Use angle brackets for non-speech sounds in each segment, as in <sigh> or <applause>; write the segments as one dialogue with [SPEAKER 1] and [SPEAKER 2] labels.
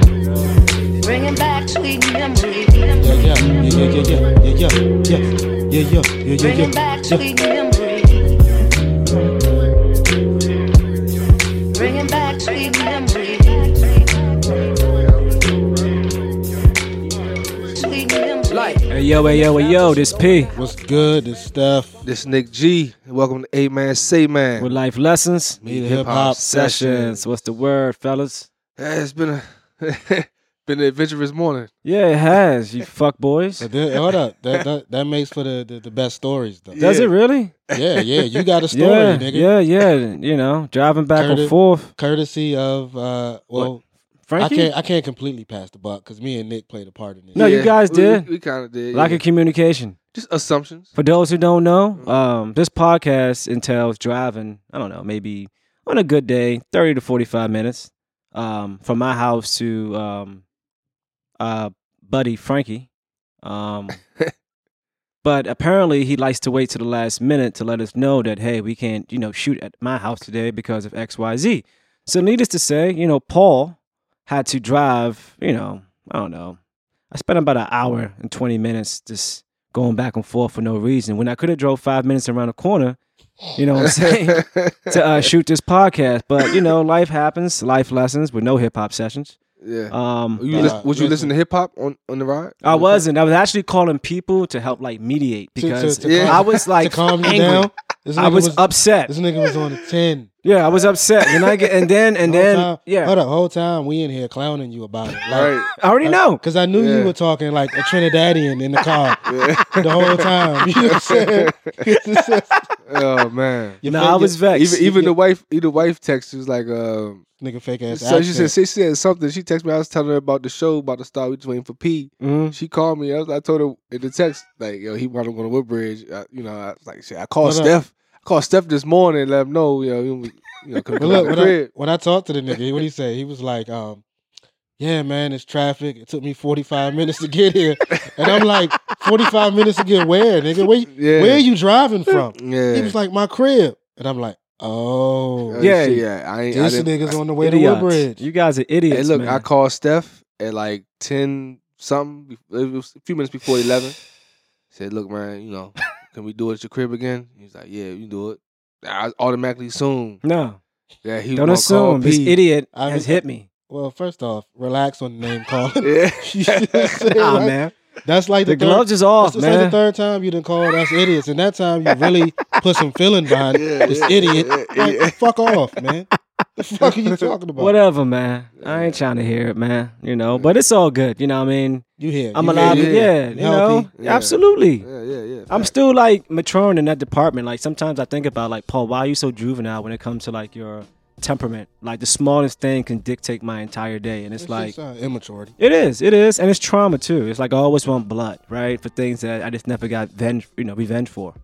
[SPEAKER 1] Bringing back sweet memories.
[SPEAKER 2] Yeah, yeah, yeah, yeah, yeah, yeah, yeah, yeah, yeah, yeah, yeah,
[SPEAKER 1] Bringing
[SPEAKER 2] yeah,
[SPEAKER 1] back
[SPEAKER 2] yeah,
[SPEAKER 1] sweet memories. Bringing back sweet memories. Sweet memories.
[SPEAKER 3] Hey yo, hey yo, hey yo, this P
[SPEAKER 2] What's good? It's Steph.
[SPEAKER 4] This Nick G. Welcome to Eight Man Say Man.
[SPEAKER 3] with life lessons,
[SPEAKER 2] Me the hip hop
[SPEAKER 3] sessions. What's the word, fellas?
[SPEAKER 4] Yeah, it's been a <laughs> been an adventurous morning.
[SPEAKER 3] Yeah, it
[SPEAKER 2] <laughs>
[SPEAKER 3] has. You fuck boys.
[SPEAKER 2] But then- Hold up. That, that that makes for the, the, the best stories though.
[SPEAKER 3] Does
[SPEAKER 4] Yeah.
[SPEAKER 3] it really?
[SPEAKER 2] Yeah, yeah. You got a story,
[SPEAKER 3] yeah,
[SPEAKER 2] nigga.
[SPEAKER 3] yeah, yeah. You know, driving back
[SPEAKER 2] Turn it-
[SPEAKER 3] and forth.
[SPEAKER 2] Courtesy of uh well I
[SPEAKER 3] Frankie,
[SPEAKER 2] can't I can't completely pass the buck because me and Nick played a part in this.
[SPEAKER 3] No, you guys
[SPEAKER 4] we-
[SPEAKER 3] did.
[SPEAKER 4] We, kind of did.
[SPEAKER 3] lack
[SPEAKER 4] yeah.
[SPEAKER 3] of communication.
[SPEAKER 4] just
[SPEAKER 3] <laughs>
[SPEAKER 4] assumptions.
[SPEAKER 3] For those who don't know, um, this podcast entails driving. I don't know, maybe on a good day, thirty to forty-five minutes um, from my house to um, uh, buddy Frankie. Um, but apparently, he likes to wait to the last minute to let us know that hey, we can't, you know, shoot at my house today because of X, Y, Z. So, needless to say, you know, Paul had to drive. You know, I don't know. I spent about an hour and twenty minutes just going back and forth for no reason when I could have drove five minutes around the corner, you know what I'm saying, to uh, shoot this podcast. But you know, life happens, life lessons with no hip hop sessions.
[SPEAKER 4] <laughs> yeah.
[SPEAKER 3] Um,
[SPEAKER 4] you
[SPEAKER 2] uh,
[SPEAKER 4] lis- would you
[SPEAKER 2] listen.
[SPEAKER 4] listen to hip hop on, on the ride?
[SPEAKER 3] I
[SPEAKER 4] <laughs>
[SPEAKER 3] wasn't. I was actually calling people to help like mediate
[SPEAKER 2] To- to-
[SPEAKER 3] because
[SPEAKER 2] to
[SPEAKER 4] Yeah.
[SPEAKER 2] calm-
[SPEAKER 3] I was
[SPEAKER 2] <laughs>
[SPEAKER 3] like
[SPEAKER 2] to calm you
[SPEAKER 3] angry.
[SPEAKER 2] down. This
[SPEAKER 3] I
[SPEAKER 2] nigga
[SPEAKER 3] was upset.
[SPEAKER 2] This nigga was on a ten.
[SPEAKER 3] Yeah, I was upset. And I get, and
[SPEAKER 2] <laughs>
[SPEAKER 3] then and
[SPEAKER 2] Whole
[SPEAKER 3] then
[SPEAKER 2] time-
[SPEAKER 3] yeah,
[SPEAKER 2] Hold up, whole time we in here clowning you about it. Like,
[SPEAKER 4] Right.
[SPEAKER 3] I already know.
[SPEAKER 2] Cause I knew
[SPEAKER 4] Yeah.
[SPEAKER 2] you were talking like a Trinidadian in the
[SPEAKER 4] <laughs>
[SPEAKER 2] car the whole time. You know what I'm saying?
[SPEAKER 4] <laughs>
[SPEAKER 3] <laughs>
[SPEAKER 4] oh man.
[SPEAKER 2] Your
[SPEAKER 3] No, I
[SPEAKER 2] fake-
[SPEAKER 3] was vexed.
[SPEAKER 4] Even even the wife even wife texted was like um
[SPEAKER 2] nigga fake ass.
[SPEAKER 4] so she said
[SPEAKER 2] accent.
[SPEAKER 4] she said something. She texted me. I was telling her about the show about the star. We just waiting for P.
[SPEAKER 3] Mhm.
[SPEAKER 4] She called me. I, was, I told her in the text like yo he wanted to go to Woodbridge. I, you know I was like shit. I called
[SPEAKER 2] What up?
[SPEAKER 4] Steph. I called Steph this morning. Let him know yo you know, you know come
[SPEAKER 2] But
[SPEAKER 4] to the
[SPEAKER 2] look, when I,
[SPEAKER 4] crib.
[SPEAKER 2] when I talked to the nigga, what he say? He was like, um, "Yeah, man, it's traffic. It took me forty five minutes to get here," and I'm like, 45 minutes to get where, nigga? Where, you-
[SPEAKER 4] Yeah.
[SPEAKER 2] where are you driving from?"
[SPEAKER 4] Yeah.
[SPEAKER 2] He was like, "My crib," and I'm like, "Oh,
[SPEAKER 4] Oh,
[SPEAKER 3] Yeah.
[SPEAKER 4] shit, yeah. I ain't. I
[SPEAKER 2] this
[SPEAKER 4] didn't,
[SPEAKER 2] nigga's on the way to
[SPEAKER 3] Idiots.
[SPEAKER 2] Woodbridge."
[SPEAKER 3] You guys are idiots.
[SPEAKER 4] hey, look,
[SPEAKER 3] man.
[SPEAKER 4] I called Steph at like ten something, be- it was a few minutes before eleven. Said, look, man, you know, can we do it at your crib again? He's like, yeah, you can do it. I automatically assume
[SPEAKER 3] no,
[SPEAKER 4] that he was
[SPEAKER 3] don't
[SPEAKER 4] gonna call
[SPEAKER 3] assume this
[SPEAKER 4] P.
[SPEAKER 3] idiot
[SPEAKER 2] I
[SPEAKER 3] has
[SPEAKER 2] mean-
[SPEAKER 3] hit me.
[SPEAKER 2] Well, first off, relax on the name calling.
[SPEAKER 4] Yeah.
[SPEAKER 2] <laughs> You see what I'm saying?
[SPEAKER 3] Nah,
[SPEAKER 2] Like,
[SPEAKER 3] man,
[SPEAKER 2] That's like the,
[SPEAKER 3] the
[SPEAKER 2] third-
[SPEAKER 3] gloves is off,
[SPEAKER 2] It's it's like the
[SPEAKER 3] Oh, man.
[SPEAKER 2] third time you done called us idiots, and that time you really put some feeling behind
[SPEAKER 4] <laughs> Yeah,
[SPEAKER 2] this
[SPEAKER 4] yeah,
[SPEAKER 2] idiot.
[SPEAKER 4] yeah,
[SPEAKER 2] like,
[SPEAKER 4] yeah.
[SPEAKER 2] fuck off, man. The fuck are you talking about?
[SPEAKER 3] Whatever, man. I ain't trying to hear it, man. You know, but it's all good. You know what I mean?
[SPEAKER 2] You here?
[SPEAKER 3] I'm
[SPEAKER 2] you
[SPEAKER 3] alive.
[SPEAKER 2] Here.
[SPEAKER 3] Yeah,
[SPEAKER 4] yeah,
[SPEAKER 3] you
[SPEAKER 2] healthy.
[SPEAKER 3] know,
[SPEAKER 4] Yeah.
[SPEAKER 3] absolutely.
[SPEAKER 4] Yeah, yeah, yeah.
[SPEAKER 3] I'm still like maturing in that department. Like sometimes I think about like Paul, why are you so juvenile when it comes to like your temperament? Like the smallest thing can dictate my entire day, and it's,
[SPEAKER 2] It's
[SPEAKER 3] like
[SPEAKER 2] just, uh, immaturity.
[SPEAKER 3] it is, it is, and it's trauma too. It's like I always want blood, right, for things that I just never got venge, you know, revenge for.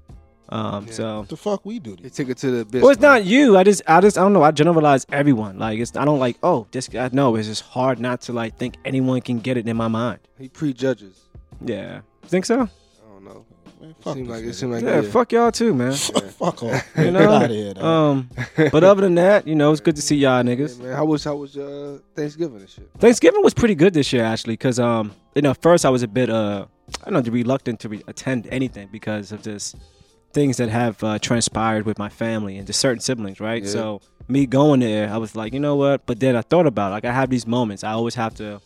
[SPEAKER 3] Um, so.
[SPEAKER 2] What the fuck we do?
[SPEAKER 4] They
[SPEAKER 2] This?
[SPEAKER 4] took it to the abyss.
[SPEAKER 3] Well, it's
[SPEAKER 4] man.
[SPEAKER 3] not you. I just, I just, I don't know. I generalize everyone. Like, it's, I don't like. Oh, this guy. No, it's just hard not to like think anyone can get it in my mind.
[SPEAKER 4] He prejudges.
[SPEAKER 3] Yeah, think so.
[SPEAKER 4] I don't know.
[SPEAKER 2] Man,
[SPEAKER 4] It
[SPEAKER 2] fuck
[SPEAKER 4] seemed
[SPEAKER 2] this
[SPEAKER 4] like it
[SPEAKER 2] nigga.
[SPEAKER 4] seemed like
[SPEAKER 3] Yeah, fuck y'all too, man.
[SPEAKER 2] fuck off.
[SPEAKER 4] <laughs>
[SPEAKER 3] You
[SPEAKER 2] man.
[SPEAKER 3] know?
[SPEAKER 2] Get out of here, though.
[SPEAKER 3] Um, but other than that, you know, it's good to see y'all niggas.
[SPEAKER 4] Yeah, man, how was how was uh, Thanksgiving and shit?
[SPEAKER 3] Thanksgiving was pretty good this year actually, because um, you know, first I was a bit uh, I don't know, reluctant to re- attend anything because of just things that have uh, transpired with my family and just certain siblings, right?
[SPEAKER 4] Yeah.
[SPEAKER 3] So me going there, I was like, you know what? But then I thought about it. like I have these moments. I always have to,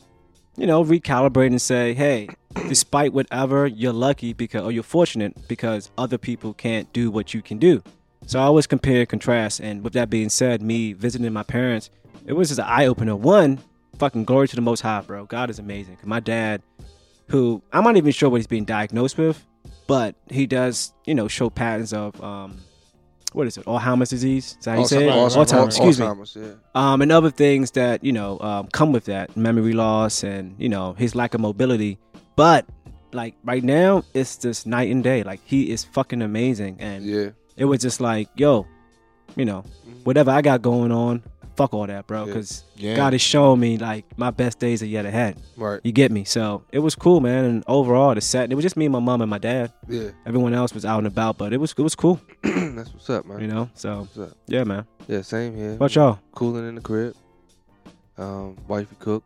[SPEAKER 3] you know, recalibrate and say, hey, despite whatever, you're lucky because or you're fortunate because other people can't do what you can do. So I always compare and contrast. And with that being said, me visiting my parents, it was just an eye opener. One, fucking glory to the Most High, bro. God is amazing. 'Cause My dad, who I'm not even sure what he's being diagnosed with, but he does, you know, show patterns of um, what is it, Alzheimer's disease? Is that how you say it?
[SPEAKER 2] Alzheimer's.
[SPEAKER 3] Alzheimer's. Excuse me
[SPEAKER 4] Alzheimer's, yeah.
[SPEAKER 3] um, and other things that you know um, come with that memory loss and you know his lack of mobility. But like right now, it's just night and day. Like he is fucking amazing, and
[SPEAKER 4] Yeah.
[SPEAKER 3] it was just like, yo, you know, whatever I got going on, fuck all that, bro.
[SPEAKER 4] Yeah.
[SPEAKER 3] Because
[SPEAKER 2] Yeah.
[SPEAKER 3] God has shown me like my best days are yet ahead.
[SPEAKER 4] Right.
[SPEAKER 3] You get me? So it was cool, man. And overall, the set it was just me, and my mom, and my dad.
[SPEAKER 4] Yeah. <clears throat>
[SPEAKER 3] Everyone else was out and about, but it was it was cool,
[SPEAKER 4] That's what's up, man.
[SPEAKER 3] you know. So
[SPEAKER 4] What's up?
[SPEAKER 3] yeah, man.
[SPEAKER 4] Yeah, same here.
[SPEAKER 3] What about y'all?
[SPEAKER 4] Cooling in the crib. Um, wifey cook.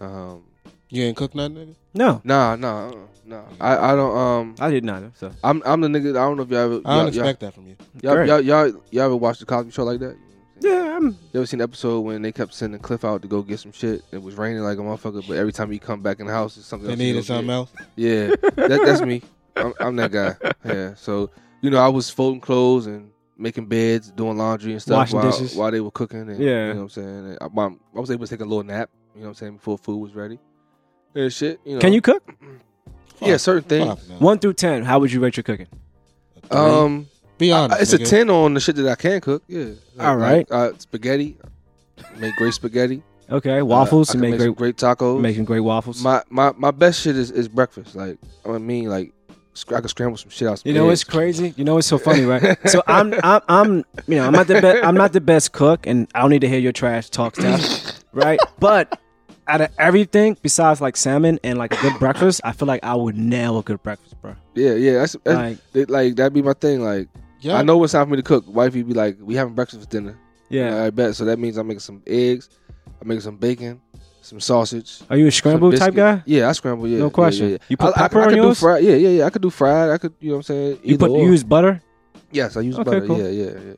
[SPEAKER 4] Um,
[SPEAKER 2] You ain't cook nothing, nigga?
[SPEAKER 3] No,
[SPEAKER 4] nah, nah, uh-uh, nah. I, I don't. Um,
[SPEAKER 3] I didn't either. So
[SPEAKER 4] I'm, I'm the nigga. I don't know if y'all ever.
[SPEAKER 2] I
[SPEAKER 4] y'all,
[SPEAKER 2] don't expect that from you.
[SPEAKER 4] y'all,
[SPEAKER 3] Great.
[SPEAKER 4] y'all, y'all, y'all, y'all ever watched the Cosby Show like that?
[SPEAKER 3] yeah, I'm
[SPEAKER 4] You ever seen the episode when they kept sending Cliff out to go get some shit? It was raining like a motherfucker, but every time he come back in the house, it's something.
[SPEAKER 2] They
[SPEAKER 4] else he go
[SPEAKER 2] needed
[SPEAKER 4] get.
[SPEAKER 2] something else.
[SPEAKER 4] Yeah, that, that's me. I'm, I'm that guy. Yeah. So you know, I was folding clothes and making beds, doing laundry and stuff
[SPEAKER 3] Washing
[SPEAKER 4] while
[SPEAKER 3] dishes.
[SPEAKER 4] while they were cooking. And,
[SPEAKER 3] Yeah.
[SPEAKER 4] You know what I'm saying? And I, my- I was able to take a little nap. You know what I'm saying? Before food was ready. And shit. You know.
[SPEAKER 3] Can you cook?
[SPEAKER 4] Yeah, certain things.
[SPEAKER 2] Fuck, no.
[SPEAKER 3] One through ten, how would you rate your cooking?
[SPEAKER 2] Three.
[SPEAKER 4] Um,
[SPEAKER 2] Be honest.
[SPEAKER 4] I- it's a
[SPEAKER 2] nigga.
[SPEAKER 4] ten on the shit that I can cook. Yeah. Like-
[SPEAKER 3] All right.
[SPEAKER 4] like, uh, spaghetti. Make great spaghetti.
[SPEAKER 3] Okay, <laughs> waffles. you
[SPEAKER 4] Uh, I can
[SPEAKER 3] make
[SPEAKER 4] make some
[SPEAKER 3] great,
[SPEAKER 4] great tacos.
[SPEAKER 3] making great waffles.
[SPEAKER 4] my my my best shit is, is breakfast. Like I mean, like sc- I could scramble some shit out. Some
[SPEAKER 3] you know
[SPEAKER 4] eggs.
[SPEAKER 3] it's crazy. You know it's so funny,
[SPEAKER 4] <laughs>
[SPEAKER 3] right? so I'm, I'm, I'm, you know, I'm not the best. I'm not the best cook, and I don't need to hear your trash talk
[SPEAKER 4] <laughs>
[SPEAKER 3] stuff, right? But out of everything, besides like salmon and like a good breakfast, I feel like I would nail a good breakfast, bro.
[SPEAKER 4] yeah yeah. That's, that's
[SPEAKER 3] Like,
[SPEAKER 4] They, like that'd be my thing. Like
[SPEAKER 2] Yeah.
[SPEAKER 4] I know it's time for me to cook. Wifey be like, "We having breakfast for dinner."
[SPEAKER 3] yeah.
[SPEAKER 4] I bet. So that means I'm making some eggs. I'm making some bacon, some sausage.
[SPEAKER 3] Are you a scramble
[SPEAKER 4] some
[SPEAKER 3] type
[SPEAKER 4] biscuit.
[SPEAKER 3] guy?
[SPEAKER 4] Yeah, I scramble. Yeah,
[SPEAKER 3] No
[SPEAKER 4] yeah,
[SPEAKER 3] question.
[SPEAKER 4] Yeah, yeah.
[SPEAKER 3] You put
[SPEAKER 4] I- I-
[SPEAKER 3] pepper
[SPEAKER 4] I,
[SPEAKER 3] on
[SPEAKER 4] could
[SPEAKER 3] yours?
[SPEAKER 4] Do fried. Yeah, yeah, yeah. I could do fried. I could, you know, what I'm saying.
[SPEAKER 3] You
[SPEAKER 4] Either
[SPEAKER 3] put
[SPEAKER 4] or.
[SPEAKER 3] you use butter?
[SPEAKER 4] Yes, I use
[SPEAKER 3] Okay,
[SPEAKER 4] butter.
[SPEAKER 3] cool.
[SPEAKER 4] Yeah, yeah, yeah.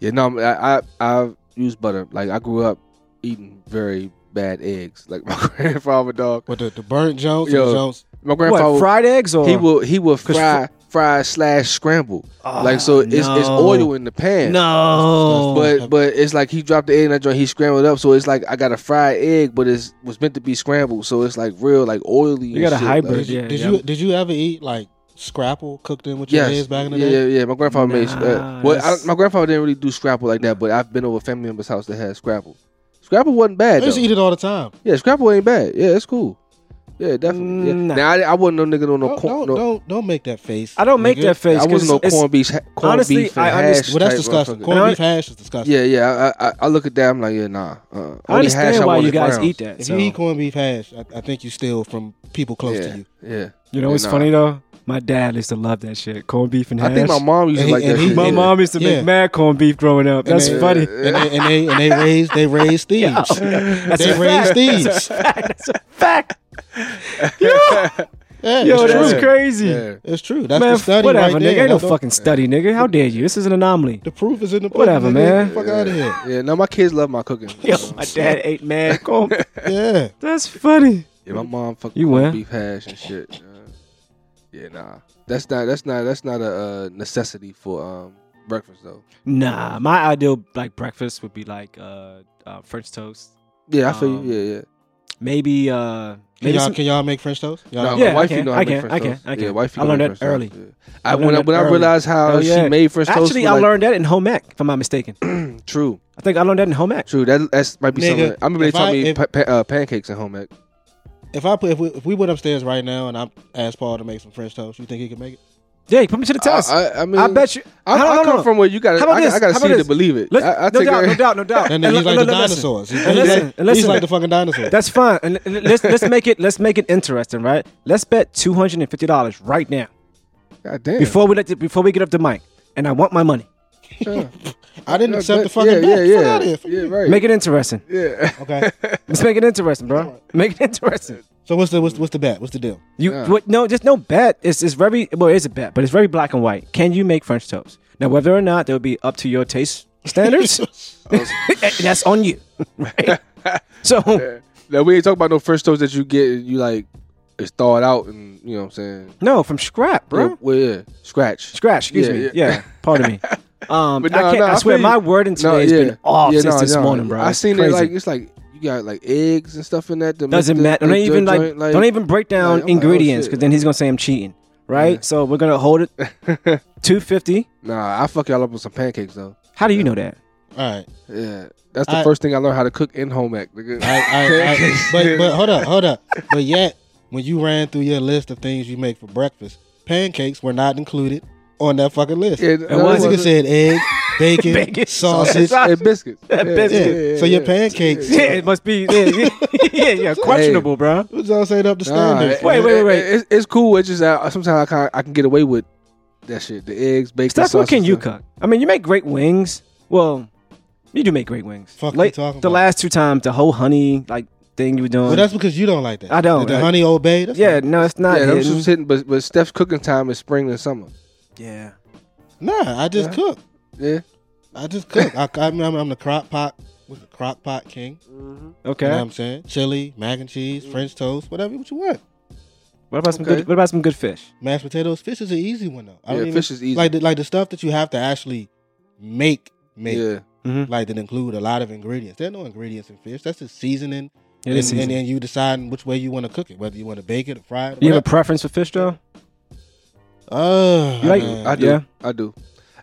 [SPEAKER 4] Yeah, no, I, I I've used butter. Like I grew up eating very bad eggs. Like <laughs> my grandfather, dog.
[SPEAKER 2] With the, the burnt Jones,
[SPEAKER 4] Yo.
[SPEAKER 2] the Jones.
[SPEAKER 4] My grandfather.
[SPEAKER 3] What fried eggs or
[SPEAKER 4] he will he will
[SPEAKER 3] 'Cause
[SPEAKER 4] fry fry slash scramble
[SPEAKER 3] Oh,
[SPEAKER 4] like so it's it's
[SPEAKER 3] no.
[SPEAKER 4] oil in the pan
[SPEAKER 3] No,
[SPEAKER 4] But but it's like he dropped the egg in that joint. He scrambled up, so it's like I got a fried egg, but it's was meant to be scrambled, so it's like real, like oily. and
[SPEAKER 3] got a
[SPEAKER 4] shit,
[SPEAKER 3] hybrid,
[SPEAKER 4] like-
[SPEAKER 2] Did, you,
[SPEAKER 3] Yeah,
[SPEAKER 2] did
[SPEAKER 3] yeah.
[SPEAKER 2] you did you ever eat like scrapple cooked in with your
[SPEAKER 4] yes,
[SPEAKER 2] eggs back in the
[SPEAKER 4] yeah,
[SPEAKER 2] day?
[SPEAKER 4] yeah, yeah. My grandfather made. Uh,
[SPEAKER 3] Nah,
[SPEAKER 4] well, I,
[SPEAKER 3] that's-
[SPEAKER 4] my grandfather didn't really do scrapple like that, but I've been over a family member's house that had scrapple. Scrapple wasn't
[SPEAKER 2] I
[SPEAKER 4] bad.
[SPEAKER 2] used to
[SPEAKER 4] though.
[SPEAKER 2] eat it all the time.
[SPEAKER 4] yeah, scrapple ain't bad. Yeah, it's cool. Yeah, definitely. Yeah.
[SPEAKER 3] Mm, nah.
[SPEAKER 4] Now I, I wasn't no nigga no no
[SPEAKER 2] Don't,
[SPEAKER 4] corn.
[SPEAKER 2] don't,
[SPEAKER 4] No,
[SPEAKER 2] don't don't make that face.
[SPEAKER 3] I don't make
[SPEAKER 2] nigga.
[SPEAKER 3] that face.
[SPEAKER 4] I
[SPEAKER 3] 'cause
[SPEAKER 4] wasn't no
[SPEAKER 3] it's-
[SPEAKER 4] corn beef. Corn
[SPEAKER 3] honestly,
[SPEAKER 4] beef
[SPEAKER 3] I
[SPEAKER 4] and hash.
[SPEAKER 3] understand-
[SPEAKER 2] Well, that's
[SPEAKER 4] type
[SPEAKER 2] disgusting.
[SPEAKER 4] motherfucker.
[SPEAKER 2] Corned
[SPEAKER 3] And I-
[SPEAKER 2] beef hash is disgusting.
[SPEAKER 4] Yeah, yeah. I, I I look at that. I'm like, yeah, nah. Uh,
[SPEAKER 3] I understand why you guys eat that.
[SPEAKER 2] If
[SPEAKER 3] so.
[SPEAKER 2] you eat corned beef hash, I, I think you steal from people close
[SPEAKER 4] yeah,
[SPEAKER 2] to you.
[SPEAKER 4] Yeah.
[SPEAKER 3] You know what's
[SPEAKER 4] Nah.
[SPEAKER 3] funny though? My dad used to love that shit. Corned beef and hash.
[SPEAKER 4] I think my mom used
[SPEAKER 2] And
[SPEAKER 4] to
[SPEAKER 2] he-
[SPEAKER 4] like that.
[SPEAKER 2] and he-
[SPEAKER 4] shit.
[SPEAKER 3] My
[SPEAKER 4] yeah.
[SPEAKER 3] mom used to
[SPEAKER 2] Yeah.
[SPEAKER 3] make mad corned beef growing up.
[SPEAKER 2] And
[SPEAKER 3] That's
[SPEAKER 2] they- uh,
[SPEAKER 3] funny.
[SPEAKER 2] And they and they, and they raise they
[SPEAKER 3] <laughs>
[SPEAKER 2] raise thieves.
[SPEAKER 3] That's
[SPEAKER 2] they
[SPEAKER 3] a
[SPEAKER 2] raise
[SPEAKER 3] fact.
[SPEAKER 2] thieves.
[SPEAKER 3] <laughs> That's a fact. That's a
[SPEAKER 2] <laughs>
[SPEAKER 3] fact. <laughs> Yo,
[SPEAKER 2] Yeah,
[SPEAKER 3] yo
[SPEAKER 2] it's
[SPEAKER 3] that's
[SPEAKER 2] true.
[SPEAKER 3] crazy.
[SPEAKER 4] Yeah.
[SPEAKER 2] It's true. That's
[SPEAKER 3] man,
[SPEAKER 2] the study
[SPEAKER 3] whatever,
[SPEAKER 2] right
[SPEAKER 3] nigga.
[SPEAKER 2] there.
[SPEAKER 3] Ain't no
[SPEAKER 2] That's the-
[SPEAKER 3] fucking study, nigga. How dare you? This is
[SPEAKER 2] <laughs>
[SPEAKER 3] an anomaly.
[SPEAKER 2] The proof is in the pudding,
[SPEAKER 3] Whatever,
[SPEAKER 2] nigga.
[SPEAKER 3] man.
[SPEAKER 2] Fuck out of here.
[SPEAKER 4] Yeah, no, my kids love my cooking.
[SPEAKER 3] <laughs> Yo,
[SPEAKER 4] So,
[SPEAKER 3] my dad ate mad
[SPEAKER 2] <laughs>
[SPEAKER 3] corn. <laughs>
[SPEAKER 2] Yeah.
[SPEAKER 3] That's funny.
[SPEAKER 4] yeah, my mom fucking
[SPEAKER 3] You
[SPEAKER 4] cook
[SPEAKER 3] win.
[SPEAKER 4] beef hash and shit. uh, yeah, nah, that's not that's not that's not a uh, necessity for um breakfast though.
[SPEAKER 3] Nah, my ideal like breakfast would be like uh, uh French toast.
[SPEAKER 4] Yeah, I feel
[SPEAKER 3] Um,
[SPEAKER 4] you. Yeah, yeah.
[SPEAKER 3] Maybe uh
[SPEAKER 2] Can
[SPEAKER 3] maybe
[SPEAKER 2] y'all,
[SPEAKER 3] some-
[SPEAKER 2] can y'all make French toast? Y'all
[SPEAKER 4] No,
[SPEAKER 3] yeah, I
[SPEAKER 4] my wife, you
[SPEAKER 3] can,
[SPEAKER 4] know
[SPEAKER 3] I
[SPEAKER 4] how to
[SPEAKER 3] can,
[SPEAKER 4] make
[SPEAKER 3] I
[SPEAKER 4] French
[SPEAKER 3] can,
[SPEAKER 4] toast.
[SPEAKER 3] I can.
[SPEAKER 4] Yeah, wife,
[SPEAKER 3] I learned that early. I
[SPEAKER 4] when I
[SPEAKER 3] learned
[SPEAKER 4] when
[SPEAKER 3] that
[SPEAKER 4] I
[SPEAKER 3] early.
[SPEAKER 4] realized how
[SPEAKER 3] Hell yeah.
[SPEAKER 4] she made French toast,
[SPEAKER 3] Actually,
[SPEAKER 4] we're
[SPEAKER 3] I
[SPEAKER 4] like,
[SPEAKER 3] learned that in home ec, if I'm not mistaken.
[SPEAKER 4] true,
[SPEAKER 3] I think I learned that in home ec.
[SPEAKER 4] true. That that's might be
[SPEAKER 2] Nigga,
[SPEAKER 4] something. I remember they
[SPEAKER 2] if
[SPEAKER 4] taught
[SPEAKER 2] I-
[SPEAKER 4] me
[SPEAKER 2] if-
[SPEAKER 4] pa- pa- uh, pancakes at home ec.
[SPEAKER 2] If I put if we, if we went upstairs right now and I asked Paul to make some French toast, you think he could make it?
[SPEAKER 3] Yeah, you put me to the test. I,
[SPEAKER 4] I, I, I mean,
[SPEAKER 3] bet you.
[SPEAKER 4] I,
[SPEAKER 3] no,
[SPEAKER 4] I
[SPEAKER 3] no, no,
[SPEAKER 4] come
[SPEAKER 3] no.
[SPEAKER 4] from where you got.
[SPEAKER 3] How about
[SPEAKER 4] I,
[SPEAKER 3] this?
[SPEAKER 4] I got
[SPEAKER 3] How
[SPEAKER 4] to
[SPEAKER 3] about
[SPEAKER 4] see to
[SPEAKER 3] this?
[SPEAKER 4] believe it.
[SPEAKER 3] Let's-
[SPEAKER 4] I, I
[SPEAKER 3] no
[SPEAKER 4] take
[SPEAKER 3] doubt,
[SPEAKER 4] her-
[SPEAKER 3] no doubt,
[SPEAKER 2] <laughs>
[SPEAKER 3] no doubt.
[SPEAKER 2] That
[SPEAKER 3] And
[SPEAKER 2] nigga,
[SPEAKER 3] li-
[SPEAKER 2] he's like
[SPEAKER 3] li-
[SPEAKER 2] the
[SPEAKER 3] li-
[SPEAKER 2] dinosaurs. He's,
[SPEAKER 3] and listen, and
[SPEAKER 2] he's
[SPEAKER 3] listen.
[SPEAKER 2] like the fucking dinosaur.
[SPEAKER 3] That's fine. And l- l- let's let's make it let's make it interesting, right? Let's bet two hundred and fifty dollars right now
[SPEAKER 4] God damn.
[SPEAKER 3] before we let the, before we get up to mic. And I want my money.
[SPEAKER 2] I didn't
[SPEAKER 4] Yeah,
[SPEAKER 2] accept
[SPEAKER 4] but-
[SPEAKER 2] the fucking
[SPEAKER 4] yeah,
[SPEAKER 2] bet.
[SPEAKER 4] yeah,
[SPEAKER 2] Fuck
[SPEAKER 4] yeah.
[SPEAKER 2] out of here. Fuck
[SPEAKER 4] Yeah,
[SPEAKER 2] you.
[SPEAKER 4] right.
[SPEAKER 3] Make it interesting.
[SPEAKER 4] yeah.
[SPEAKER 2] Okay.
[SPEAKER 3] Let's make it interesting, bro. Make it interesting.
[SPEAKER 2] So what's the what's, what's the bet? What's the deal?
[SPEAKER 3] You
[SPEAKER 4] Yeah.
[SPEAKER 3] what, no, just no bet. It's it's very well, it's a bet, but it's very black and white. Can you make French toast? Now, whether or not that would be up to your taste
[SPEAKER 2] <laughs>
[SPEAKER 3] standards, that's on you, <laughs>
[SPEAKER 4] <laughs>
[SPEAKER 3] right? So,
[SPEAKER 4] Now we ain't talking about no French toast that you get and you like it's thawed out and you know what I'm saying.
[SPEAKER 3] no, from scrap, bro.
[SPEAKER 4] Yeah, well, yeah, scratch.
[SPEAKER 3] Scratch, excuse
[SPEAKER 4] Yeah,
[SPEAKER 3] me.
[SPEAKER 4] yeah.
[SPEAKER 3] Yeah. pardon me. Um,
[SPEAKER 4] <laughs> But
[SPEAKER 3] I,
[SPEAKER 4] nah,
[SPEAKER 3] can't,
[SPEAKER 4] nah,
[SPEAKER 3] I
[SPEAKER 4] I
[SPEAKER 3] swear,
[SPEAKER 4] feel
[SPEAKER 3] my
[SPEAKER 4] you.
[SPEAKER 3] word in
[SPEAKER 4] No,
[SPEAKER 3] today has been off since this morning, bro.
[SPEAKER 4] I
[SPEAKER 3] It's
[SPEAKER 4] seen it
[SPEAKER 3] crazy.
[SPEAKER 4] like it's like you got like eggs and stuff in that. to make
[SPEAKER 3] doesn't
[SPEAKER 4] the-
[SPEAKER 3] matter. Don't
[SPEAKER 4] make
[SPEAKER 3] even
[SPEAKER 4] the
[SPEAKER 3] like,
[SPEAKER 4] joint,
[SPEAKER 3] don't even break down
[SPEAKER 4] like, I'm like, oh,
[SPEAKER 3] ingredients
[SPEAKER 4] shit.
[SPEAKER 3] because then he's gonna say I'm cheating, right? So we're gonna hold
[SPEAKER 4] <laughs>
[SPEAKER 3] it two fifty.
[SPEAKER 4] Nah, I fuck y'all up with some pancakes though.
[SPEAKER 3] How do you know that?
[SPEAKER 2] All right.
[SPEAKER 4] Yeah, that's the
[SPEAKER 2] I-
[SPEAKER 4] first thing I learned how to cook in home ec. Nigga.
[SPEAKER 2] I,
[SPEAKER 3] <laughs>
[SPEAKER 2] I, I, but but hold up, hold up. But yet, when you ran through your list of things you make for breakfast, pancakes were not included on that fucking list.
[SPEAKER 4] <laughs> Yeah,
[SPEAKER 2] Yeah,
[SPEAKER 4] no,
[SPEAKER 3] it
[SPEAKER 2] nigga
[SPEAKER 3] <laughs> wasn't.
[SPEAKER 2] said egg, bacon,
[SPEAKER 3] Bacon,
[SPEAKER 2] sausage.
[SPEAKER 3] sausage.
[SPEAKER 4] and biscuits.
[SPEAKER 3] That biscuit.
[SPEAKER 2] So your pancakes-
[SPEAKER 3] Yeah, <laughs> it must be. Yeah,
[SPEAKER 4] <laughs>
[SPEAKER 3] yeah, yeah, yeah, questionable, bro.
[SPEAKER 2] What's all saying up the standard?
[SPEAKER 4] Nah,
[SPEAKER 3] Wait,
[SPEAKER 4] it-
[SPEAKER 3] wait,
[SPEAKER 4] it-
[SPEAKER 3] wait.
[SPEAKER 4] It's, it's cool. It's just that sometimes I can I can get away with that shit. The eggs, bacon,
[SPEAKER 3] Steph, what
[SPEAKER 4] sausage,
[SPEAKER 3] can you
[SPEAKER 4] stuff.
[SPEAKER 3] cook? I mean, you make great wings. Well, you do make great wings.
[SPEAKER 2] Fuck you talking
[SPEAKER 3] the
[SPEAKER 2] about?
[SPEAKER 3] last two times, the whole honey like thing you were doing.
[SPEAKER 2] Well, that's because you don't like that.
[SPEAKER 3] I don't.
[SPEAKER 2] The
[SPEAKER 3] I-
[SPEAKER 2] honey obey. That's
[SPEAKER 3] yeah,
[SPEAKER 2] not-
[SPEAKER 3] no, it's not.
[SPEAKER 4] Yeah,
[SPEAKER 3] Yeah,
[SPEAKER 4] them shit's hitting. But but Steph's cooking time is spring and summer.
[SPEAKER 3] yeah.
[SPEAKER 2] Nah, I just
[SPEAKER 4] Yeah.
[SPEAKER 2] cook.
[SPEAKER 4] Yeah.
[SPEAKER 2] I just cook. I, I mean, I'm, I'm the crock pot. What's the crock pot king? You know what
[SPEAKER 3] Okay.
[SPEAKER 2] I'm saying? Chili, mac and cheese, French toast, whatever what you want.
[SPEAKER 3] What about some
[SPEAKER 4] Okay.
[SPEAKER 3] good? What about some good fish?
[SPEAKER 2] Mashed potatoes. Fish is an easy one though. I
[SPEAKER 4] Yeah,
[SPEAKER 2] don't even-
[SPEAKER 4] fish is easy.
[SPEAKER 2] Like the, like the stuff that you have to actually make make.
[SPEAKER 4] Yeah.
[SPEAKER 3] Mm-hmm.
[SPEAKER 2] Like that include a lot of ingredients. There are no ingredients in fish. That's just seasoning.
[SPEAKER 3] Yeah,
[SPEAKER 2] and,
[SPEAKER 3] this season.
[SPEAKER 2] and then you decide which way you want to cook it, whether you want to bake it or fry it.
[SPEAKER 3] you have a
[SPEAKER 2] whatever.
[SPEAKER 3] preference for fish though?
[SPEAKER 2] oh,
[SPEAKER 3] you like-
[SPEAKER 2] man.
[SPEAKER 4] I do.
[SPEAKER 3] Yeah.
[SPEAKER 4] I do.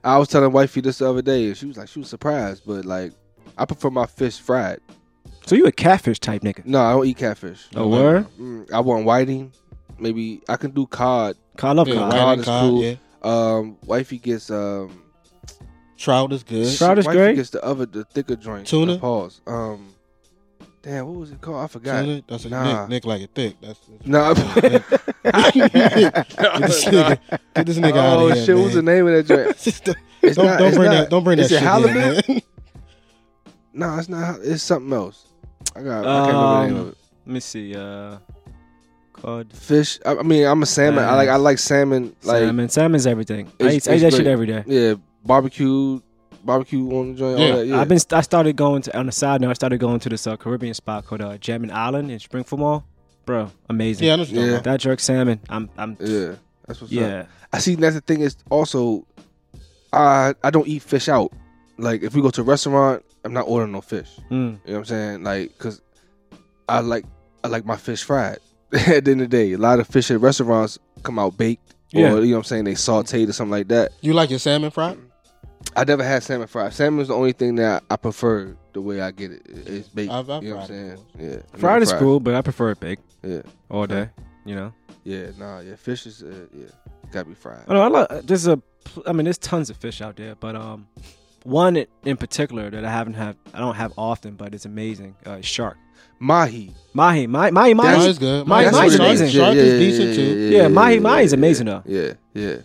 [SPEAKER 4] I was telling wifey this the other day, and she was like, she was surprised, but like, I prefer my fish fried.
[SPEAKER 3] So you a catfish type nigga?
[SPEAKER 4] No, I don't eat catfish.
[SPEAKER 3] A word?
[SPEAKER 4] Mm, I want whiting. Maybe I can do cod.
[SPEAKER 3] I love
[SPEAKER 2] Yeah,
[SPEAKER 3] cod.
[SPEAKER 2] white
[SPEAKER 4] Cod
[SPEAKER 2] and
[SPEAKER 4] is
[SPEAKER 2] cod,
[SPEAKER 4] cool.
[SPEAKER 2] yeah.
[SPEAKER 4] Um, wifey gets um.
[SPEAKER 2] Trout is good.
[SPEAKER 3] Trout- is
[SPEAKER 4] wifey
[SPEAKER 3] great.
[SPEAKER 4] Gets the other the thicker joint.
[SPEAKER 2] Tuna?
[SPEAKER 4] Pause. Um, damn, what was it called? I forgot.
[SPEAKER 2] Tuna, that's a
[SPEAKER 4] Nah.
[SPEAKER 2] Nick, Nick like it thick. That's, that's
[SPEAKER 4] Nah.
[SPEAKER 2] Nick. <laughs>
[SPEAKER 3] <laughs>
[SPEAKER 2] get
[SPEAKER 4] <laughs>
[SPEAKER 2] this nigga, get this nigga out
[SPEAKER 4] oh
[SPEAKER 2] of here.
[SPEAKER 4] shit! What was the
[SPEAKER 2] man.
[SPEAKER 4] name of that <laughs>
[SPEAKER 2] <laughs>
[SPEAKER 4] joint?
[SPEAKER 2] Just don't,
[SPEAKER 4] It's
[SPEAKER 2] don't,
[SPEAKER 4] not-
[SPEAKER 2] don't
[SPEAKER 4] it's
[SPEAKER 2] bring
[SPEAKER 4] not-
[SPEAKER 2] that. Don't bring that
[SPEAKER 4] is
[SPEAKER 2] shit.
[SPEAKER 4] it halibut?
[SPEAKER 2] in, man. <laughs>
[SPEAKER 4] No, it's not. It's something else. I got. I can't remember the name
[SPEAKER 3] Um,
[SPEAKER 4] of it.
[SPEAKER 3] Let me see. Uh, cod,
[SPEAKER 4] Fish. I, I mean, I'm a salmon. I like. I like salmon. Like
[SPEAKER 3] salmon. Salmon's everything. I
[SPEAKER 4] It's-
[SPEAKER 3] eat, I eat
[SPEAKER 4] it's
[SPEAKER 3] that shit
[SPEAKER 4] great.
[SPEAKER 3] every day.
[SPEAKER 4] yeah, barbecue, barbecue on the joint.
[SPEAKER 2] Yeah.
[SPEAKER 4] all that, yeah.
[SPEAKER 3] I've been. I started going to on the side note. I started going to this uh, Caribbean spot called uh, Jamin Island in Springfield Mall. Bro, amazing.
[SPEAKER 2] Yeah, I know what you're talking
[SPEAKER 4] Yeah.
[SPEAKER 2] about.
[SPEAKER 3] That jerk salmon. I'm. I'm. Yeah.
[SPEAKER 4] Yeah, that's what's up. I see. That's the thing is also, I I don't eat fish out. Like if we go to a restaurant, I'm not ordering no fish.
[SPEAKER 3] Mm.
[SPEAKER 4] You know what I'm saying? Like, cause I like I like my fish fried. <laughs> at the end of the day, a lot of fish at restaurants come out baked,
[SPEAKER 3] Yeah.
[SPEAKER 4] or you know what I'm saying they sauteed or something like that.
[SPEAKER 2] You like your salmon fried?
[SPEAKER 4] I never had salmon fried. Salmon's the only thing that I prefer the way I get it. It's baked.
[SPEAKER 2] I've- I've
[SPEAKER 4] you know what I'm
[SPEAKER 2] fried it
[SPEAKER 4] saying? Yeah, I
[SPEAKER 3] Fried
[SPEAKER 4] never
[SPEAKER 3] is cool, but I prefer it baked
[SPEAKER 4] Yeah,
[SPEAKER 3] all day. You know.
[SPEAKER 4] yeah, nah, yeah. Fish is uh, yeah, gotta be fried.
[SPEAKER 3] I don't know. I like. There's a. pl- I mean, there's tons of fish out there, but um, one in- in particular that I haven't have. I don't have often, but it's amazing. Uh, shark.
[SPEAKER 4] Mahi.
[SPEAKER 3] Mahi. Mahi. Mahi.
[SPEAKER 2] Mine
[SPEAKER 3] Mahi.
[SPEAKER 2] is good.
[SPEAKER 3] Mine-
[SPEAKER 2] Mine
[SPEAKER 3] mine's
[SPEAKER 2] is
[SPEAKER 3] amazing.
[SPEAKER 2] amazing. Shark is decent too.
[SPEAKER 3] yeah, yeah, Mahi- Mahi's amazing, though.
[SPEAKER 4] Yeah, yeah,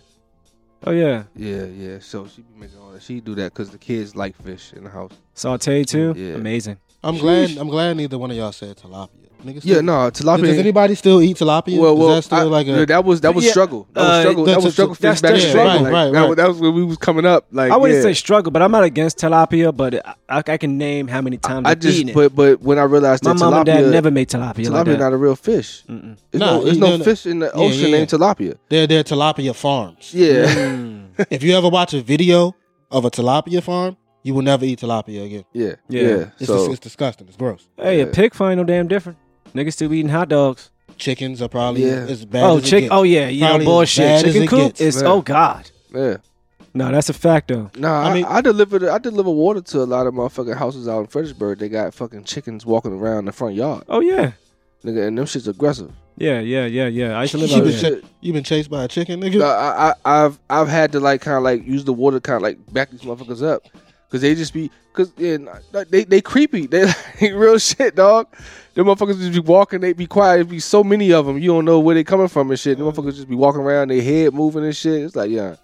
[SPEAKER 3] Oh yeah.
[SPEAKER 4] yeah, yeah. So she be making all that. She do that because the kids like fish in the house.
[SPEAKER 3] Sauteed too.
[SPEAKER 4] Yeah.
[SPEAKER 3] Amazing.
[SPEAKER 2] I'm glad. I'm glad neither one of y'all said tilapia. Niggas
[SPEAKER 4] Yeah,
[SPEAKER 2] still-
[SPEAKER 4] no, tilapia.
[SPEAKER 2] Does anybody still eat tilapia?
[SPEAKER 4] well, well,
[SPEAKER 2] is that still
[SPEAKER 4] I-
[SPEAKER 2] like a?
[SPEAKER 4] yeah, that was that was
[SPEAKER 3] Yeah,
[SPEAKER 4] struggle. That
[SPEAKER 3] uh,
[SPEAKER 4] was struggle.
[SPEAKER 2] that's
[SPEAKER 4] That was
[SPEAKER 2] just-
[SPEAKER 4] struggle.
[SPEAKER 3] that's
[SPEAKER 4] fish back in
[SPEAKER 3] just-
[SPEAKER 4] struggle.
[SPEAKER 2] right,
[SPEAKER 4] like,
[SPEAKER 2] right,
[SPEAKER 4] that,
[SPEAKER 2] right.
[SPEAKER 4] was- that was when we was coming up. Like
[SPEAKER 3] I wouldn't
[SPEAKER 4] yeah.
[SPEAKER 3] say struggle, but I'm not against tilapia. But I, I, I can name how many times
[SPEAKER 4] I
[SPEAKER 3] I've
[SPEAKER 4] just,
[SPEAKER 3] eaten it.
[SPEAKER 4] but but when I realized
[SPEAKER 3] My
[SPEAKER 4] that
[SPEAKER 3] mom and dad
[SPEAKER 4] tilapia-
[SPEAKER 3] never made tilapia, like
[SPEAKER 4] tilapia
[SPEAKER 3] that.
[SPEAKER 4] not a real fish.
[SPEAKER 3] Mm-mm.
[SPEAKER 4] There's
[SPEAKER 2] No,
[SPEAKER 4] no, there's
[SPEAKER 2] you
[SPEAKER 4] no,
[SPEAKER 2] don't know.
[SPEAKER 4] fish in the
[SPEAKER 2] Yeah,
[SPEAKER 4] ocean
[SPEAKER 2] yeah,
[SPEAKER 4] named tilapia.
[SPEAKER 2] they're they're tilapia farms.
[SPEAKER 4] Yeah,
[SPEAKER 2] If you ever watch a video of a tilapia farm, you will never eat tilapia again.
[SPEAKER 4] yeah,
[SPEAKER 3] Yeah.
[SPEAKER 4] yeah.
[SPEAKER 2] It's,
[SPEAKER 4] So
[SPEAKER 2] dis- it's disgusting. It's gross.
[SPEAKER 3] Hey, a
[SPEAKER 4] Yeah.
[SPEAKER 3] pig find no damn different. Niggas still eating hot dogs.
[SPEAKER 2] Chickens are probably
[SPEAKER 4] Yeah.
[SPEAKER 2] as bad.
[SPEAKER 3] oh,
[SPEAKER 2] as it
[SPEAKER 3] chick.
[SPEAKER 2] gets.
[SPEAKER 3] Oh yeah, you know
[SPEAKER 2] Probably as
[SPEAKER 3] bullshit.
[SPEAKER 2] bad as
[SPEAKER 3] Chicken
[SPEAKER 2] it
[SPEAKER 3] coop
[SPEAKER 2] gets. <laughs>
[SPEAKER 3] is.
[SPEAKER 4] Yeah.
[SPEAKER 3] Oh god.
[SPEAKER 4] yeah.
[SPEAKER 3] No, that's a fact though.
[SPEAKER 4] Nah,
[SPEAKER 2] I
[SPEAKER 4] I,
[SPEAKER 2] mean-
[SPEAKER 4] I delivered I deliver water to a lot of motherfucking houses out in Fredericksburg. They got fucking chickens walking around the front yard,
[SPEAKER 3] Oh yeah.
[SPEAKER 4] nigga, and them shit's aggressive.
[SPEAKER 3] Yeah, yeah, yeah, yeah. I used to live
[SPEAKER 2] You
[SPEAKER 3] out
[SPEAKER 2] been,
[SPEAKER 3] there.
[SPEAKER 4] shit.
[SPEAKER 2] cha- you been chased by a chicken, nigga?
[SPEAKER 4] Nah, I, I I've I've had to like kind of like use the water kind of like back these motherfuckers up, cause they just be cause yeah, nah, nah, they they creepy. They <laughs> like real shit, dog. Them motherfuckers just be walking. They be quiet. It be so many of them. You don't know where they coming from and shit. Them motherfuckers just be walking around. They head moving and shit. It's like yeah,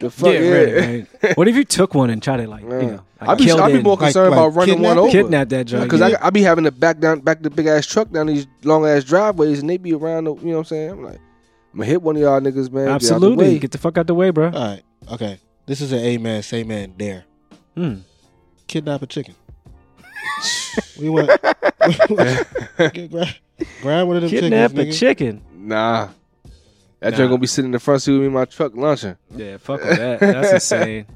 [SPEAKER 4] the fuck yeah.
[SPEAKER 3] yeah, right, right. What if you took one and tried to like,
[SPEAKER 4] <laughs> Yeah.
[SPEAKER 3] you know, like
[SPEAKER 4] I be
[SPEAKER 3] killed
[SPEAKER 4] I be
[SPEAKER 3] it,
[SPEAKER 4] more
[SPEAKER 2] Like-
[SPEAKER 4] concerned
[SPEAKER 2] like
[SPEAKER 4] about running one
[SPEAKER 2] kidnapped?
[SPEAKER 4] over.
[SPEAKER 3] kidnap that joint?
[SPEAKER 4] Because
[SPEAKER 3] uh, yeah.
[SPEAKER 4] I, I be having to back down, back the big ass truck down these long ass driveways, and they be around. The, you know what I'm saying? I'm like, I'm gonna hit one of y'all niggas, man. Get out the
[SPEAKER 3] absolutely
[SPEAKER 4] way.
[SPEAKER 3] get the fuck out the way, bro.
[SPEAKER 2] All right. Okay. This is an A man, say man, dare.
[SPEAKER 3] Hmm.
[SPEAKER 2] Kidnap a
[SPEAKER 3] <laughs>
[SPEAKER 2] chicken. we want. Get- grab, grab one of them
[SPEAKER 3] Kidnap a
[SPEAKER 2] chickens. nigga.
[SPEAKER 3] chicken.
[SPEAKER 4] Nah, that
[SPEAKER 3] Nah.
[SPEAKER 4] joint gonna be sitting in the front seat with me in my truck lunching.
[SPEAKER 3] Yeah, fuck with that.
[SPEAKER 4] <laughs>
[SPEAKER 3] That's insane.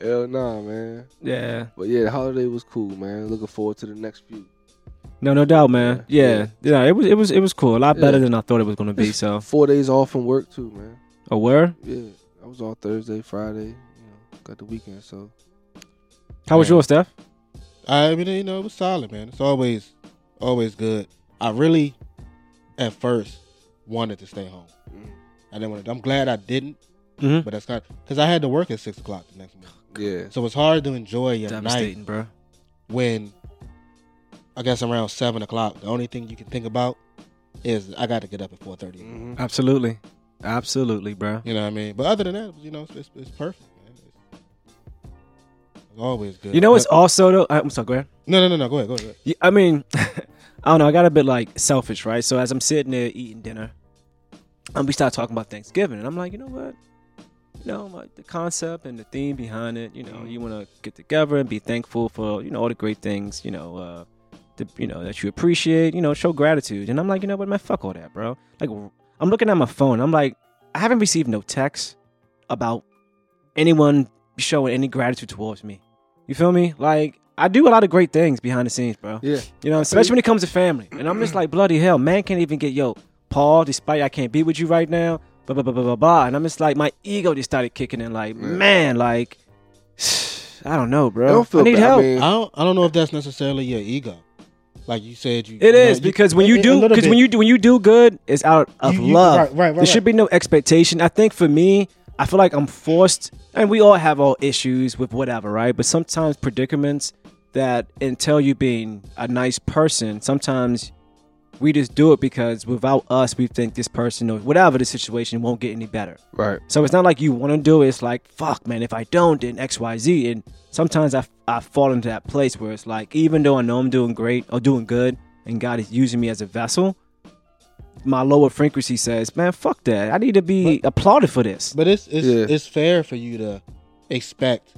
[SPEAKER 4] Hell nah, man.
[SPEAKER 3] Yeah.
[SPEAKER 4] But yeah, the holiday was cool, man. Looking forward to the next few.
[SPEAKER 3] No, no doubt, man. Yeah. Yeah. It was it was it was cool. A lot better
[SPEAKER 4] Yeah.
[SPEAKER 3] than I thought it was gonna be. So
[SPEAKER 4] Four days off from work too, man.
[SPEAKER 3] a word.
[SPEAKER 4] Yeah, I was on Thursday, Friday. You know, got the weekend, so
[SPEAKER 3] How was
[SPEAKER 2] Yeah.
[SPEAKER 3] yours, Steph?
[SPEAKER 2] I mean, you know, it was solid, man. It's always, always good. I really,
[SPEAKER 4] mm,
[SPEAKER 2] at first, wanted to stay home. I didn't want to. I'm glad I didn't
[SPEAKER 3] Mhm.
[SPEAKER 4] Mm-hmm.
[SPEAKER 2] But that's kind because I had to work at six o'clock the next morning,
[SPEAKER 4] Yeah.
[SPEAKER 2] so it's hard to enjoy your night
[SPEAKER 3] Devastating, bro.
[SPEAKER 2] when I guess around seven o'clock. The only thing you can think about is I got to get up at four thirty.
[SPEAKER 4] Mhm.
[SPEAKER 3] Absolutely, absolutely, bro.
[SPEAKER 2] You know what I mean? But other than that, you know, it's, it's, it's perfect. Man. It's, it's always good.
[SPEAKER 3] You know what's
[SPEAKER 2] But-
[SPEAKER 3] also though? I'm sorry, go ahead.
[SPEAKER 2] no, no, no, no. Go ahead, go ahead. go ahead.
[SPEAKER 3] Yeah, I mean, I don't know. I got a bit like selfish, right? So as I'm sitting there eating dinner, and we start talking about Thanksgiving, and I'm like, you know what? You know, like the concept and the theme behind it. You know, you want to get together and be thankful for you know all the great things. You know, uh, the, you know that you appreciate. You know, show gratitude. And I'm like, you know what, man, fuck all that, bro. Like, I'm looking at my phone. I'm like, I haven't received no text about anyone showing any gratitude towards me. You feel me? Like, I do a lot of great things behind the scenes, bro.
[SPEAKER 4] Yeah.
[SPEAKER 3] You know, especially when it comes to family. And I'm just like, bloody hell, man can't even get, yo, Paul, despite I can't be with you right now, blah, blah, blah, blah, blah, blah. And I'm just like, my ego just started kicking in, like, man, like, <sighs> I don't know, bro.
[SPEAKER 4] I don't feel
[SPEAKER 3] I need
[SPEAKER 4] bad.
[SPEAKER 3] help.
[SPEAKER 4] I mean,
[SPEAKER 2] I don't, I don't know if that's necessarily your ego. Like you said, you
[SPEAKER 3] It
[SPEAKER 2] you know,
[SPEAKER 3] is
[SPEAKER 2] you-
[SPEAKER 3] because when
[SPEAKER 2] a-
[SPEAKER 3] you
[SPEAKER 2] a
[SPEAKER 3] do
[SPEAKER 2] little
[SPEAKER 3] because
[SPEAKER 2] bit.
[SPEAKER 3] when you do when you do good, it's out of
[SPEAKER 2] You- you-
[SPEAKER 3] love.
[SPEAKER 2] right, right, right,
[SPEAKER 3] there should
[SPEAKER 2] right.
[SPEAKER 3] be no expectation. I think for me, I feel like I'm forced, and we all have all issues with whatever, right? But sometimes predicaments that until you being a nice person, sometimes we just do it because without us, we think this person or whatever the situation won't get any better.
[SPEAKER 4] Right.
[SPEAKER 3] So it's not like you want to do it. It's like, fuck, man, if I don't, then X, Y, Z. And sometimes I, I fall into that place where it's like, even though I know I'm doing great or doing good and God is using me as a vessel, my lower frequency says, man, fuck that. I need to be applauded for this.
[SPEAKER 2] But it's it's,
[SPEAKER 4] Yeah.
[SPEAKER 2] it's fair for you to expect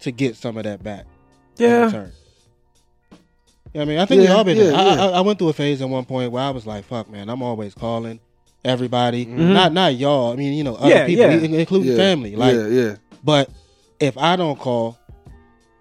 [SPEAKER 2] to get some of that back. in
[SPEAKER 3] yeah.
[SPEAKER 2] return. Yeah, I mean, I think we
[SPEAKER 4] Yeah,
[SPEAKER 2] all been
[SPEAKER 4] yeah,
[SPEAKER 2] there. I,
[SPEAKER 4] yeah.
[SPEAKER 2] I, I went through a phase at one point where I was like, "Fuck, man, I'm always calling everybody,
[SPEAKER 4] Mhm.
[SPEAKER 2] not not y'all. I mean, you know, other
[SPEAKER 3] Yeah,
[SPEAKER 2] people,
[SPEAKER 3] yeah.
[SPEAKER 2] in- including
[SPEAKER 4] Yeah.
[SPEAKER 2] family. Like,
[SPEAKER 4] yeah, yeah.
[SPEAKER 2] but if I don't call,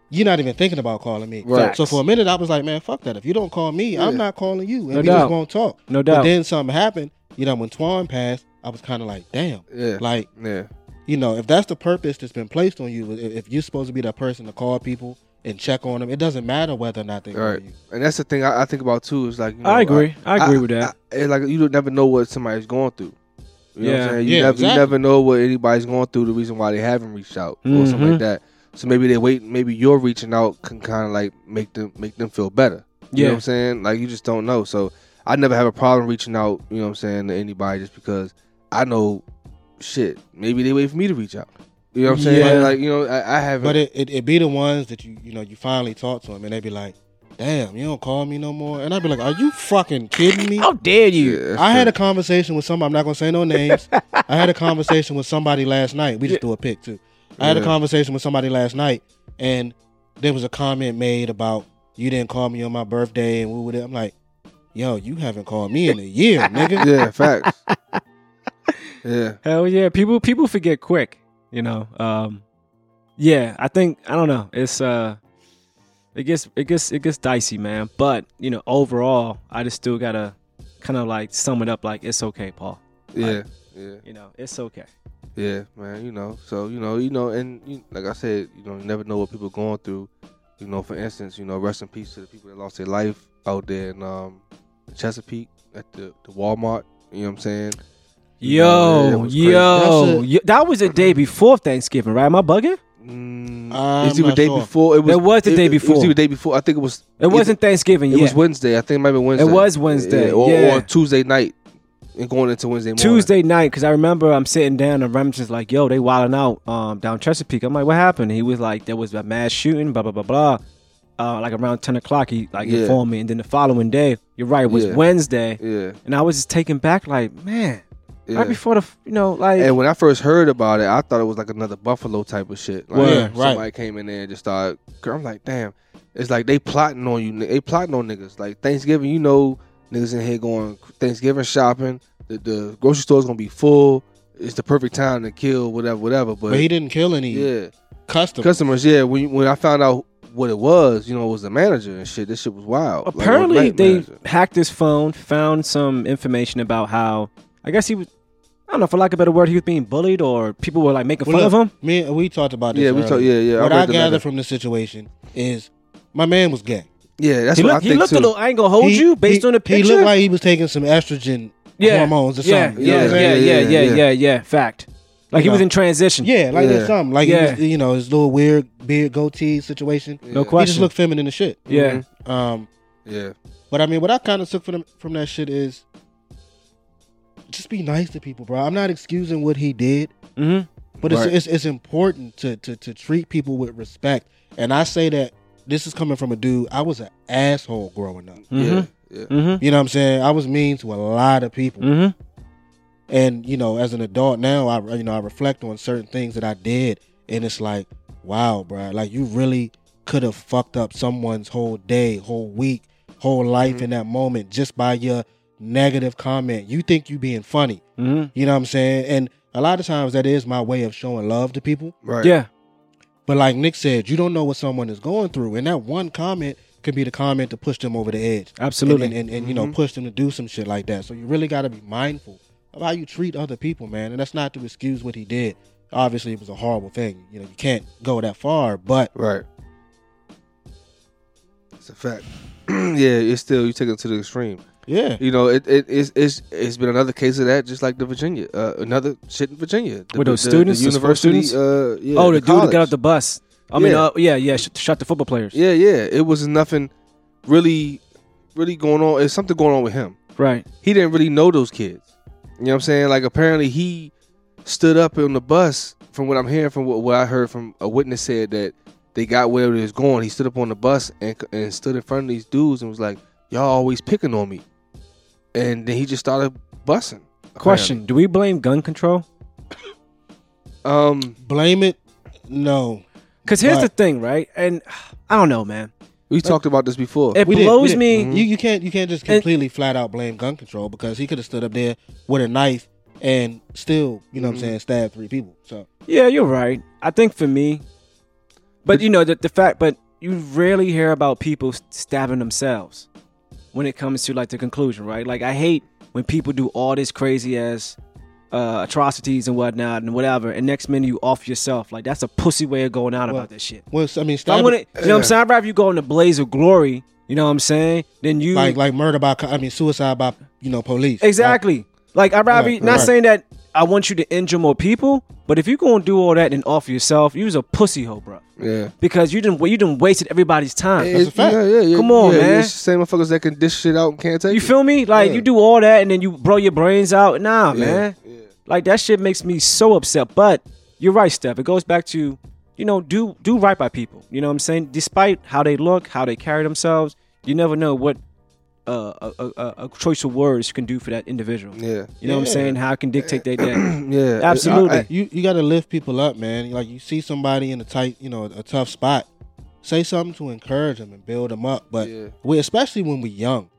[SPEAKER 2] you're not even thinking about calling me.
[SPEAKER 4] Right.
[SPEAKER 2] So for a minute, I was like, "Man, fuck that. If you don't call me, I'm
[SPEAKER 4] Yeah.
[SPEAKER 2] not calling you, and
[SPEAKER 3] No
[SPEAKER 2] we
[SPEAKER 3] doubt.
[SPEAKER 2] just won't talk."
[SPEAKER 3] No
[SPEAKER 2] But
[SPEAKER 3] doubt.
[SPEAKER 2] then something happened. You know, when Twan passed, I was kind of like, "Damn."
[SPEAKER 4] Yeah.
[SPEAKER 2] Like,
[SPEAKER 4] yeah.
[SPEAKER 2] you know, if that's the purpose that's been placed on you, i- if you're supposed to be that person to call people and check on them, it doesn't matter whether or not they call
[SPEAKER 4] Right.
[SPEAKER 2] you.
[SPEAKER 4] And that's the thing I, I think about too. Is like you know,
[SPEAKER 3] I agree. I, agree with that.
[SPEAKER 4] I- it's like you don't never know what somebody's going through. You know
[SPEAKER 3] Yeah.
[SPEAKER 4] what I'm saying? You
[SPEAKER 2] Yeah,
[SPEAKER 4] never
[SPEAKER 2] exactly.
[SPEAKER 4] you never know what anybody's going through, the reason why they haven't reached out or
[SPEAKER 2] Mm-hmm.
[SPEAKER 4] something
[SPEAKER 3] Mhm.
[SPEAKER 4] like that. So maybe they wait maybe your reaching out can kinda like make them make them feel better. You know
[SPEAKER 3] yeah.
[SPEAKER 4] what I'm saying? Like you just don't know. So I never have a problem reaching out, you know what I'm saying, to anybody just because I know shit. Maybe they wait for me to reach out. You know what I'm saying?
[SPEAKER 3] Yeah.
[SPEAKER 4] Like, you know, I, I haven't
[SPEAKER 2] But it, it, it be the ones that you you know you finally talk to them and they be like, "Damn, you don't call me no more," and I be like, "Are you fucking kidding me?"
[SPEAKER 3] How dare you?
[SPEAKER 4] Yeah, that's
[SPEAKER 2] I had
[SPEAKER 4] true.
[SPEAKER 2] a conversation with somebody. I'm not gonna say no
[SPEAKER 4] <laughs>
[SPEAKER 2] names. I had a conversation with somebody last night. We just threw a pic too. I had a
[SPEAKER 4] Yeah.
[SPEAKER 2] conversation with somebody last night, and there was a comment made about you didn't call me on my birthday, and we would. I'm like, yo, you haven't called me in a
[SPEAKER 4] <laughs>
[SPEAKER 2] year, nigga. <laughs>
[SPEAKER 4] Yeah, facts. yeah.
[SPEAKER 3] Hell yeah. People people forget quick, you know. Um Yeah, I think I don't know. It's uh it gets it gets it gets dicey, man. But, you know, overall, I just still gotta kind of like sum it up like it's okay, Paul.
[SPEAKER 4] Yeah, yeah,
[SPEAKER 3] You know, it's okay.
[SPEAKER 4] yeah, man. You know, so you know, you know, and you, like I said, you know, you never know what people going through. You know, for instance, you know, rest in peace to the people that lost their life out there in um, Chesapeake at the, the Walmart. You know what I'm saying? Yeah, that
[SPEAKER 3] Yo,
[SPEAKER 4] was crazy.
[SPEAKER 3] yo,
[SPEAKER 2] That's a-
[SPEAKER 3] yo, that was the day before Thanksgiving, right? Am I bugging?
[SPEAKER 4] Mm,
[SPEAKER 2] I'm
[SPEAKER 4] it's either
[SPEAKER 2] not
[SPEAKER 4] day
[SPEAKER 2] sure.
[SPEAKER 4] before. It was,
[SPEAKER 3] It was the day
[SPEAKER 4] It was
[SPEAKER 3] before.
[SPEAKER 4] either day before. I think it was.
[SPEAKER 3] It wasn't Thanksgiving.
[SPEAKER 4] It
[SPEAKER 3] yet.
[SPEAKER 4] was Wednesday. I think it might be Wednesday.
[SPEAKER 3] was Wednesday,
[SPEAKER 4] or,
[SPEAKER 3] yeah.
[SPEAKER 4] or Tuesday night, and going into Wednesday morning.
[SPEAKER 3] Tuesday night because I remember I'm sitting down and Remington's like, "Yo, they wilding out um, down Chesapeake." I'm like, "What happened?" He was like, "There was a mass shooting, blah blah blah blah." Uh, like around ten o'clock, he like
[SPEAKER 4] Yeah.
[SPEAKER 3] informed me, and then the following day, you're right, it was
[SPEAKER 4] Yeah.
[SPEAKER 3] Wednesday,
[SPEAKER 4] Yeah,
[SPEAKER 3] and I was just taken back, like, man,
[SPEAKER 4] yeah.
[SPEAKER 3] right before the, f- you know, like,
[SPEAKER 4] And when I first heard about it, I thought it was like another Buffalo type of shit. Like,
[SPEAKER 2] Yeah,
[SPEAKER 4] somebody
[SPEAKER 2] right.
[SPEAKER 4] came in there and just started. I'm like, damn. It's like they plotting on you. ni- They plotting on niggas. Like Thanksgiving, you know, niggas in here going Thanksgiving shopping. The, the grocery store's gonna be full. It's the perfect time to kill whatever, whatever. But,
[SPEAKER 2] But he didn't kill any
[SPEAKER 4] yeah,
[SPEAKER 2] customers.
[SPEAKER 4] customers. Yeah, when you- when I found out what it was, you know, it was the manager and shit. This shit was wild. Like, it was
[SPEAKER 3] apparently
[SPEAKER 4] night
[SPEAKER 3] they
[SPEAKER 4] manager.
[SPEAKER 3] hacked his phone, found some information about how, I guess he was, I don't know, for lack of a better word, he was being bullied or people were like making
[SPEAKER 2] Well,
[SPEAKER 3] fun
[SPEAKER 2] look,
[SPEAKER 3] of him.
[SPEAKER 2] Me, we talked about this.
[SPEAKER 4] Yeah, we talked-
[SPEAKER 2] earlier.
[SPEAKER 4] yeah, yeah, I
[SPEAKER 2] What
[SPEAKER 4] read
[SPEAKER 2] I,
[SPEAKER 4] the
[SPEAKER 2] gathered
[SPEAKER 4] letter.
[SPEAKER 2] from the situation is my man was gay.
[SPEAKER 4] Yeah, that's
[SPEAKER 3] He,
[SPEAKER 4] what
[SPEAKER 3] looked-
[SPEAKER 4] I
[SPEAKER 3] he
[SPEAKER 4] think
[SPEAKER 3] looked
[SPEAKER 4] too.
[SPEAKER 3] a little. I ain't gonna hold
[SPEAKER 2] He-
[SPEAKER 3] you based
[SPEAKER 2] he-
[SPEAKER 3] on the picture.
[SPEAKER 2] He looked like he was taking some estrogen hormones or something. you know
[SPEAKER 3] yeah,
[SPEAKER 2] what I'm
[SPEAKER 3] yeah,
[SPEAKER 2] saying?
[SPEAKER 3] yeah, yeah,
[SPEAKER 4] Yeah,
[SPEAKER 3] yeah,
[SPEAKER 4] yeah.
[SPEAKER 3] yeah, yeah. Fact. Like he
[SPEAKER 2] you
[SPEAKER 3] was
[SPEAKER 2] know.
[SPEAKER 3] in transition.
[SPEAKER 2] Yeah, like
[SPEAKER 4] Yeah.
[SPEAKER 2] there's something. Like
[SPEAKER 3] Yeah.
[SPEAKER 2] he was, you know, his little weird beard goatee situation.
[SPEAKER 4] Yeah.
[SPEAKER 3] No
[SPEAKER 2] He
[SPEAKER 3] question.
[SPEAKER 2] just looked feminine as shit.
[SPEAKER 3] yeah.
[SPEAKER 4] Mhm.
[SPEAKER 2] Um,
[SPEAKER 4] Yeah.
[SPEAKER 2] but I mean, what I kind of took from from that shit is just be nice to people, bro. I'm not excusing what he did,
[SPEAKER 3] hmm
[SPEAKER 2] but it's
[SPEAKER 4] Right.
[SPEAKER 2] it's, it's important to, to to treat people with respect. And I say that this is coming from a dude. I was an asshole growing up.
[SPEAKER 3] hmm
[SPEAKER 4] Yeah.
[SPEAKER 3] hmm
[SPEAKER 2] You know what I'm saying? I was mean to a lot of people.
[SPEAKER 3] hmm
[SPEAKER 2] and you know as an adult now i you know i reflect on certain things that i did and it's like wow bro like you really could have fucked up someone's whole day whole week whole life in that moment just by your negative comment you think you being funny
[SPEAKER 3] hmm
[SPEAKER 2] you know what i'm saying and a lot of times that is my way of showing love to people
[SPEAKER 4] Right.
[SPEAKER 3] Yeah.
[SPEAKER 2] but like nick said you don't know what someone is going through and that one comment could be the comment to push them over the edge
[SPEAKER 3] Absolutely.
[SPEAKER 2] and, and, and, you know
[SPEAKER 4] Mhm.
[SPEAKER 2] push them to do some shit like that. So you really got to be mindful of how you treat other people, man. And that's not to excuse what he did. Obviously, it was a horrible thing. You know, you can't go that far, but
[SPEAKER 4] Right. It's a fact. <clears throat> yeah, it's still you take it to the extreme.
[SPEAKER 2] yeah,
[SPEAKER 4] You know, it, it it's, it's it's been another case of that, just like the Virginia, uh, another shit in Virginia. The,
[SPEAKER 3] With those
[SPEAKER 4] the-
[SPEAKER 3] students,
[SPEAKER 4] the
[SPEAKER 3] the sports
[SPEAKER 4] university.
[SPEAKER 3] students?
[SPEAKER 4] Uh, yeah,
[SPEAKER 3] oh, the, dude that got off
[SPEAKER 4] college.
[SPEAKER 3] the bus. I mean,
[SPEAKER 4] Yeah.
[SPEAKER 3] uh, yeah, yeah, sh- shot the football players.
[SPEAKER 4] Yeah, yeah. It was nothing really, really going on. It's something going on with him.
[SPEAKER 3] Right.
[SPEAKER 4] He didn't really know those kids. You know what I'm saying? Like apparently he stood up on the bus. From what I'm hearing, from what, what I heard from a witness said that they got where it was going. He stood up on the bus and and stood in front of these dudes and was like, "Y'all always picking on me," and then he just started bussing. apparently.
[SPEAKER 3] Question: Do we blame gun control?
[SPEAKER 4] Um,
[SPEAKER 2] blame it. No,
[SPEAKER 3] Because here's the
[SPEAKER 2] Right.
[SPEAKER 3] thing, right? And <sighs> I don't know, man.
[SPEAKER 4] we talked about this before.
[SPEAKER 3] It
[SPEAKER 2] We did, we
[SPEAKER 3] blows
[SPEAKER 2] did. Mm-hmm.
[SPEAKER 3] me.
[SPEAKER 2] you you can't you can't just completely flat out blame gun control because he could have stood up there with a knife and still, you know, what I'm saying, stabbed three people. So
[SPEAKER 3] Yeah, you're right. I think for me, but you know the, the fact, but you rarely hear about people s- stabbing themselves when it comes to like the conclusion, right? Like I hate when people do all this crazy ass uh, atrocities and whatnot and whatever, and next minute you off yourself. Like that's a pussy way of going out
[SPEAKER 2] Well,
[SPEAKER 3] about this shit.
[SPEAKER 2] well, I mean,
[SPEAKER 3] So I'm
[SPEAKER 2] stabbing,
[SPEAKER 3] gonna, you know, what I'm saying, I'd rather you go in the blaze of glory. You know what I'm saying? Then you
[SPEAKER 2] like like murder by co- I mean suicide by you know police.
[SPEAKER 3] Exactly. like I'd rather
[SPEAKER 2] Right,
[SPEAKER 3] not
[SPEAKER 2] right.
[SPEAKER 3] saying that I want you to injure more people, but if you gonna do all that and off yourself, you's a pussy hoe, bro.
[SPEAKER 4] yeah.
[SPEAKER 3] Because you didn't you didn't wasted everybody's time.
[SPEAKER 4] It's-
[SPEAKER 2] fact.
[SPEAKER 4] Yeah, yeah, yeah,
[SPEAKER 3] Come on,
[SPEAKER 4] yeah, yeah,
[SPEAKER 3] man.
[SPEAKER 4] It's the same motherfuckers that can dish shit out and can't take
[SPEAKER 3] you
[SPEAKER 4] it.
[SPEAKER 3] feel me? Like
[SPEAKER 4] Yeah.
[SPEAKER 3] you do all that and then you blow your brains out. Nah,
[SPEAKER 4] Yeah,
[SPEAKER 3] man.
[SPEAKER 4] yeah.
[SPEAKER 3] Like that shit makes me so upset. But you're right, Steph. It goes back to, you know, do do right by people. You know what I'm saying? Despite how they look, how they carry themselves, you never know what uh, a, a, a- a choice of words can do for that individual.
[SPEAKER 4] Yeah,
[SPEAKER 3] You know what I'm
[SPEAKER 2] Yeah.
[SPEAKER 3] saying? How it can dictate their day.
[SPEAKER 4] <clears throat> yeah,
[SPEAKER 3] Absolutely.
[SPEAKER 4] I- I-
[SPEAKER 2] you you got to lift people up, man. Like you see somebody in a tight, you know, a tough spot, say something to encourage them and build them up. But
[SPEAKER 4] Yeah.
[SPEAKER 2] we, especially when we young,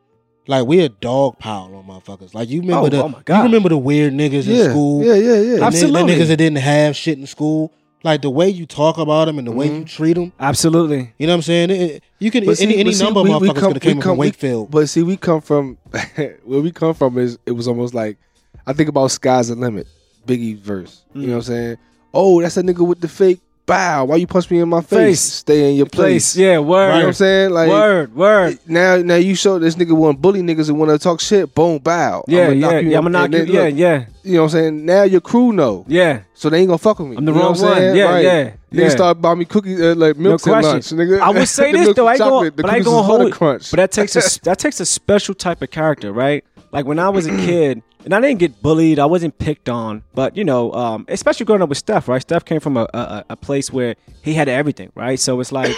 [SPEAKER 2] like we a dog pile on motherfuckers. Like you remember
[SPEAKER 3] Oh,
[SPEAKER 2] the,
[SPEAKER 3] oh my God.
[SPEAKER 2] you remember the weird niggas in
[SPEAKER 4] yeah,
[SPEAKER 2] school,
[SPEAKER 4] yeah, yeah, yeah.
[SPEAKER 2] and then
[SPEAKER 3] Absolutely.
[SPEAKER 2] the niggas that didn't have shit in school. Like the way you talk about them and the way you treat them.
[SPEAKER 3] Absolutely.
[SPEAKER 2] You know what I'm saying? It- it- you can
[SPEAKER 4] Mm-hmm. But see-
[SPEAKER 2] any, any
[SPEAKER 4] but see,
[SPEAKER 2] number
[SPEAKER 4] we-
[SPEAKER 2] of
[SPEAKER 4] we
[SPEAKER 2] motherfuckers could
[SPEAKER 4] come-
[SPEAKER 2] have
[SPEAKER 4] we
[SPEAKER 2] came
[SPEAKER 4] come-
[SPEAKER 2] from
[SPEAKER 4] we-
[SPEAKER 2] Wakefield.
[SPEAKER 4] But see, we come from <laughs> where we come from is it was almost like I think about "Sky's the Limit," Biggie verse. You know what I'm saying? Oh, that's a nigga with the fake bow. Why you punch me in my face?
[SPEAKER 3] Face.
[SPEAKER 4] Stay in your place.
[SPEAKER 3] Place. Yeah. Word.
[SPEAKER 4] You know what I'm saying? Like
[SPEAKER 3] word. Word.
[SPEAKER 4] now, now you show this nigga want to bully niggas and want to talk shit. Boom, bow.
[SPEAKER 3] Yeah.
[SPEAKER 4] I'ma knock
[SPEAKER 3] Yeah.
[SPEAKER 4] you
[SPEAKER 3] Yeah.
[SPEAKER 4] out.
[SPEAKER 3] I'm gonna knock
[SPEAKER 4] And
[SPEAKER 3] you.
[SPEAKER 4] then,
[SPEAKER 3] Yeah.
[SPEAKER 4] look,
[SPEAKER 3] Yeah.
[SPEAKER 4] You know what I'm saying? Now your crew know.
[SPEAKER 3] Yeah.
[SPEAKER 4] So they ain't gonna fuck with me.
[SPEAKER 3] I'm the
[SPEAKER 4] you know
[SPEAKER 3] wrong
[SPEAKER 4] what I'm
[SPEAKER 3] one.
[SPEAKER 4] Saying?
[SPEAKER 3] Yeah,
[SPEAKER 4] right.
[SPEAKER 3] yeah,
[SPEAKER 4] Niggas
[SPEAKER 3] yeah.
[SPEAKER 4] start buying me cookies, uh, like
[SPEAKER 3] No
[SPEAKER 4] milk at
[SPEAKER 3] question.
[SPEAKER 4] lunch. Nigga.
[SPEAKER 3] I
[SPEAKER 4] <laughs>
[SPEAKER 3] would say
[SPEAKER 4] The
[SPEAKER 3] this
[SPEAKER 4] milk
[SPEAKER 3] though. I
[SPEAKER 4] is
[SPEAKER 3] ain't gonna,
[SPEAKER 4] chocolate, the
[SPEAKER 3] but I ain't
[SPEAKER 4] cookies
[SPEAKER 3] gonna
[SPEAKER 4] is butter
[SPEAKER 3] hold.
[SPEAKER 4] crunch.
[SPEAKER 3] But that takes a that takes a special type of character, right? Like when I
[SPEAKER 4] <clears throat>
[SPEAKER 3] was a kid, and I didn't get bullied. I wasn't picked on, but you know, um, especially growing up with Steph, right? Steph came from a, a a- a place where he had everything, right? So it's
[SPEAKER 4] <coughs>
[SPEAKER 3] like,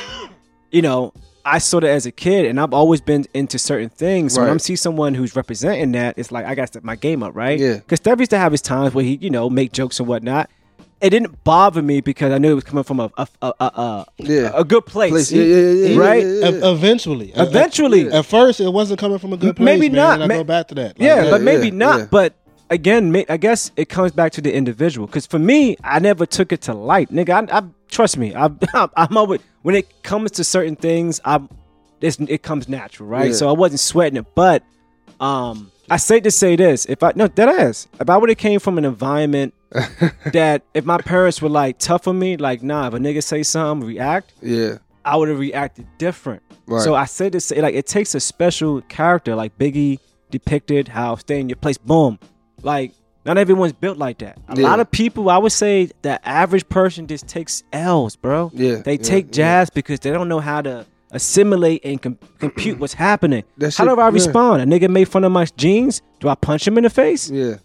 [SPEAKER 3] you know, I saw that as a kid, and I've always been into certain things. So
[SPEAKER 4] Right.
[SPEAKER 3] when I'm see someone who's representing that, it's like I got to step my game up, right?
[SPEAKER 4] Yeah.
[SPEAKER 3] Because Steph used to have his times where he, you know, make jokes and whatnot. It didn't bother me because I knew it was coming from a a a, a, a,
[SPEAKER 4] Yeah.
[SPEAKER 3] a good place,
[SPEAKER 4] Place. Yeah, yeah, yeah, yeah,
[SPEAKER 3] right?
[SPEAKER 4] yeah, yeah.
[SPEAKER 2] E- Eventually, E-
[SPEAKER 3] Eventually,
[SPEAKER 2] At first, it wasn't coming from a good place.
[SPEAKER 3] Maybe
[SPEAKER 2] man,
[SPEAKER 3] not.
[SPEAKER 2] and I
[SPEAKER 3] Ma-
[SPEAKER 2] go back to that. Like,
[SPEAKER 3] yeah,
[SPEAKER 4] yeah,
[SPEAKER 3] but maybe
[SPEAKER 4] yeah,
[SPEAKER 3] not.
[SPEAKER 4] yeah.
[SPEAKER 3] But again, ma- I guess it comes back to the individual. Because for me, I never took it to light, nigga. I, I trust me. I, <laughs> I'm always when it comes to certain things, I'm it's, it comes natural, right?
[SPEAKER 4] Yeah.
[SPEAKER 3] So I wasn't sweating it, but um, I say to say this: if I no that ass, if I would have came from an
[SPEAKER 4] <laughs>
[SPEAKER 3] environment that if my parents were like tough on me, like nah, if a nigga say something, react.
[SPEAKER 4] yeah.
[SPEAKER 3] I would have reacted different.
[SPEAKER 4] Right.
[SPEAKER 3] So I say this like it takes a special character, like Biggie depicted how stay in your place, boom. Like Not everyone's built like that. A
[SPEAKER 4] Yeah.
[SPEAKER 3] lot of people, I would say, the average person just takes L's, bro.
[SPEAKER 4] Yeah,
[SPEAKER 3] they
[SPEAKER 4] yeah,
[SPEAKER 3] take
[SPEAKER 4] yeah.
[SPEAKER 3] jabs because they don't know how to assimilate and com- compute what's happening.
[SPEAKER 4] That
[SPEAKER 3] how
[SPEAKER 4] shit-
[SPEAKER 3] do I
[SPEAKER 4] yeah.
[SPEAKER 3] respond? A nigga made fun of my jeans. Do I punch him in the face?
[SPEAKER 4] Yeah.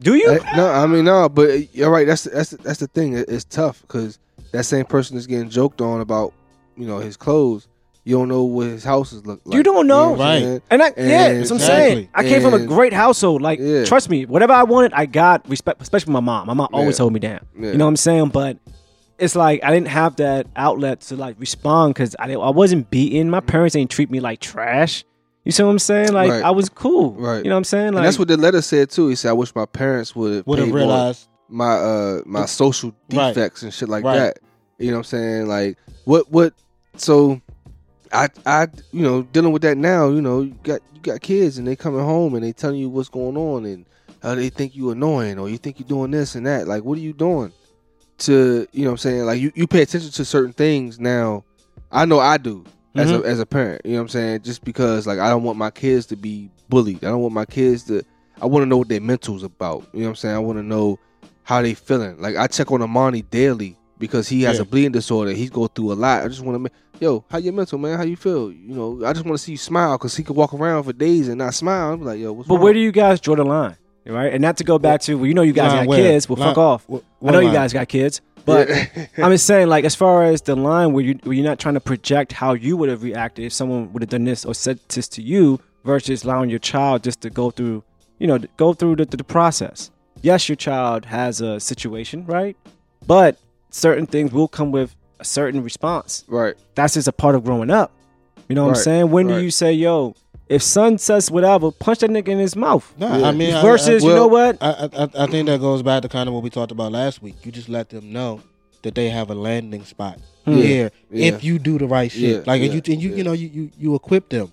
[SPEAKER 3] Do you?
[SPEAKER 4] I- no, I mean no, but uh, you're right. That's that's that's the thing. It- It's tough because that same person is getting joked on about you know his clothes. You don't know what his houses look like.
[SPEAKER 3] You don't know.
[SPEAKER 4] what I'm saying?
[SPEAKER 3] And I, yeah, that's what I'm saying.
[SPEAKER 2] Exactly.
[SPEAKER 3] I came from a
[SPEAKER 4] And-
[SPEAKER 3] great household. Like,
[SPEAKER 4] Yeah.
[SPEAKER 3] trust me, whatever I wanted, I got respect, especially my mom. My mom always
[SPEAKER 4] Yeah.
[SPEAKER 3] hold me down.
[SPEAKER 4] Yeah.
[SPEAKER 3] You know what I'm saying? But it's like I didn't have that outlet to like respond because I didn't, I wasn't beaten. My parents ain't treat me like trash. You see what I'm saying? Like
[SPEAKER 4] Right.
[SPEAKER 3] I was cool.
[SPEAKER 4] Right.
[SPEAKER 3] You know what I'm saying? Like
[SPEAKER 4] and that's what the letter said too. He said, "I wish my parents would have
[SPEAKER 2] Would have realized
[SPEAKER 4] my uh my social
[SPEAKER 2] Right.
[SPEAKER 4] defects and shit like
[SPEAKER 2] Right.
[SPEAKER 4] that." You know what I'm saying? Like what what? So I I you know dealing with that now. You know you got you got kids and they coming home and they telling you what's going on and how they think you annoying or you think you're doing this and that. Like what are you doing? To you know what I'm saying? Like you you pay attention to certain things now. I know I do as
[SPEAKER 2] Mm-hmm.
[SPEAKER 4] a as a parent. You know what I'm saying? Just because like I don't want my kids to be bullied. I don't want my kids to I want to know what their mental's about. You know what I'm saying? I want to know how they feeling. Like I check on Amani daily because he has
[SPEAKER 2] Yeah.
[SPEAKER 4] a bleeding disorder. He's go through a lot. I just want to make yo, how your mental, man? How you feel? You know, I just want to see you smile because he could walk around for days and not smile. I'm like, yo, what's
[SPEAKER 3] But
[SPEAKER 4] wrong?
[SPEAKER 3] where do you guys draw the line? Right? And not to go back to well, you know you guys
[SPEAKER 2] Line
[SPEAKER 3] got
[SPEAKER 2] where?
[SPEAKER 3] kids. Well,
[SPEAKER 2] Line-
[SPEAKER 3] fuck off.
[SPEAKER 2] wh-
[SPEAKER 3] I
[SPEAKER 2] what
[SPEAKER 3] know you
[SPEAKER 2] line?
[SPEAKER 3] guys got kids, but <laughs> I'm just saying like as far as the line where you where you're not trying to project how you would have reacted if someone would have done this or said this to you versus allowing your child just to go through you know go through the, the process. Yes, your child has a situation, right? But certain things will come with a certain response
[SPEAKER 4] right?
[SPEAKER 3] that's just a part of growing up. You know what
[SPEAKER 4] Right,
[SPEAKER 3] I'm saying? When
[SPEAKER 4] right.
[SPEAKER 3] do you say, yo, if son says whatever, punch that nigga in his mouth?
[SPEAKER 2] No,
[SPEAKER 4] Yeah.
[SPEAKER 2] I mean I-
[SPEAKER 3] versus,
[SPEAKER 2] I,
[SPEAKER 3] you know
[SPEAKER 4] well,
[SPEAKER 3] what?
[SPEAKER 2] I, I I think that goes back to kind of what we talked about last week. You just let them know that they have a landing spot
[SPEAKER 3] Hmm.
[SPEAKER 2] here
[SPEAKER 4] Yeah.
[SPEAKER 2] if you do the right shit.
[SPEAKER 4] Yeah,
[SPEAKER 2] Like and
[SPEAKER 4] yeah,
[SPEAKER 2] you and you
[SPEAKER 4] yeah.
[SPEAKER 2] you know you you, you equip them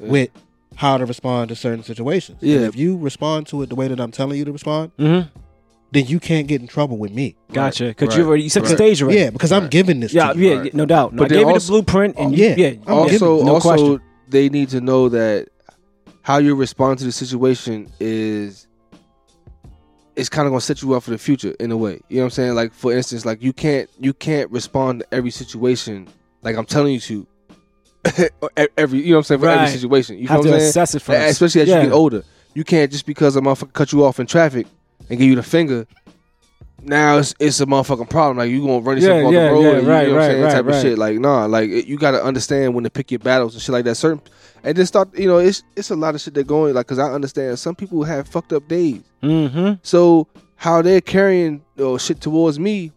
[SPEAKER 4] Yeah.
[SPEAKER 2] with how to respond to certain situations. And
[SPEAKER 4] Yeah.
[SPEAKER 2] if you respond to it the way that I'm telling you to respond,
[SPEAKER 3] Mm-hmm.
[SPEAKER 2] then you can't get in trouble with me.
[SPEAKER 3] Gotcha. Because
[SPEAKER 4] right,
[SPEAKER 3] you already you set the
[SPEAKER 4] right.
[SPEAKER 3] stage already.
[SPEAKER 2] Yeah, because I'm
[SPEAKER 4] Right.
[SPEAKER 2] giving this.
[SPEAKER 3] Yeah,
[SPEAKER 2] to you.
[SPEAKER 3] yeah,
[SPEAKER 4] Right.
[SPEAKER 3] yeah, no doubt. No,
[SPEAKER 4] But
[SPEAKER 3] I
[SPEAKER 4] they
[SPEAKER 3] gave you the
[SPEAKER 4] also-
[SPEAKER 3] blueprint, and you,
[SPEAKER 2] yeah.
[SPEAKER 3] yeah,
[SPEAKER 2] I'm
[SPEAKER 3] yeah,
[SPEAKER 2] giving-
[SPEAKER 4] also,
[SPEAKER 3] no
[SPEAKER 4] also
[SPEAKER 3] question.
[SPEAKER 4] they need to know that how you respond to the situation is it's kind of gonna set you up for the future in a way. You know what I'm saying? Like for instance, like you can't you can't respond to every situation like I'm telling you to. <laughs> e-, every you know what I'm saying for
[SPEAKER 3] Right.
[SPEAKER 4] every situation. You know
[SPEAKER 3] have
[SPEAKER 4] what
[SPEAKER 3] to
[SPEAKER 4] I'm saying?
[SPEAKER 3] assess it first,
[SPEAKER 4] Especially as
[SPEAKER 3] yeah.
[SPEAKER 4] you get older, you can't just because a motherfucker cut you off in traffic and give you the finger. Now it's it's a motherfucking problem. Like you gonna run yourself
[SPEAKER 3] Yeah,
[SPEAKER 4] off
[SPEAKER 3] yeah,
[SPEAKER 4] the road,
[SPEAKER 3] yeah,
[SPEAKER 4] and you,
[SPEAKER 3] right,
[SPEAKER 4] know what
[SPEAKER 3] right,
[SPEAKER 4] I'm saying?
[SPEAKER 3] right,
[SPEAKER 4] type
[SPEAKER 3] right.
[SPEAKER 4] of shit. Like nah, like it, you gotta understand when to pick your battles and shit like that. Certain and then start, you know, it's it's a lot of shit that going like because I understand some people have fucked up days.
[SPEAKER 3] Mm-hmm.
[SPEAKER 4] So how they're carrying or shit towards me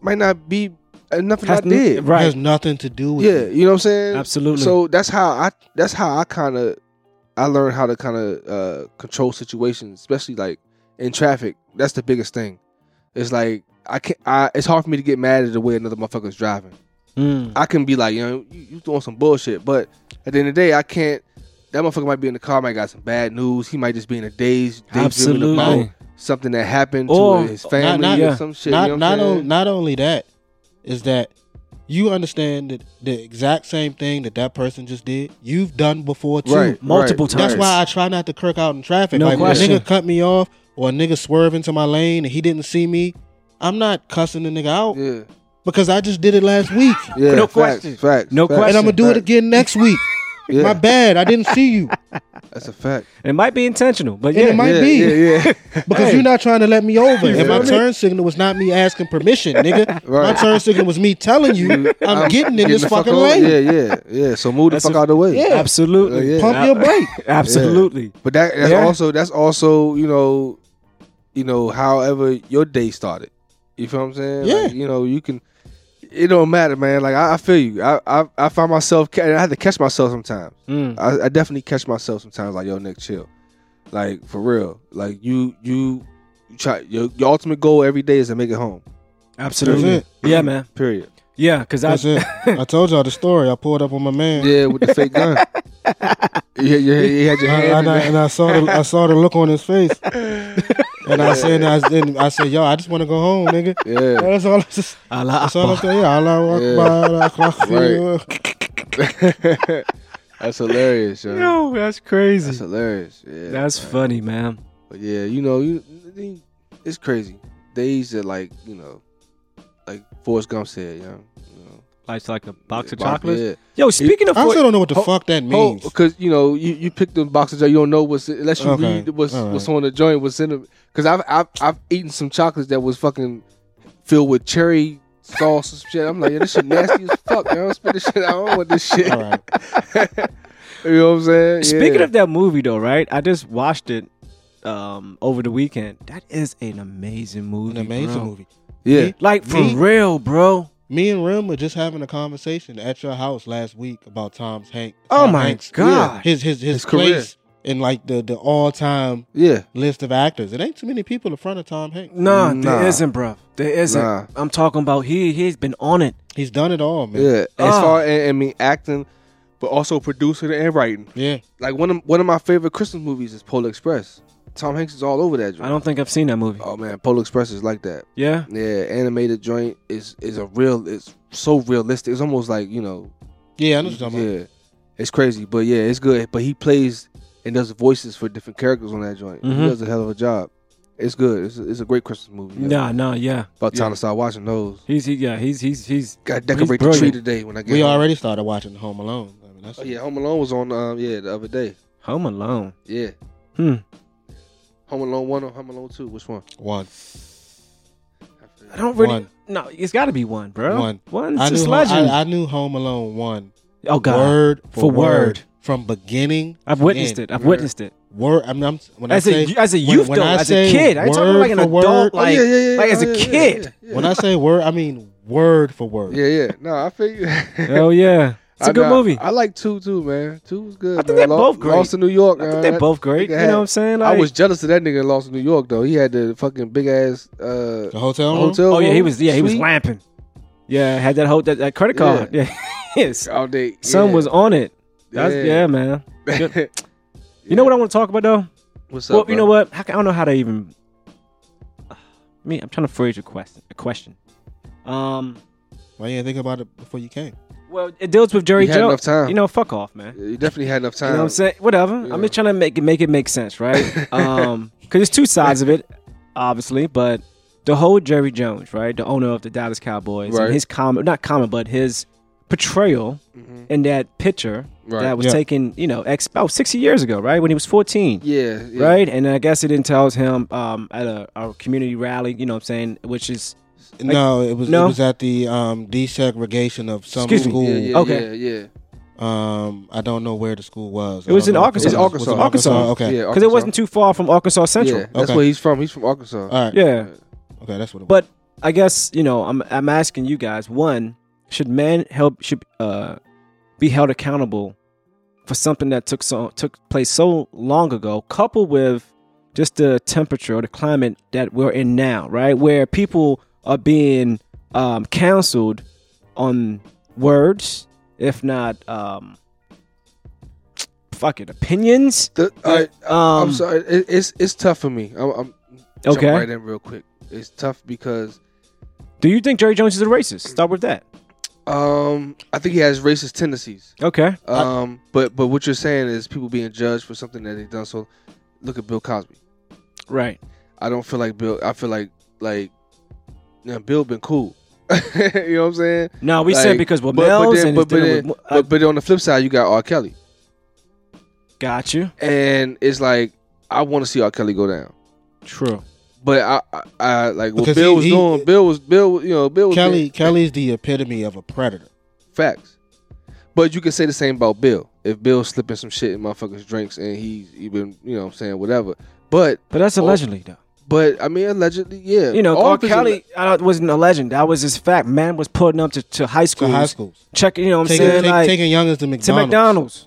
[SPEAKER 4] might not be uh, nothing I did.
[SPEAKER 2] It
[SPEAKER 3] Right.
[SPEAKER 2] has nothing to do with
[SPEAKER 4] Yeah,
[SPEAKER 2] it.
[SPEAKER 4] you know what I'm saying?
[SPEAKER 3] Absolutely.
[SPEAKER 4] So that's how I that's how I kind of I learned how to kind of uh, control situations, especially like in traffic. That's the biggest thing. It's like I can't. I, it's hard for me to get mad at the way another motherfucker's driving.
[SPEAKER 3] Mm.
[SPEAKER 4] I can be like, you know, you, you doing some bullshit, but at the end of the day, I can't. That motherfucker might be in the car, might got some bad news. He might just be in a daze, daydreaming
[SPEAKER 3] Absolutely.
[SPEAKER 4] about something that happened
[SPEAKER 3] Or-
[SPEAKER 4] to his family
[SPEAKER 2] not-
[SPEAKER 4] or
[SPEAKER 3] yeah.
[SPEAKER 4] some shit.
[SPEAKER 2] not
[SPEAKER 4] you know what
[SPEAKER 2] not,
[SPEAKER 4] I'm saying?
[SPEAKER 2] on, not only that is that you understand that the exact same thing that that person just did you've done before too.
[SPEAKER 4] right,
[SPEAKER 3] multiple
[SPEAKER 4] right,
[SPEAKER 2] That's
[SPEAKER 3] times.
[SPEAKER 2] why I try not to kirk out in traffic.
[SPEAKER 3] No
[SPEAKER 2] like when a
[SPEAKER 3] question.
[SPEAKER 2] nigga cut me off or a nigga swerve into my lane and he didn't see me, I'm not cussing the nigga out
[SPEAKER 4] Yeah,
[SPEAKER 2] because I just did it last
[SPEAKER 4] <laughs>
[SPEAKER 2] week.
[SPEAKER 4] yeah.
[SPEAKER 3] No
[SPEAKER 4] facts,
[SPEAKER 3] question.
[SPEAKER 4] Facts,
[SPEAKER 3] No
[SPEAKER 4] facts,
[SPEAKER 2] and I'm gonna do it
[SPEAKER 4] facts.
[SPEAKER 2] again next week.
[SPEAKER 4] Yeah,
[SPEAKER 2] My bad, I didn't see
[SPEAKER 4] <laughs>
[SPEAKER 2] you.
[SPEAKER 4] that's a fact.
[SPEAKER 3] it might be intentional, but
[SPEAKER 2] And
[SPEAKER 3] yeah,
[SPEAKER 2] it might
[SPEAKER 4] yeah,
[SPEAKER 2] be
[SPEAKER 4] Yeah,
[SPEAKER 2] <laughs>
[SPEAKER 4] yeah.
[SPEAKER 2] because
[SPEAKER 3] Hey.
[SPEAKER 2] you're not trying to let me over. and my
[SPEAKER 4] feel me?
[SPEAKER 2] turn signal was not me asking permission,
[SPEAKER 4] <laughs>
[SPEAKER 2] nigga. My
[SPEAKER 4] Right.
[SPEAKER 2] turn signal was me telling
[SPEAKER 4] <laughs>
[SPEAKER 2] you I'm getting in
[SPEAKER 4] Getting
[SPEAKER 2] this
[SPEAKER 4] the
[SPEAKER 2] fucking
[SPEAKER 4] over-
[SPEAKER 2] lane.
[SPEAKER 4] Yeah, yeah, yeah. So move the
[SPEAKER 3] That's
[SPEAKER 4] fuck
[SPEAKER 3] a-
[SPEAKER 4] out of the way.
[SPEAKER 2] Yeah.
[SPEAKER 3] absolutely,
[SPEAKER 4] <laughs> Yeah.
[SPEAKER 2] Pump your brake.
[SPEAKER 3] absolutely.
[SPEAKER 4] But that, that's
[SPEAKER 3] Yeah.
[SPEAKER 4] also that's also you know, you know, however your day started. You feel what I'm saying?
[SPEAKER 2] Yeah.
[SPEAKER 4] Like, you know, you can. It don't matter, man. Like I, I feel you. I, I I find myself. ca- and I have to catch myself sometimes.
[SPEAKER 3] Mm.
[SPEAKER 4] I, I definitely catch myself sometimes. Like yo, Nick, chill. Like for real. Like you you, you try your, your ultimate goal every day is to make it home.
[SPEAKER 3] Absolutely.
[SPEAKER 2] That's
[SPEAKER 3] Yeah, man.
[SPEAKER 4] Period.
[SPEAKER 3] Yeah, because I
[SPEAKER 2] That's it. I told y'all the story. I pulled up on my man.
[SPEAKER 4] Yeah, with the fake gun. <laughs> yeah, yeah, you had your
[SPEAKER 2] I-
[SPEAKER 4] hand.
[SPEAKER 2] I-
[SPEAKER 4] in
[SPEAKER 2] and, I,
[SPEAKER 4] the-
[SPEAKER 2] and I saw the I saw the look on his
[SPEAKER 4] <laughs>
[SPEAKER 2] face, and I said, I, then I said, yo, I just want to go home, nigga.
[SPEAKER 4] Yeah.
[SPEAKER 2] That's all. I just,
[SPEAKER 3] Allah
[SPEAKER 2] that's all I'm
[SPEAKER 3] Akbar.
[SPEAKER 2] saying. Yeah, Allah Akbar, Allah Akbar.
[SPEAKER 4] <laughs> That's hilarious, yo.
[SPEAKER 3] Yo, that's crazy.
[SPEAKER 4] That's hilarious. Yeah.
[SPEAKER 3] That's funny, man.
[SPEAKER 4] But yeah, you know, you, you- it's crazy. They used to like, you know, like Forrest Gump said, you know, you know
[SPEAKER 3] Life's like a box of
[SPEAKER 4] box-
[SPEAKER 3] chocolates.
[SPEAKER 4] yeah.
[SPEAKER 3] Yo, speaking of
[SPEAKER 2] I
[SPEAKER 3] Forrest-
[SPEAKER 2] still don't know what the
[SPEAKER 4] Ho-
[SPEAKER 2] fuck that
[SPEAKER 4] Oh,
[SPEAKER 2] means.
[SPEAKER 4] because you know you, you pick them boxes that you don't know what's unless you
[SPEAKER 2] Okay.
[SPEAKER 4] read what's
[SPEAKER 2] All right.
[SPEAKER 4] what's on the joint what's in them. Because I've, I've I've eaten some chocolates that was fucking filled with cherry sauce and shit. I'm like, yeah, this shit nasty as fuck. Man. I don't spit this shit. out. I don't want this shit.
[SPEAKER 2] All right.
[SPEAKER 4] <laughs> you know what I'm saying?
[SPEAKER 3] Speaking
[SPEAKER 4] Yeah.
[SPEAKER 3] of that movie, though, right? I just watched it um, over the weekend. That is an amazing movie.
[SPEAKER 2] An amazing
[SPEAKER 3] bro.
[SPEAKER 2] movie.
[SPEAKER 4] yeah,
[SPEAKER 3] Like for
[SPEAKER 2] Me-
[SPEAKER 3] real, bro.
[SPEAKER 2] Me and Rim were just having a conversation at your house last week about Tom's Hank.
[SPEAKER 3] Oh
[SPEAKER 2] Tom
[SPEAKER 3] my
[SPEAKER 2] Hanks.
[SPEAKER 3] God.
[SPEAKER 2] His his his,
[SPEAKER 4] His career.
[SPEAKER 2] place in like the the all time
[SPEAKER 4] yeah,
[SPEAKER 2] list of actors. It ain't too many people in front of Tom Hanks.
[SPEAKER 3] Nah,
[SPEAKER 4] Nah.
[SPEAKER 3] there isn't, bro. There isn't.
[SPEAKER 4] Nah.
[SPEAKER 3] I'm talking about he. He's been on it.
[SPEAKER 2] He's done it all, man.
[SPEAKER 4] yeah. As
[SPEAKER 3] Ah.
[SPEAKER 4] far and I mean acting, but also producing and writing.
[SPEAKER 2] Yeah.
[SPEAKER 4] Like one of one of my favorite Christmas movies is Polar Express. Tom Hanks is all over that
[SPEAKER 3] I
[SPEAKER 4] joint.
[SPEAKER 3] don't think I've seen that movie.
[SPEAKER 4] Oh man, Polar Express is like that.
[SPEAKER 3] Yeah.
[SPEAKER 4] Yeah, animated joint is is a real. It's so realistic. It's almost like you know.
[SPEAKER 2] Yeah, I know what you're talking about.
[SPEAKER 4] Yeah, it's crazy, but yeah, it's good. But he plays and does voices for different characters on that joint. He
[SPEAKER 3] Mhm.
[SPEAKER 4] does a hell of a job. It's good. It's a, it's a great Christmas movie. yo.
[SPEAKER 3] Nah, nah, yeah.
[SPEAKER 4] about time
[SPEAKER 3] Yeah.
[SPEAKER 4] to start watching those.
[SPEAKER 3] He's he, yeah. He's he's he's.
[SPEAKER 4] Got to decorate the
[SPEAKER 3] brilliant.
[SPEAKER 4] tree today when I get.
[SPEAKER 2] We
[SPEAKER 4] home.
[SPEAKER 2] already started watching Home Alone. I mean, that's
[SPEAKER 4] Oh yeah, Home Alone was on. Um, yeah, the other day.
[SPEAKER 3] Home Alone.
[SPEAKER 4] Yeah,
[SPEAKER 3] Hmm.
[SPEAKER 4] Home Alone one or Home Alone two? Which one?
[SPEAKER 2] one.
[SPEAKER 3] I don't really.
[SPEAKER 2] One.
[SPEAKER 3] No, it's got to be one, bro.
[SPEAKER 2] One.
[SPEAKER 3] One's
[SPEAKER 2] I
[SPEAKER 3] just
[SPEAKER 2] knew,
[SPEAKER 3] legend.
[SPEAKER 2] I, I knew Home Alone one
[SPEAKER 3] oh God.
[SPEAKER 2] word for,
[SPEAKER 3] For
[SPEAKER 2] word.
[SPEAKER 3] word.
[SPEAKER 2] from beginning.
[SPEAKER 3] I've
[SPEAKER 2] to
[SPEAKER 3] witnessed
[SPEAKER 2] end.
[SPEAKER 3] it. I've witnessed it.
[SPEAKER 2] Word. I mean, I'm, when
[SPEAKER 3] As
[SPEAKER 2] I say
[SPEAKER 3] a as a
[SPEAKER 2] when-
[SPEAKER 3] youth
[SPEAKER 2] when
[SPEAKER 3] though,
[SPEAKER 2] I
[SPEAKER 3] as a
[SPEAKER 2] say
[SPEAKER 3] kid. I ain't talking
[SPEAKER 2] word
[SPEAKER 3] about like an
[SPEAKER 2] for
[SPEAKER 3] adult,
[SPEAKER 2] word-
[SPEAKER 3] like
[SPEAKER 4] oh, yeah, yeah, yeah.
[SPEAKER 3] like as a
[SPEAKER 4] Oh, yeah, yeah,
[SPEAKER 3] kid.
[SPEAKER 4] Yeah, yeah,
[SPEAKER 2] when I say word, I mean word for word.
[SPEAKER 4] <laughs> yeah, yeah. No, I feel
[SPEAKER 3] <laughs>
[SPEAKER 4] you.
[SPEAKER 3] Oh yeah, it's a
[SPEAKER 4] I
[SPEAKER 3] good
[SPEAKER 4] know.
[SPEAKER 3] movie.
[SPEAKER 4] I like two too, man. Two was good.
[SPEAKER 3] I think
[SPEAKER 4] man.
[SPEAKER 3] they're
[SPEAKER 4] Lo-
[SPEAKER 3] both great.
[SPEAKER 4] Lost in New York.
[SPEAKER 3] I
[SPEAKER 4] man.
[SPEAKER 3] think they're
[SPEAKER 4] That-
[SPEAKER 3] both great. You
[SPEAKER 4] nigga
[SPEAKER 3] know
[SPEAKER 4] had-
[SPEAKER 3] what I'm saying?
[SPEAKER 4] I
[SPEAKER 3] Like,
[SPEAKER 4] was jealous of that nigga in Lost in New York though. He had the fucking big ass uh,
[SPEAKER 2] The hotel room.
[SPEAKER 4] hotel.
[SPEAKER 3] Oh yeah, he
[SPEAKER 4] room
[SPEAKER 3] was. Yeah, he was
[SPEAKER 4] suite.
[SPEAKER 3] lamping. Yeah, had that whole that, that credit
[SPEAKER 4] Yeah.
[SPEAKER 3] card. Yeah, <laughs> yes.
[SPEAKER 4] all day.
[SPEAKER 3] Son
[SPEAKER 4] yeah. <laughs>
[SPEAKER 3] was on it. That's
[SPEAKER 4] Yeah.
[SPEAKER 3] yeah, man. good. You know what I want to talk about though?
[SPEAKER 4] What's up?
[SPEAKER 3] well, you know
[SPEAKER 4] bro?
[SPEAKER 3] what? How can- I don't know how to even. I mean, I'm trying to phrase a question. A question. Um.
[SPEAKER 2] Why you didn't think about it before you came?
[SPEAKER 3] Well, it deals with Jerry
[SPEAKER 4] You had
[SPEAKER 3] Jones.
[SPEAKER 4] enough time.
[SPEAKER 3] You know, fuck off, man.
[SPEAKER 4] You definitely had enough time.
[SPEAKER 3] You know what I'm saying? Whatever.
[SPEAKER 4] Um, Yeah.
[SPEAKER 3] I'm just trying to make it make it make sense,
[SPEAKER 4] <laughs>
[SPEAKER 3] right? um, because there's two sides of it, obviously, but the whole Jerry Jones, right, the owner of the Dallas Cowboys,
[SPEAKER 4] Right.
[SPEAKER 3] and his comment, not comment, but his portrayal
[SPEAKER 4] Mhm.
[SPEAKER 3] in that picture
[SPEAKER 4] Right.
[SPEAKER 3] that was
[SPEAKER 2] Yeah.
[SPEAKER 3] taken, you know, ex about 60 years ago, right, when he was 14.
[SPEAKER 4] Yeah, yeah.
[SPEAKER 3] Right, and I guess it entails him um, at a, a community rally. You know what I'm saying? Which is
[SPEAKER 2] No, it was
[SPEAKER 3] no?
[SPEAKER 2] it was at the um, desegregation of some
[SPEAKER 3] Excuse me.
[SPEAKER 2] school.
[SPEAKER 4] Yeah, yeah,
[SPEAKER 3] Okay.
[SPEAKER 4] yeah, yeah.
[SPEAKER 2] Um, I don't know where the school was.
[SPEAKER 3] It was in Arkansas.
[SPEAKER 4] It's Arkansas.
[SPEAKER 2] Arkansas. Okay.
[SPEAKER 3] Arkansas.
[SPEAKER 4] Yeah,
[SPEAKER 3] because it
[SPEAKER 4] Arkansas.
[SPEAKER 3] wasn't too far from Arkansas Central.
[SPEAKER 4] Yeah, that's
[SPEAKER 2] Okay.
[SPEAKER 4] where he's from. He's from Arkansas.
[SPEAKER 2] All right.
[SPEAKER 3] yeah.
[SPEAKER 2] Okay, that's what it was.
[SPEAKER 3] But I guess you know, I'm I'm asking you guys. One, should men help should uh, be held accountable for something that took so took place so long ago, coupled with just the temperature or the climate that we're in now, right? Where people are being um, counseled on words, if not, um, fuck it, opinions.
[SPEAKER 4] The- all right,
[SPEAKER 3] Um,
[SPEAKER 4] I'm sorry. It, it's it's tough for me. I'm, I'm jump
[SPEAKER 3] Okay.
[SPEAKER 4] right in real quick. It's tough because
[SPEAKER 3] Do you think Jerry Jones is a racist? Start with that.
[SPEAKER 4] um I think he has racist tendencies.
[SPEAKER 3] Okay.
[SPEAKER 4] Um, but but what you're saying is people being judged for something that they've done. So look at Bill Cosby.
[SPEAKER 3] Right.
[SPEAKER 4] I don't feel like Bill. I feel like like you know, Bill been cool. <laughs> you know what I'm saying?
[SPEAKER 3] No, we
[SPEAKER 4] Like,
[SPEAKER 3] said because we're
[SPEAKER 4] but- but
[SPEAKER 3] males
[SPEAKER 4] then-
[SPEAKER 3] and
[SPEAKER 4] but-
[SPEAKER 3] it's
[SPEAKER 4] but
[SPEAKER 3] dealing
[SPEAKER 4] then-
[SPEAKER 3] with- I
[SPEAKER 4] But but on the flip side, you got R. Kelly,
[SPEAKER 3] got you.
[SPEAKER 4] and it's like I want to see R. Kelly go down.
[SPEAKER 3] True.
[SPEAKER 4] But I, I, I like what
[SPEAKER 2] Because
[SPEAKER 4] Bill
[SPEAKER 2] he-
[SPEAKER 4] was
[SPEAKER 2] he-
[SPEAKER 4] doing. Bill was Bill. You know, Bill was
[SPEAKER 2] Kelly
[SPEAKER 4] being-
[SPEAKER 2] Kelly's the epitome of a predator.
[SPEAKER 4] Facts. But you can say the same about Bill. If Bill's slipping some shit in motherfuckers' drinks and he's even, you know what I'm saying, whatever. But,
[SPEAKER 3] But that's allegedly though.
[SPEAKER 4] but I mean, allegedly, yeah.
[SPEAKER 3] You know,
[SPEAKER 4] All
[SPEAKER 3] R.
[SPEAKER 4] of his
[SPEAKER 3] Kelly I don't- wasn't a legend. That was his fact. Man was putting up to, to high
[SPEAKER 2] To
[SPEAKER 3] school.
[SPEAKER 2] high schools.
[SPEAKER 3] Checking, you know what I'm
[SPEAKER 2] taking,
[SPEAKER 3] saying?
[SPEAKER 2] take-
[SPEAKER 3] like,
[SPEAKER 2] taking youngins to
[SPEAKER 3] to
[SPEAKER 2] McDonald's.
[SPEAKER 3] McDonald's.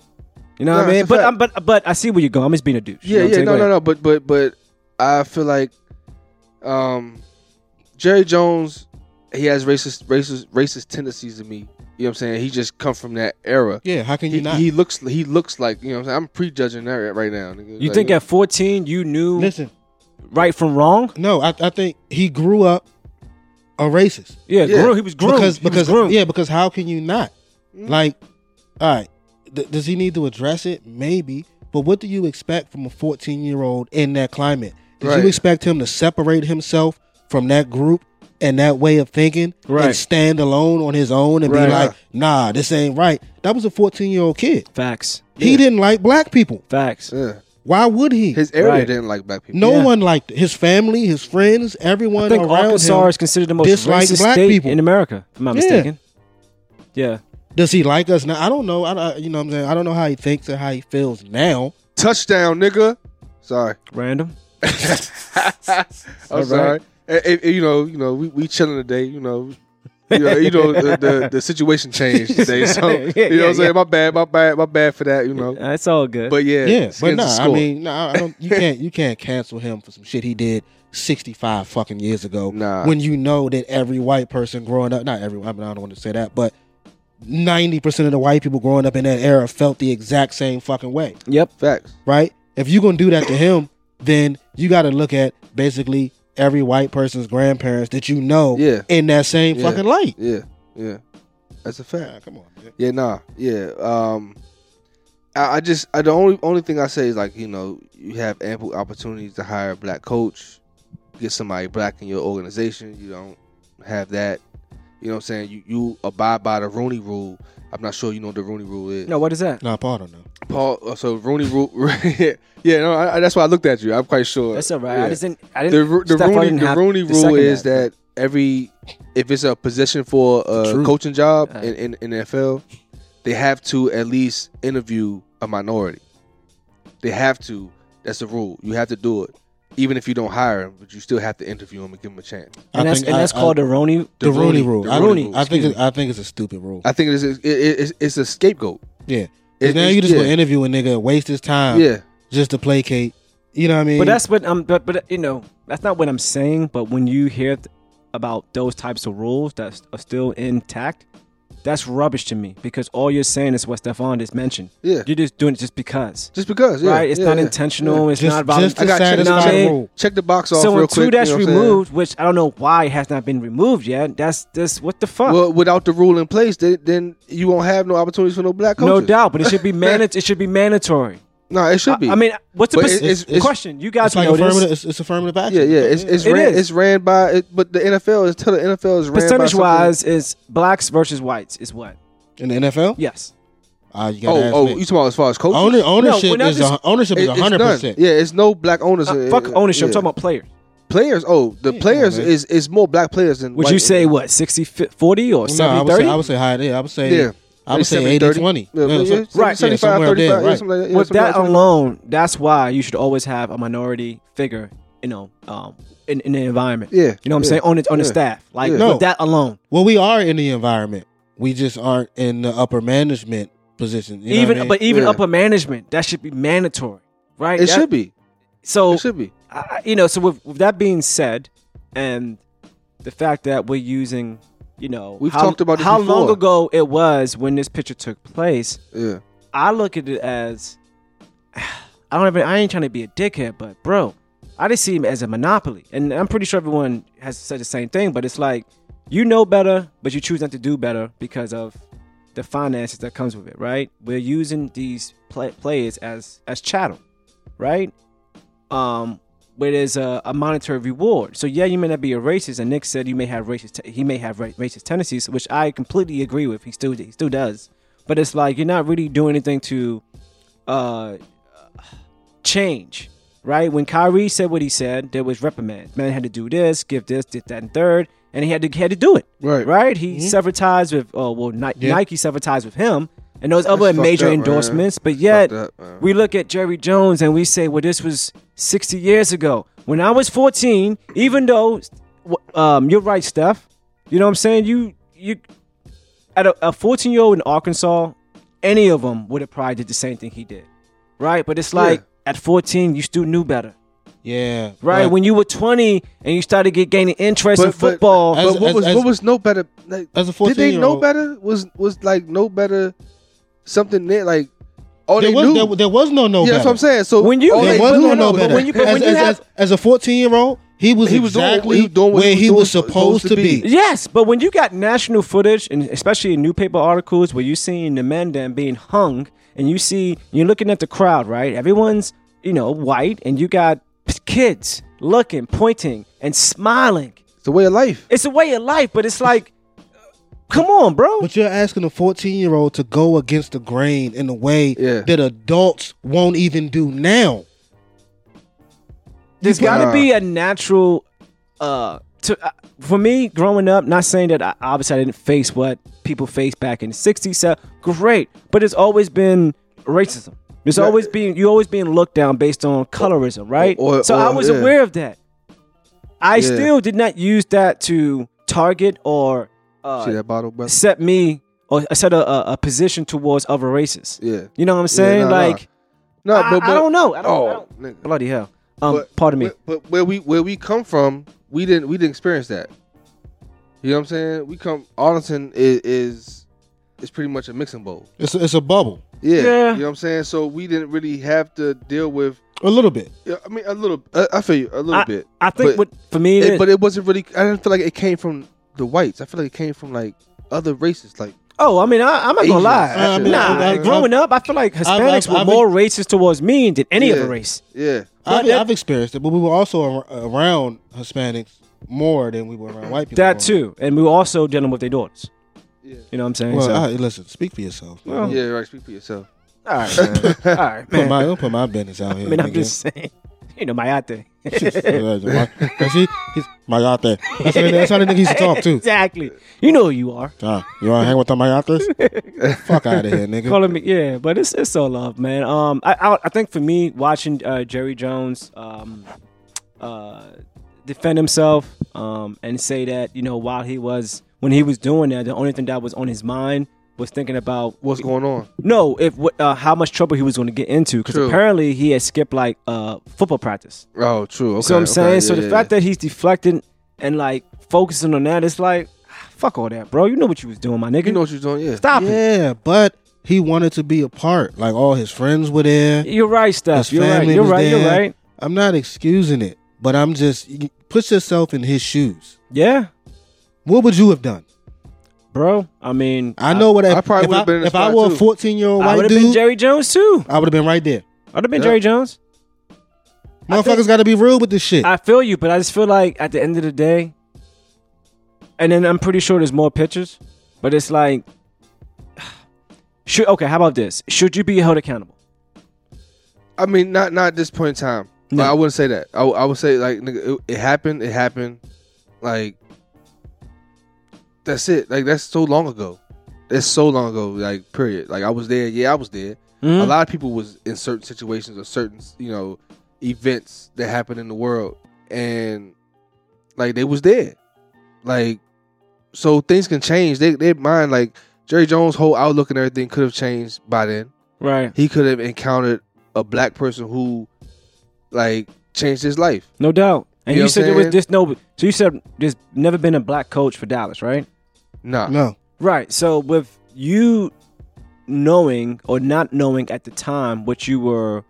[SPEAKER 3] You know what I
[SPEAKER 4] Nah, it's
[SPEAKER 3] mean?
[SPEAKER 4] a
[SPEAKER 3] But
[SPEAKER 4] fact.
[SPEAKER 3] I'm, but but I see where you're going. I'm just being a douche. you
[SPEAKER 4] Yeah,
[SPEAKER 3] know
[SPEAKER 4] yeah,
[SPEAKER 3] what I'm
[SPEAKER 4] no,
[SPEAKER 3] saying?
[SPEAKER 4] no, no. But but but I feel like um Jerry Jones, he has racist racist racist tendencies to me. You know what I'm saying? He just come from that era.
[SPEAKER 2] Yeah, how can you
[SPEAKER 4] He,
[SPEAKER 2] not?
[SPEAKER 4] he looks he looks like you know what I'm saying. I'm prejudging that right now. nigga.
[SPEAKER 3] You
[SPEAKER 4] Like,
[SPEAKER 3] think at 14 you knew
[SPEAKER 2] Listen,
[SPEAKER 3] right from wrong?
[SPEAKER 2] no, I, I think he grew up a racist.
[SPEAKER 3] Yeah,
[SPEAKER 4] Yeah.
[SPEAKER 3] groom- he was groomed.
[SPEAKER 2] because
[SPEAKER 3] He was
[SPEAKER 2] because
[SPEAKER 3] groomed. Mm-hmm.
[SPEAKER 2] yeah because how can you not like all right th- does he need to address it maybe But what do you expect from a 14 year old in that climate? Did
[SPEAKER 4] Right.
[SPEAKER 2] you expect him to separate himself from that group and that way of thinking
[SPEAKER 3] Right.
[SPEAKER 2] and stand alone on his own and
[SPEAKER 4] Right.
[SPEAKER 2] be like, nah, this ain't right? That was a 14 year old kid.
[SPEAKER 3] Facts.
[SPEAKER 2] He didn't like black people.
[SPEAKER 3] Facts.
[SPEAKER 4] Yeah.
[SPEAKER 2] Why would he?
[SPEAKER 4] His area
[SPEAKER 3] Right.
[SPEAKER 4] didn't like black people.
[SPEAKER 2] no
[SPEAKER 3] Yeah.
[SPEAKER 2] one liked it. His family, his friends, everyone
[SPEAKER 3] I think
[SPEAKER 2] around
[SPEAKER 3] Arkansas
[SPEAKER 2] him.
[SPEAKER 3] is considered the most
[SPEAKER 2] dislike
[SPEAKER 3] racist
[SPEAKER 2] black
[SPEAKER 3] state
[SPEAKER 2] people.
[SPEAKER 3] in America, if I'm not
[SPEAKER 2] Yeah.
[SPEAKER 3] mistaken. Yeah.
[SPEAKER 2] Does he like us now? I don't know. I, I- you know what I'm saying? I don't know how he thinks or how he feels now.
[SPEAKER 4] Touchdown, nigga. Sorry.
[SPEAKER 3] Random.
[SPEAKER 4] I'm sorry. Eh, eh, eh, you know, you know, we, we chilling today. You know, you know, you know the, the the situation changed
[SPEAKER 2] <laughs>
[SPEAKER 4] today. So
[SPEAKER 3] Yeah, yeah,
[SPEAKER 4] you know, what
[SPEAKER 3] yeah.
[SPEAKER 4] I'm saying my bad, my bad, my bad for that. You know,
[SPEAKER 3] Uh, It's all good.
[SPEAKER 4] but yeah,
[SPEAKER 2] Yeah,
[SPEAKER 4] skins
[SPEAKER 2] but
[SPEAKER 4] is
[SPEAKER 2] nah, I
[SPEAKER 4] score.
[SPEAKER 2] mean, nah, I don't.
[SPEAKER 3] <laughs>
[SPEAKER 2] You can't, you can't cancel him for some shit he did sixty five fucking years ago.
[SPEAKER 4] Nah.
[SPEAKER 2] when you know that every white person growing up, not every, I mean, I don't want to say that, but ninety percent of the white people growing up in that era felt the exact same fucking way,
[SPEAKER 3] yep.
[SPEAKER 4] facts.
[SPEAKER 2] right? If you're gonna do that to him, then you got to look at basically every white person's grandparents that you know
[SPEAKER 4] Yeah.
[SPEAKER 2] in that same
[SPEAKER 4] Yeah.
[SPEAKER 2] fucking light.
[SPEAKER 4] Yeah, yeah, that's a fact.
[SPEAKER 2] Nah, come on, man.
[SPEAKER 4] Yeah, nah, yeah. Um, I, I just I, the only only thing I say is like you know you have ample opportunities to hire a black coach, get somebody black in your organization. You don't have that. You know what I'm saying? You you abide by the Rooney Rule. I'm not sure you know what the Rooney Rule is.
[SPEAKER 3] No, what is that?
[SPEAKER 2] Nah, Paul don't know.
[SPEAKER 4] Paul. uh, So Rooney Rule. <laughs> yeah, no, I, I- that's why I looked at you. I'm quite sure.
[SPEAKER 3] That's all right.
[SPEAKER 4] Yeah
[SPEAKER 3] I just didn't. I
[SPEAKER 4] the
[SPEAKER 3] didn't.
[SPEAKER 4] Ro- the
[SPEAKER 3] Steph, I
[SPEAKER 4] Rooney,
[SPEAKER 3] didn't
[SPEAKER 4] the
[SPEAKER 3] have
[SPEAKER 4] Rooney
[SPEAKER 3] to
[SPEAKER 4] rule
[SPEAKER 3] second
[SPEAKER 4] is that every if it's a position for
[SPEAKER 2] The
[SPEAKER 4] a
[SPEAKER 2] truth.
[SPEAKER 4] coaching job
[SPEAKER 3] Yeah.
[SPEAKER 4] in, in, in the NFL, they have to at least interview a minority. They have to. That's the rule. You have to do it, even if you don't hire them, but you still have to interview them and give them a chance.
[SPEAKER 2] I
[SPEAKER 3] and that's,
[SPEAKER 2] think
[SPEAKER 3] and
[SPEAKER 2] I-
[SPEAKER 3] that's
[SPEAKER 2] I-
[SPEAKER 3] called the Rooney.
[SPEAKER 2] The, Rooney, rule.
[SPEAKER 4] the
[SPEAKER 2] I,
[SPEAKER 4] Rooney
[SPEAKER 2] think-
[SPEAKER 4] rule,
[SPEAKER 2] I think
[SPEAKER 4] excuse
[SPEAKER 2] it, I think it's a stupid rule.
[SPEAKER 4] I think it's it, it, it's, it's a scapegoat.
[SPEAKER 2] yeah.
[SPEAKER 4] It-
[SPEAKER 2] now
[SPEAKER 4] it's-
[SPEAKER 2] you just
[SPEAKER 4] yeah.
[SPEAKER 2] gonna interview a nigga, and waste his time,
[SPEAKER 4] Yeah,
[SPEAKER 2] just to placate. You know what I mean?
[SPEAKER 3] But that's what I'm. But but you know, that's not what I'm saying. But when you hear th- about those types of rules that are still intact, that's rubbish to me because all you're saying is what Stefan just mentioned.
[SPEAKER 4] Yeah.
[SPEAKER 3] You're just doing it just because.
[SPEAKER 4] just because. Yeah,
[SPEAKER 3] right? It's
[SPEAKER 4] yeah,
[SPEAKER 3] not
[SPEAKER 4] yeah,
[SPEAKER 3] intentional.
[SPEAKER 4] yeah.
[SPEAKER 3] It's
[SPEAKER 2] Just-
[SPEAKER 3] not voluntary.
[SPEAKER 2] just to
[SPEAKER 4] I got you.
[SPEAKER 3] You know what I
[SPEAKER 2] satisfy the
[SPEAKER 3] mean?
[SPEAKER 2] rule.
[SPEAKER 4] Check the box off
[SPEAKER 3] So
[SPEAKER 4] real
[SPEAKER 3] when
[SPEAKER 4] quick.
[SPEAKER 3] two dash
[SPEAKER 4] you know what I'm saying?
[SPEAKER 3] removed, which I don't know why it has not been removed yet. That's this. What the fuck?
[SPEAKER 4] Well, without the rule in place, then, then you won't have no opportunities for no black
[SPEAKER 3] no
[SPEAKER 4] coaches.
[SPEAKER 3] doubt, but it
[SPEAKER 4] <laughs>
[SPEAKER 3] should be managed. it should be mandatory.
[SPEAKER 4] No, it should be.
[SPEAKER 3] I, I mean, what's the
[SPEAKER 4] But
[SPEAKER 3] perc-
[SPEAKER 4] it's- it's-
[SPEAKER 3] question? You guys
[SPEAKER 2] it's like
[SPEAKER 3] know this.
[SPEAKER 2] affirmative. It's, it's affirmative
[SPEAKER 4] yeah,
[SPEAKER 2] action.
[SPEAKER 4] yeah, it's it's
[SPEAKER 3] It
[SPEAKER 4] ran,
[SPEAKER 3] is.
[SPEAKER 4] it's ran by, it, but the NFL is till the NFL is ran
[SPEAKER 3] Percentage
[SPEAKER 4] by something-
[SPEAKER 3] wise, is blacks versus whites is what?
[SPEAKER 2] in the NFL.
[SPEAKER 3] Yes.
[SPEAKER 2] Ah, you gotta
[SPEAKER 4] Oh,
[SPEAKER 2] ask
[SPEAKER 4] oh,
[SPEAKER 2] me.
[SPEAKER 4] you talking about as far as coaches?
[SPEAKER 2] Owner,
[SPEAKER 3] No, we're
[SPEAKER 2] ownership
[SPEAKER 3] not
[SPEAKER 2] is
[SPEAKER 3] just-
[SPEAKER 2] a, ownership
[SPEAKER 4] It-
[SPEAKER 2] is
[SPEAKER 4] it's
[SPEAKER 2] hundred
[SPEAKER 4] none.
[SPEAKER 2] percent.
[SPEAKER 4] Yeah, it's no black owners.
[SPEAKER 3] Uh,
[SPEAKER 4] Uh,
[SPEAKER 3] fuck ownership.
[SPEAKER 4] yeah.
[SPEAKER 3] I'm talking about players.
[SPEAKER 4] players. Oh, the
[SPEAKER 2] Yeah,
[SPEAKER 4] players
[SPEAKER 2] man.
[SPEAKER 4] is is more black players than.
[SPEAKER 3] Would
[SPEAKER 4] white
[SPEAKER 3] you say what 60 fi- 40 or
[SPEAKER 2] No, I
[SPEAKER 3] 70
[SPEAKER 2] would say
[SPEAKER 3] 30?
[SPEAKER 2] I would say high. Yeah, I would say
[SPEAKER 4] Yeah.
[SPEAKER 2] I would say
[SPEAKER 4] 70,
[SPEAKER 2] 80
[SPEAKER 4] 30.
[SPEAKER 2] 20.
[SPEAKER 4] Yeah, yeah,
[SPEAKER 2] so-
[SPEAKER 4] yeah, 75,
[SPEAKER 2] somewhere there,
[SPEAKER 4] 35, yeah,
[SPEAKER 2] right.
[SPEAKER 4] something like that. Yeah,
[SPEAKER 3] With
[SPEAKER 4] something like
[SPEAKER 3] that alone, that's why you should always have a minority figure, you know, um, in, in the environment.
[SPEAKER 4] Yeah,
[SPEAKER 3] You know what I'm
[SPEAKER 4] yeah,
[SPEAKER 3] saying? On the, on the
[SPEAKER 4] yeah.
[SPEAKER 3] staff. Like,
[SPEAKER 4] Yeah.
[SPEAKER 3] with
[SPEAKER 2] No.
[SPEAKER 3] that alone.
[SPEAKER 2] Well, we are in the environment. We just aren't in the upper management position. You know
[SPEAKER 3] even
[SPEAKER 2] what I mean?
[SPEAKER 3] But even
[SPEAKER 4] Yeah.
[SPEAKER 3] upper management, that should be mandatory, right?
[SPEAKER 4] It
[SPEAKER 3] That-
[SPEAKER 4] should be.
[SPEAKER 3] So,
[SPEAKER 4] It should be.
[SPEAKER 3] I, I- you know, so with, with that being said, and the fact that we're using, you know,
[SPEAKER 4] We've
[SPEAKER 3] how,
[SPEAKER 4] talked about this
[SPEAKER 3] how long
[SPEAKER 4] before.
[SPEAKER 3] ago it was when this picture took place,
[SPEAKER 4] Yeah,
[SPEAKER 3] I look at it as <sighs> I don't even I ain't trying to be a dickhead, but bro, I just see him as a monopoly. And I'm pretty sure everyone has said the same thing, but it's like you know better, but you choose not to do better because of the finances that comes with it, right? We're using these play- players as as chattel, right? Um where there's a, a monetary reward. So yeah, you may not be a racist, and Nick said you may have racist. He may have ra- racist tendencies, which I completely agree with. He still he still does, but it's like you're not really doing anything to uh change, right? When Kyrie said what he said, there was reprimand. Man had to do this, give this, did that, and third, and he had to he had to do it.
[SPEAKER 4] Right.
[SPEAKER 3] right. He severed ties with, uh, well, Ni-
[SPEAKER 2] Yeah.
[SPEAKER 3] Nike severed ties with him, and those other
[SPEAKER 4] fucked
[SPEAKER 3] major
[SPEAKER 4] up, man.
[SPEAKER 3] endorsements. But yet,
[SPEAKER 4] Fucked up, man.
[SPEAKER 3] we look at Jerry Jones and we say, well, this was 60 years ago. When I was 14, even though, w- um, you're right, Steph. You know what I'm saying? You you at a 14 year old in Arkansas, any of them would have probably did the same thing he did, right? But it's like at 14, you still knew better,
[SPEAKER 2] yeah,
[SPEAKER 3] right?
[SPEAKER 2] but
[SPEAKER 3] when you were 20 and you started get gaining interest
[SPEAKER 4] But-
[SPEAKER 3] in
[SPEAKER 4] but-
[SPEAKER 3] football,
[SPEAKER 2] As-
[SPEAKER 4] but what
[SPEAKER 2] as-
[SPEAKER 4] was
[SPEAKER 2] as-
[SPEAKER 4] what was no better? Like,
[SPEAKER 2] as a
[SPEAKER 4] did they know
[SPEAKER 2] 14-year-old
[SPEAKER 4] better? Was was like no better? Something there like all
[SPEAKER 2] there
[SPEAKER 4] they
[SPEAKER 2] was
[SPEAKER 4] knew.
[SPEAKER 2] there, there was no no.
[SPEAKER 4] yeah, that's
[SPEAKER 2] better.
[SPEAKER 4] what I'm saying. So
[SPEAKER 3] When you-
[SPEAKER 4] all
[SPEAKER 3] There
[SPEAKER 4] they
[SPEAKER 2] It
[SPEAKER 3] Hey,
[SPEAKER 2] was
[SPEAKER 3] but
[SPEAKER 4] knew-
[SPEAKER 2] no
[SPEAKER 3] no, no,
[SPEAKER 2] no
[SPEAKER 3] but
[SPEAKER 2] better.
[SPEAKER 3] when you- but
[SPEAKER 2] as,
[SPEAKER 3] when you
[SPEAKER 2] as,
[SPEAKER 3] have-
[SPEAKER 2] as, as a 14 year old, he was
[SPEAKER 4] He was doing-
[SPEAKER 2] exactly
[SPEAKER 4] he was doing what
[SPEAKER 2] where
[SPEAKER 4] he was
[SPEAKER 2] he was
[SPEAKER 4] doing-
[SPEAKER 2] supposed to be.
[SPEAKER 3] Yes, but when you got national footage, and especially in newspaper articles where you seen the men then being hung and you see you're looking at the crowd, right? Everyone's you know white, and you got kids looking, pointing, and smiling.
[SPEAKER 4] It's a way of life.
[SPEAKER 3] It's a way of life, but it's like, come on, bro.
[SPEAKER 2] But you're asking a 14 year old to go against the grain in a way
[SPEAKER 4] Yeah.
[SPEAKER 2] that adults won't even do now.
[SPEAKER 3] There's
[SPEAKER 4] You put-
[SPEAKER 3] got to
[SPEAKER 4] Nah.
[SPEAKER 3] be a natural. Uh, to uh, for me growing up, not saying that I, obviously I didn't face what people faced back in the '60s. So great, but it's always been racism. There's
[SPEAKER 4] Yeah.
[SPEAKER 3] always being you always being looked down based on colorism, right?
[SPEAKER 4] Or-
[SPEAKER 3] so
[SPEAKER 4] or-
[SPEAKER 3] I was
[SPEAKER 4] yeah.
[SPEAKER 3] aware of that. I
[SPEAKER 4] Yeah.
[SPEAKER 3] still did not use that to target or
[SPEAKER 4] See
[SPEAKER 3] uh,
[SPEAKER 4] that bottle, brother?
[SPEAKER 3] set me or set a, a, a position towards other races.
[SPEAKER 4] Yeah.
[SPEAKER 3] You know what I'm saying?
[SPEAKER 4] nah, nah.
[SPEAKER 3] like
[SPEAKER 4] No,
[SPEAKER 3] I, I don't know. I don't, I don't-
[SPEAKER 4] Oh, nigga.
[SPEAKER 3] bloody hell. Um,
[SPEAKER 4] But-
[SPEAKER 3] pardon me.
[SPEAKER 4] But, but where we where we come from, we didn't we didn't experience that. You know what I'm saying? We come Arlington is is, is pretty much a mixing bowl.
[SPEAKER 2] It's a, it's a bubble,
[SPEAKER 4] Yeah,
[SPEAKER 3] Yeah.
[SPEAKER 4] You know what I'm saying? So we didn't really have to deal with.
[SPEAKER 2] a little bit.
[SPEAKER 4] yeah, I mean, a little. I, I feel you a little bit.
[SPEAKER 3] I think
[SPEAKER 4] But-
[SPEAKER 3] what for me, it
[SPEAKER 4] It-
[SPEAKER 3] is-
[SPEAKER 4] but it wasn't really. I didn't feel like it came from the whites. I feel like it came from like other races. Like
[SPEAKER 3] oh, I mean, I, I'm not gonna
[SPEAKER 4] Asians.
[SPEAKER 3] lie.
[SPEAKER 4] Uh, I mean,
[SPEAKER 3] nah,
[SPEAKER 4] I- I-
[SPEAKER 3] growing up, I feel like Hispanics
[SPEAKER 2] I-
[SPEAKER 3] were
[SPEAKER 2] I-
[SPEAKER 3] more racist towards me than any other
[SPEAKER 4] Yeah.
[SPEAKER 3] race.
[SPEAKER 4] yeah,
[SPEAKER 2] I've,
[SPEAKER 3] that-
[SPEAKER 2] I've experienced it, but we were also ar- around Hispanics more than we were around white people.
[SPEAKER 3] That too, and we were also dealing with their daughters.
[SPEAKER 4] yeah,
[SPEAKER 3] You know what I'm saying?
[SPEAKER 2] Well,
[SPEAKER 3] So-
[SPEAKER 2] I, listen, speak for yourself.
[SPEAKER 3] Well,
[SPEAKER 4] yeah. Right. Speak for yourself.
[SPEAKER 3] all right, man.
[SPEAKER 2] <laughs>
[SPEAKER 3] all right,
[SPEAKER 2] Put
[SPEAKER 3] man.
[SPEAKER 2] my, don't put my business out here.
[SPEAKER 3] I mean, I'm
[SPEAKER 2] nigga. <laughs>
[SPEAKER 3] just saying, you know, my ate.
[SPEAKER 2] Cause he, he's my author. That's, the- that's how the nigga used to talk
[SPEAKER 3] <laughs>
[SPEAKER 2] to.
[SPEAKER 3] exactly. You know who you are.
[SPEAKER 2] Ah, you want to hang with my authors? Fuck out of here, nigga.
[SPEAKER 3] Calling me, yeah, but it's it's all love, man. Um, I I, I think for me, watching uh, Jerry Jones, um, uh, defend himself, um, and say that you know while he was when he was doing that, the only thing that was on his mind was thinking about
[SPEAKER 4] What's going on?
[SPEAKER 3] no, if what uh, how much trouble he was going to get into because
[SPEAKER 4] True.
[SPEAKER 3] apparently he had skipped like uh football practice.
[SPEAKER 4] Oh, true. Okay.
[SPEAKER 3] So I'm
[SPEAKER 4] okay,
[SPEAKER 3] saying, so
[SPEAKER 4] yeah,
[SPEAKER 3] the
[SPEAKER 4] yeah,
[SPEAKER 3] fact that he's deflecting and like focusing on that, it's like fuck all that, bro. You know what you was doing, my nigga.
[SPEAKER 4] you know what you're doing, yeah.
[SPEAKER 3] Stop it.
[SPEAKER 2] <laughs> Yeah, but he wanted to be a part. Like all his friends were there.
[SPEAKER 3] You're right,
[SPEAKER 2] His
[SPEAKER 3] Steph. You're right.
[SPEAKER 2] family
[SPEAKER 3] You're
[SPEAKER 2] was
[SPEAKER 3] right.
[SPEAKER 2] there.
[SPEAKER 3] You're right.
[SPEAKER 2] I'm not excusing it, but I'm just you- put yourself in his shoes.
[SPEAKER 3] Yeah,
[SPEAKER 2] What would you have done?
[SPEAKER 3] bro. I mean,
[SPEAKER 2] I know what
[SPEAKER 4] I probably
[SPEAKER 2] if
[SPEAKER 4] would've been in the
[SPEAKER 2] If I
[SPEAKER 4] spot,
[SPEAKER 2] were a
[SPEAKER 4] too.
[SPEAKER 2] 14 year old
[SPEAKER 3] I
[SPEAKER 2] white
[SPEAKER 3] would have been
[SPEAKER 2] dude,
[SPEAKER 3] Jerry Jones too.
[SPEAKER 2] I would have been right there.
[SPEAKER 3] I'd have been
[SPEAKER 4] Yeah.
[SPEAKER 3] Jerry Jones.
[SPEAKER 2] Motherfuckers got to be real with this shit.
[SPEAKER 3] I feel you, but I just feel like at the end of the day, and then I'm pretty sure there's more pictures, but it's like, <sighs> should okay? How about this? Should you be held accountable?
[SPEAKER 4] I mean, not not at this point in time.
[SPEAKER 3] No.
[SPEAKER 4] Like, I wouldn't say that. I, would- I would say like nigga, it, it happened. It happened. Like that's it. Like that's so long ago. That's so long ago. Like period. Like I was there. Yeah, I was there.
[SPEAKER 3] Mhm.
[SPEAKER 4] A lot of people was in certain situations or certain you know events that happened in the world, and like they was there. Like so things can change. They their mind like Jerry Jones' whole outlook and everything could have changed by then
[SPEAKER 3] Right.
[SPEAKER 4] he could have encountered a black person who like changed his life.
[SPEAKER 3] No doubt. And
[SPEAKER 4] You
[SPEAKER 3] you,
[SPEAKER 4] know what
[SPEAKER 3] said
[SPEAKER 4] I'm
[SPEAKER 3] there was
[SPEAKER 4] saying?
[SPEAKER 3] just no. So you said there's never been a black coach for Dallas, right?
[SPEAKER 4] Nah.
[SPEAKER 2] no,
[SPEAKER 3] Right. So with you knowing or not knowing at the time what you were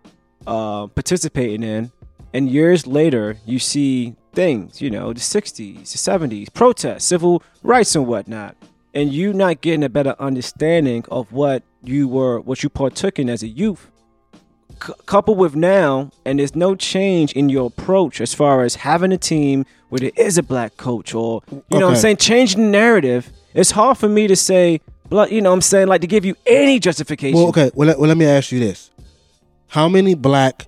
[SPEAKER 3] uh, participating in, and years later you see things, you know, the '60s, the '70s, protests, civil rights, and whatnot, and you not getting a better understanding of what you were, what you partook in as a youth. C- coupled with now, and there's no change in your approach as far as having a team where there is a black coach, or you know what I'm
[SPEAKER 2] Okay.
[SPEAKER 3] saying, changing the narrative. It's hard for me to say, blo- you know what I'm saying, like to give you any justification.
[SPEAKER 2] Well, okay. Well let, well, let me ask you this: How many black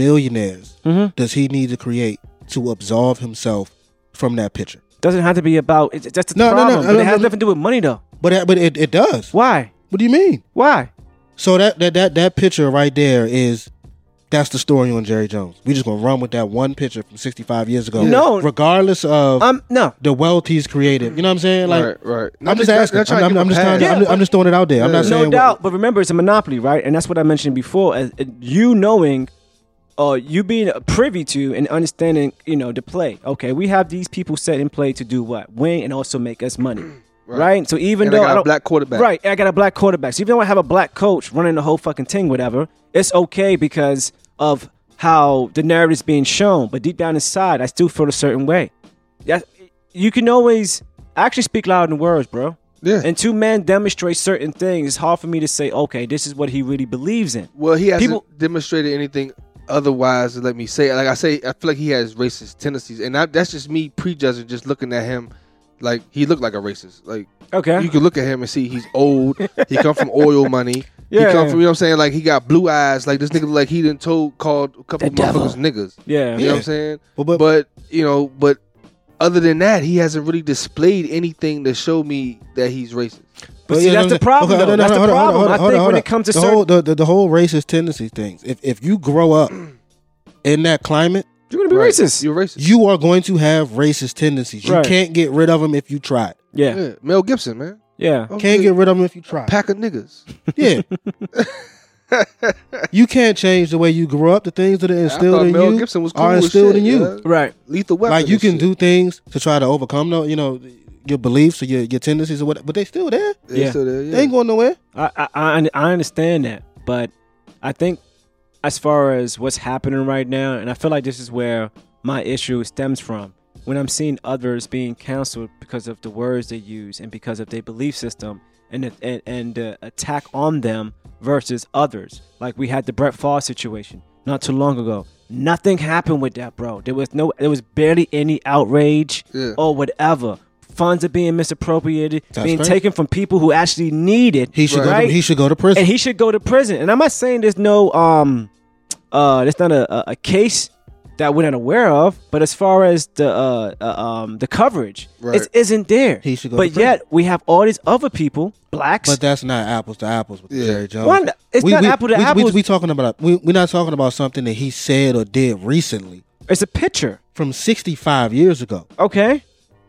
[SPEAKER 2] millionaires
[SPEAKER 3] Mhm.
[SPEAKER 2] does he need to create to absolve himself from that picture?
[SPEAKER 3] Doesn't have to be about. It's, that's the
[SPEAKER 2] No, no, no,
[SPEAKER 3] problem.
[SPEAKER 2] no,
[SPEAKER 3] but
[SPEAKER 2] no,
[SPEAKER 3] it has
[SPEAKER 2] no.
[SPEAKER 3] nothing to do with money, though.
[SPEAKER 2] But that, but it, it does.
[SPEAKER 3] Why?
[SPEAKER 2] What do you mean?
[SPEAKER 3] Why?
[SPEAKER 2] So that that that that picture right there is. That's the story on Jerry Jones. We just gonna run with that one picture from 65 years ago.
[SPEAKER 3] No.
[SPEAKER 2] regardless of
[SPEAKER 3] Um, no.
[SPEAKER 2] the wealth he's created. You know what I'm saying? Like,
[SPEAKER 4] right, right.
[SPEAKER 2] I'm just asking. I'm, I'm- I'm just trying.
[SPEAKER 3] pass.
[SPEAKER 2] I'm, I'm just throwing it out there. I'm
[SPEAKER 4] Yeah.
[SPEAKER 2] not
[SPEAKER 4] No
[SPEAKER 2] saying
[SPEAKER 3] No
[SPEAKER 2] what-
[SPEAKER 3] doubt, but remember, it's a monopoly, right? And that's what I mentioned before. As, uh, you knowing, or you being privy to and understanding, you know, the play. Okay, we have these people set in play to do what? Win and also make us
[SPEAKER 4] <clears throat>
[SPEAKER 3] money, right. So even
[SPEAKER 4] And I
[SPEAKER 3] though
[SPEAKER 4] got a
[SPEAKER 3] don't-
[SPEAKER 4] black quarterback.
[SPEAKER 3] right? and I got a black quarterback. So even though I have a black coach running the whole fucking thing, whatever, it's okay because of how the narrative is being shown. But deep down inside, I still feel a certain way. Yeah, you can always I actually speak louder than words, bro.
[SPEAKER 4] Yeah.
[SPEAKER 3] Until men demonstrate certain things, it's hard for me to say, okay, this is what he really believes in.
[SPEAKER 4] Well, he hasn't
[SPEAKER 3] People-
[SPEAKER 4] demonstrated anything otherwise to let me say. Like I say, I feel like he has racist tendencies, and I, that's just me prejudging, just looking at him. Like he looked like a racist. Like
[SPEAKER 3] Okay.
[SPEAKER 4] you can look at him and see he's old. he come from oil money.
[SPEAKER 3] Yeah.
[SPEAKER 4] He come from you know what I'm saying. Like he got blue eyes. Like this nigga, look like he done told called a couple
[SPEAKER 3] The devil.
[SPEAKER 4] motherfuckers niggas.
[SPEAKER 3] yeah.
[SPEAKER 4] You know
[SPEAKER 2] Yeah.
[SPEAKER 4] what I'm saying?
[SPEAKER 2] But,
[SPEAKER 4] But,
[SPEAKER 2] but,
[SPEAKER 4] you know, but other than that, he hasn't really displayed anything to show me that he's racist.
[SPEAKER 3] But
[SPEAKER 2] Well,
[SPEAKER 3] see,
[SPEAKER 2] yeah,
[SPEAKER 3] that's
[SPEAKER 2] no,
[SPEAKER 3] the
[SPEAKER 2] no,
[SPEAKER 3] problem.
[SPEAKER 2] okay,
[SPEAKER 3] though.
[SPEAKER 2] no, no,
[SPEAKER 3] that's
[SPEAKER 2] hold
[SPEAKER 3] the
[SPEAKER 2] on, hold on,
[SPEAKER 3] problem.
[SPEAKER 2] hold on,
[SPEAKER 3] I
[SPEAKER 2] hold
[SPEAKER 3] think
[SPEAKER 2] on,
[SPEAKER 3] when
[SPEAKER 2] hold
[SPEAKER 3] it comes to
[SPEAKER 2] on. the
[SPEAKER 3] certain,
[SPEAKER 2] whole, the, the, the whole racist tendency things. If if you grow up in that climate,
[SPEAKER 3] you're gonna be
[SPEAKER 4] Right.
[SPEAKER 3] racist.
[SPEAKER 4] You're racist.
[SPEAKER 2] you are going to have racist tendencies. You
[SPEAKER 3] Right.
[SPEAKER 2] can't get rid of them if you try.
[SPEAKER 3] yeah,
[SPEAKER 4] yeah. Mel Gibson, man.
[SPEAKER 3] yeah,
[SPEAKER 4] Oh,
[SPEAKER 2] Can't
[SPEAKER 4] yeah.
[SPEAKER 2] get rid of them if you try.
[SPEAKER 4] pack of niggas.
[SPEAKER 3] <laughs>
[SPEAKER 2] Yeah. you can't change the way you grew up. The things that are
[SPEAKER 4] I
[SPEAKER 2] instilled
[SPEAKER 4] thought
[SPEAKER 2] in
[SPEAKER 4] Mel
[SPEAKER 2] you
[SPEAKER 4] Gibson was cool
[SPEAKER 2] are
[SPEAKER 4] as
[SPEAKER 2] instilled in
[SPEAKER 4] shit,
[SPEAKER 2] you.
[SPEAKER 4] yeah.
[SPEAKER 3] right.
[SPEAKER 4] Lethal weapon.
[SPEAKER 2] Like you
[SPEAKER 4] and
[SPEAKER 2] can
[SPEAKER 4] shit.
[SPEAKER 2] do things to try to overcome, no, you know, your beliefs or your, your tendencies or what, but they still there.
[SPEAKER 4] They
[SPEAKER 3] Yeah.
[SPEAKER 4] still there, yeah.
[SPEAKER 2] They ain't going nowhere.
[SPEAKER 3] I, I- I I understand that, but I think as far as what's happening right now, and I feel like this is where my issue stems from. When I'm seeing others being canceled because of the words they use and because of their belief system and the, and, and the attack on them versus others, like we had the Brett Favre situation not too long ago. Nothing happened with that, bro. There was no, there was barely any outrage
[SPEAKER 4] Yeah.
[SPEAKER 3] or whatever. Funds are being misappropriated,
[SPEAKER 2] That's
[SPEAKER 3] being
[SPEAKER 2] right.
[SPEAKER 3] taken from people who actually need it.
[SPEAKER 2] He should go
[SPEAKER 3] right?
[SPEAKER 2] to, he should go to prison.
[SPEAKER 3] and he should go to prison. And I'm not saying there's no um uh there's not a, a, a case that we're not aware of, but as far as the uh, uh um the coverage,
[SPEAKER 4] Right.
[SPEAKER 3] it isn't there.
[SPEAKER 2] He should go
[SPEAKER 3] but
[SPEAKER 2] to
[SPEAKER 3] yet we have all these other people, blacks.
[SPEAKER 2] but that's not apples to apples with
[SPEAKER 4] Yeah.
[SPEAKER 2] Jerry Jones.
[SPEAKER 3] One- it's not apple to
[SPEAKER 2] we,
[SPEAKER 3] apples.
[SPEAKER 2] We, we talking about we, we're not talking about something that he said or did recently
[SPEAKER 3] it's a picture,
[SPEAKER 2] from 65 years ago.
[SPEAKER 3] okay?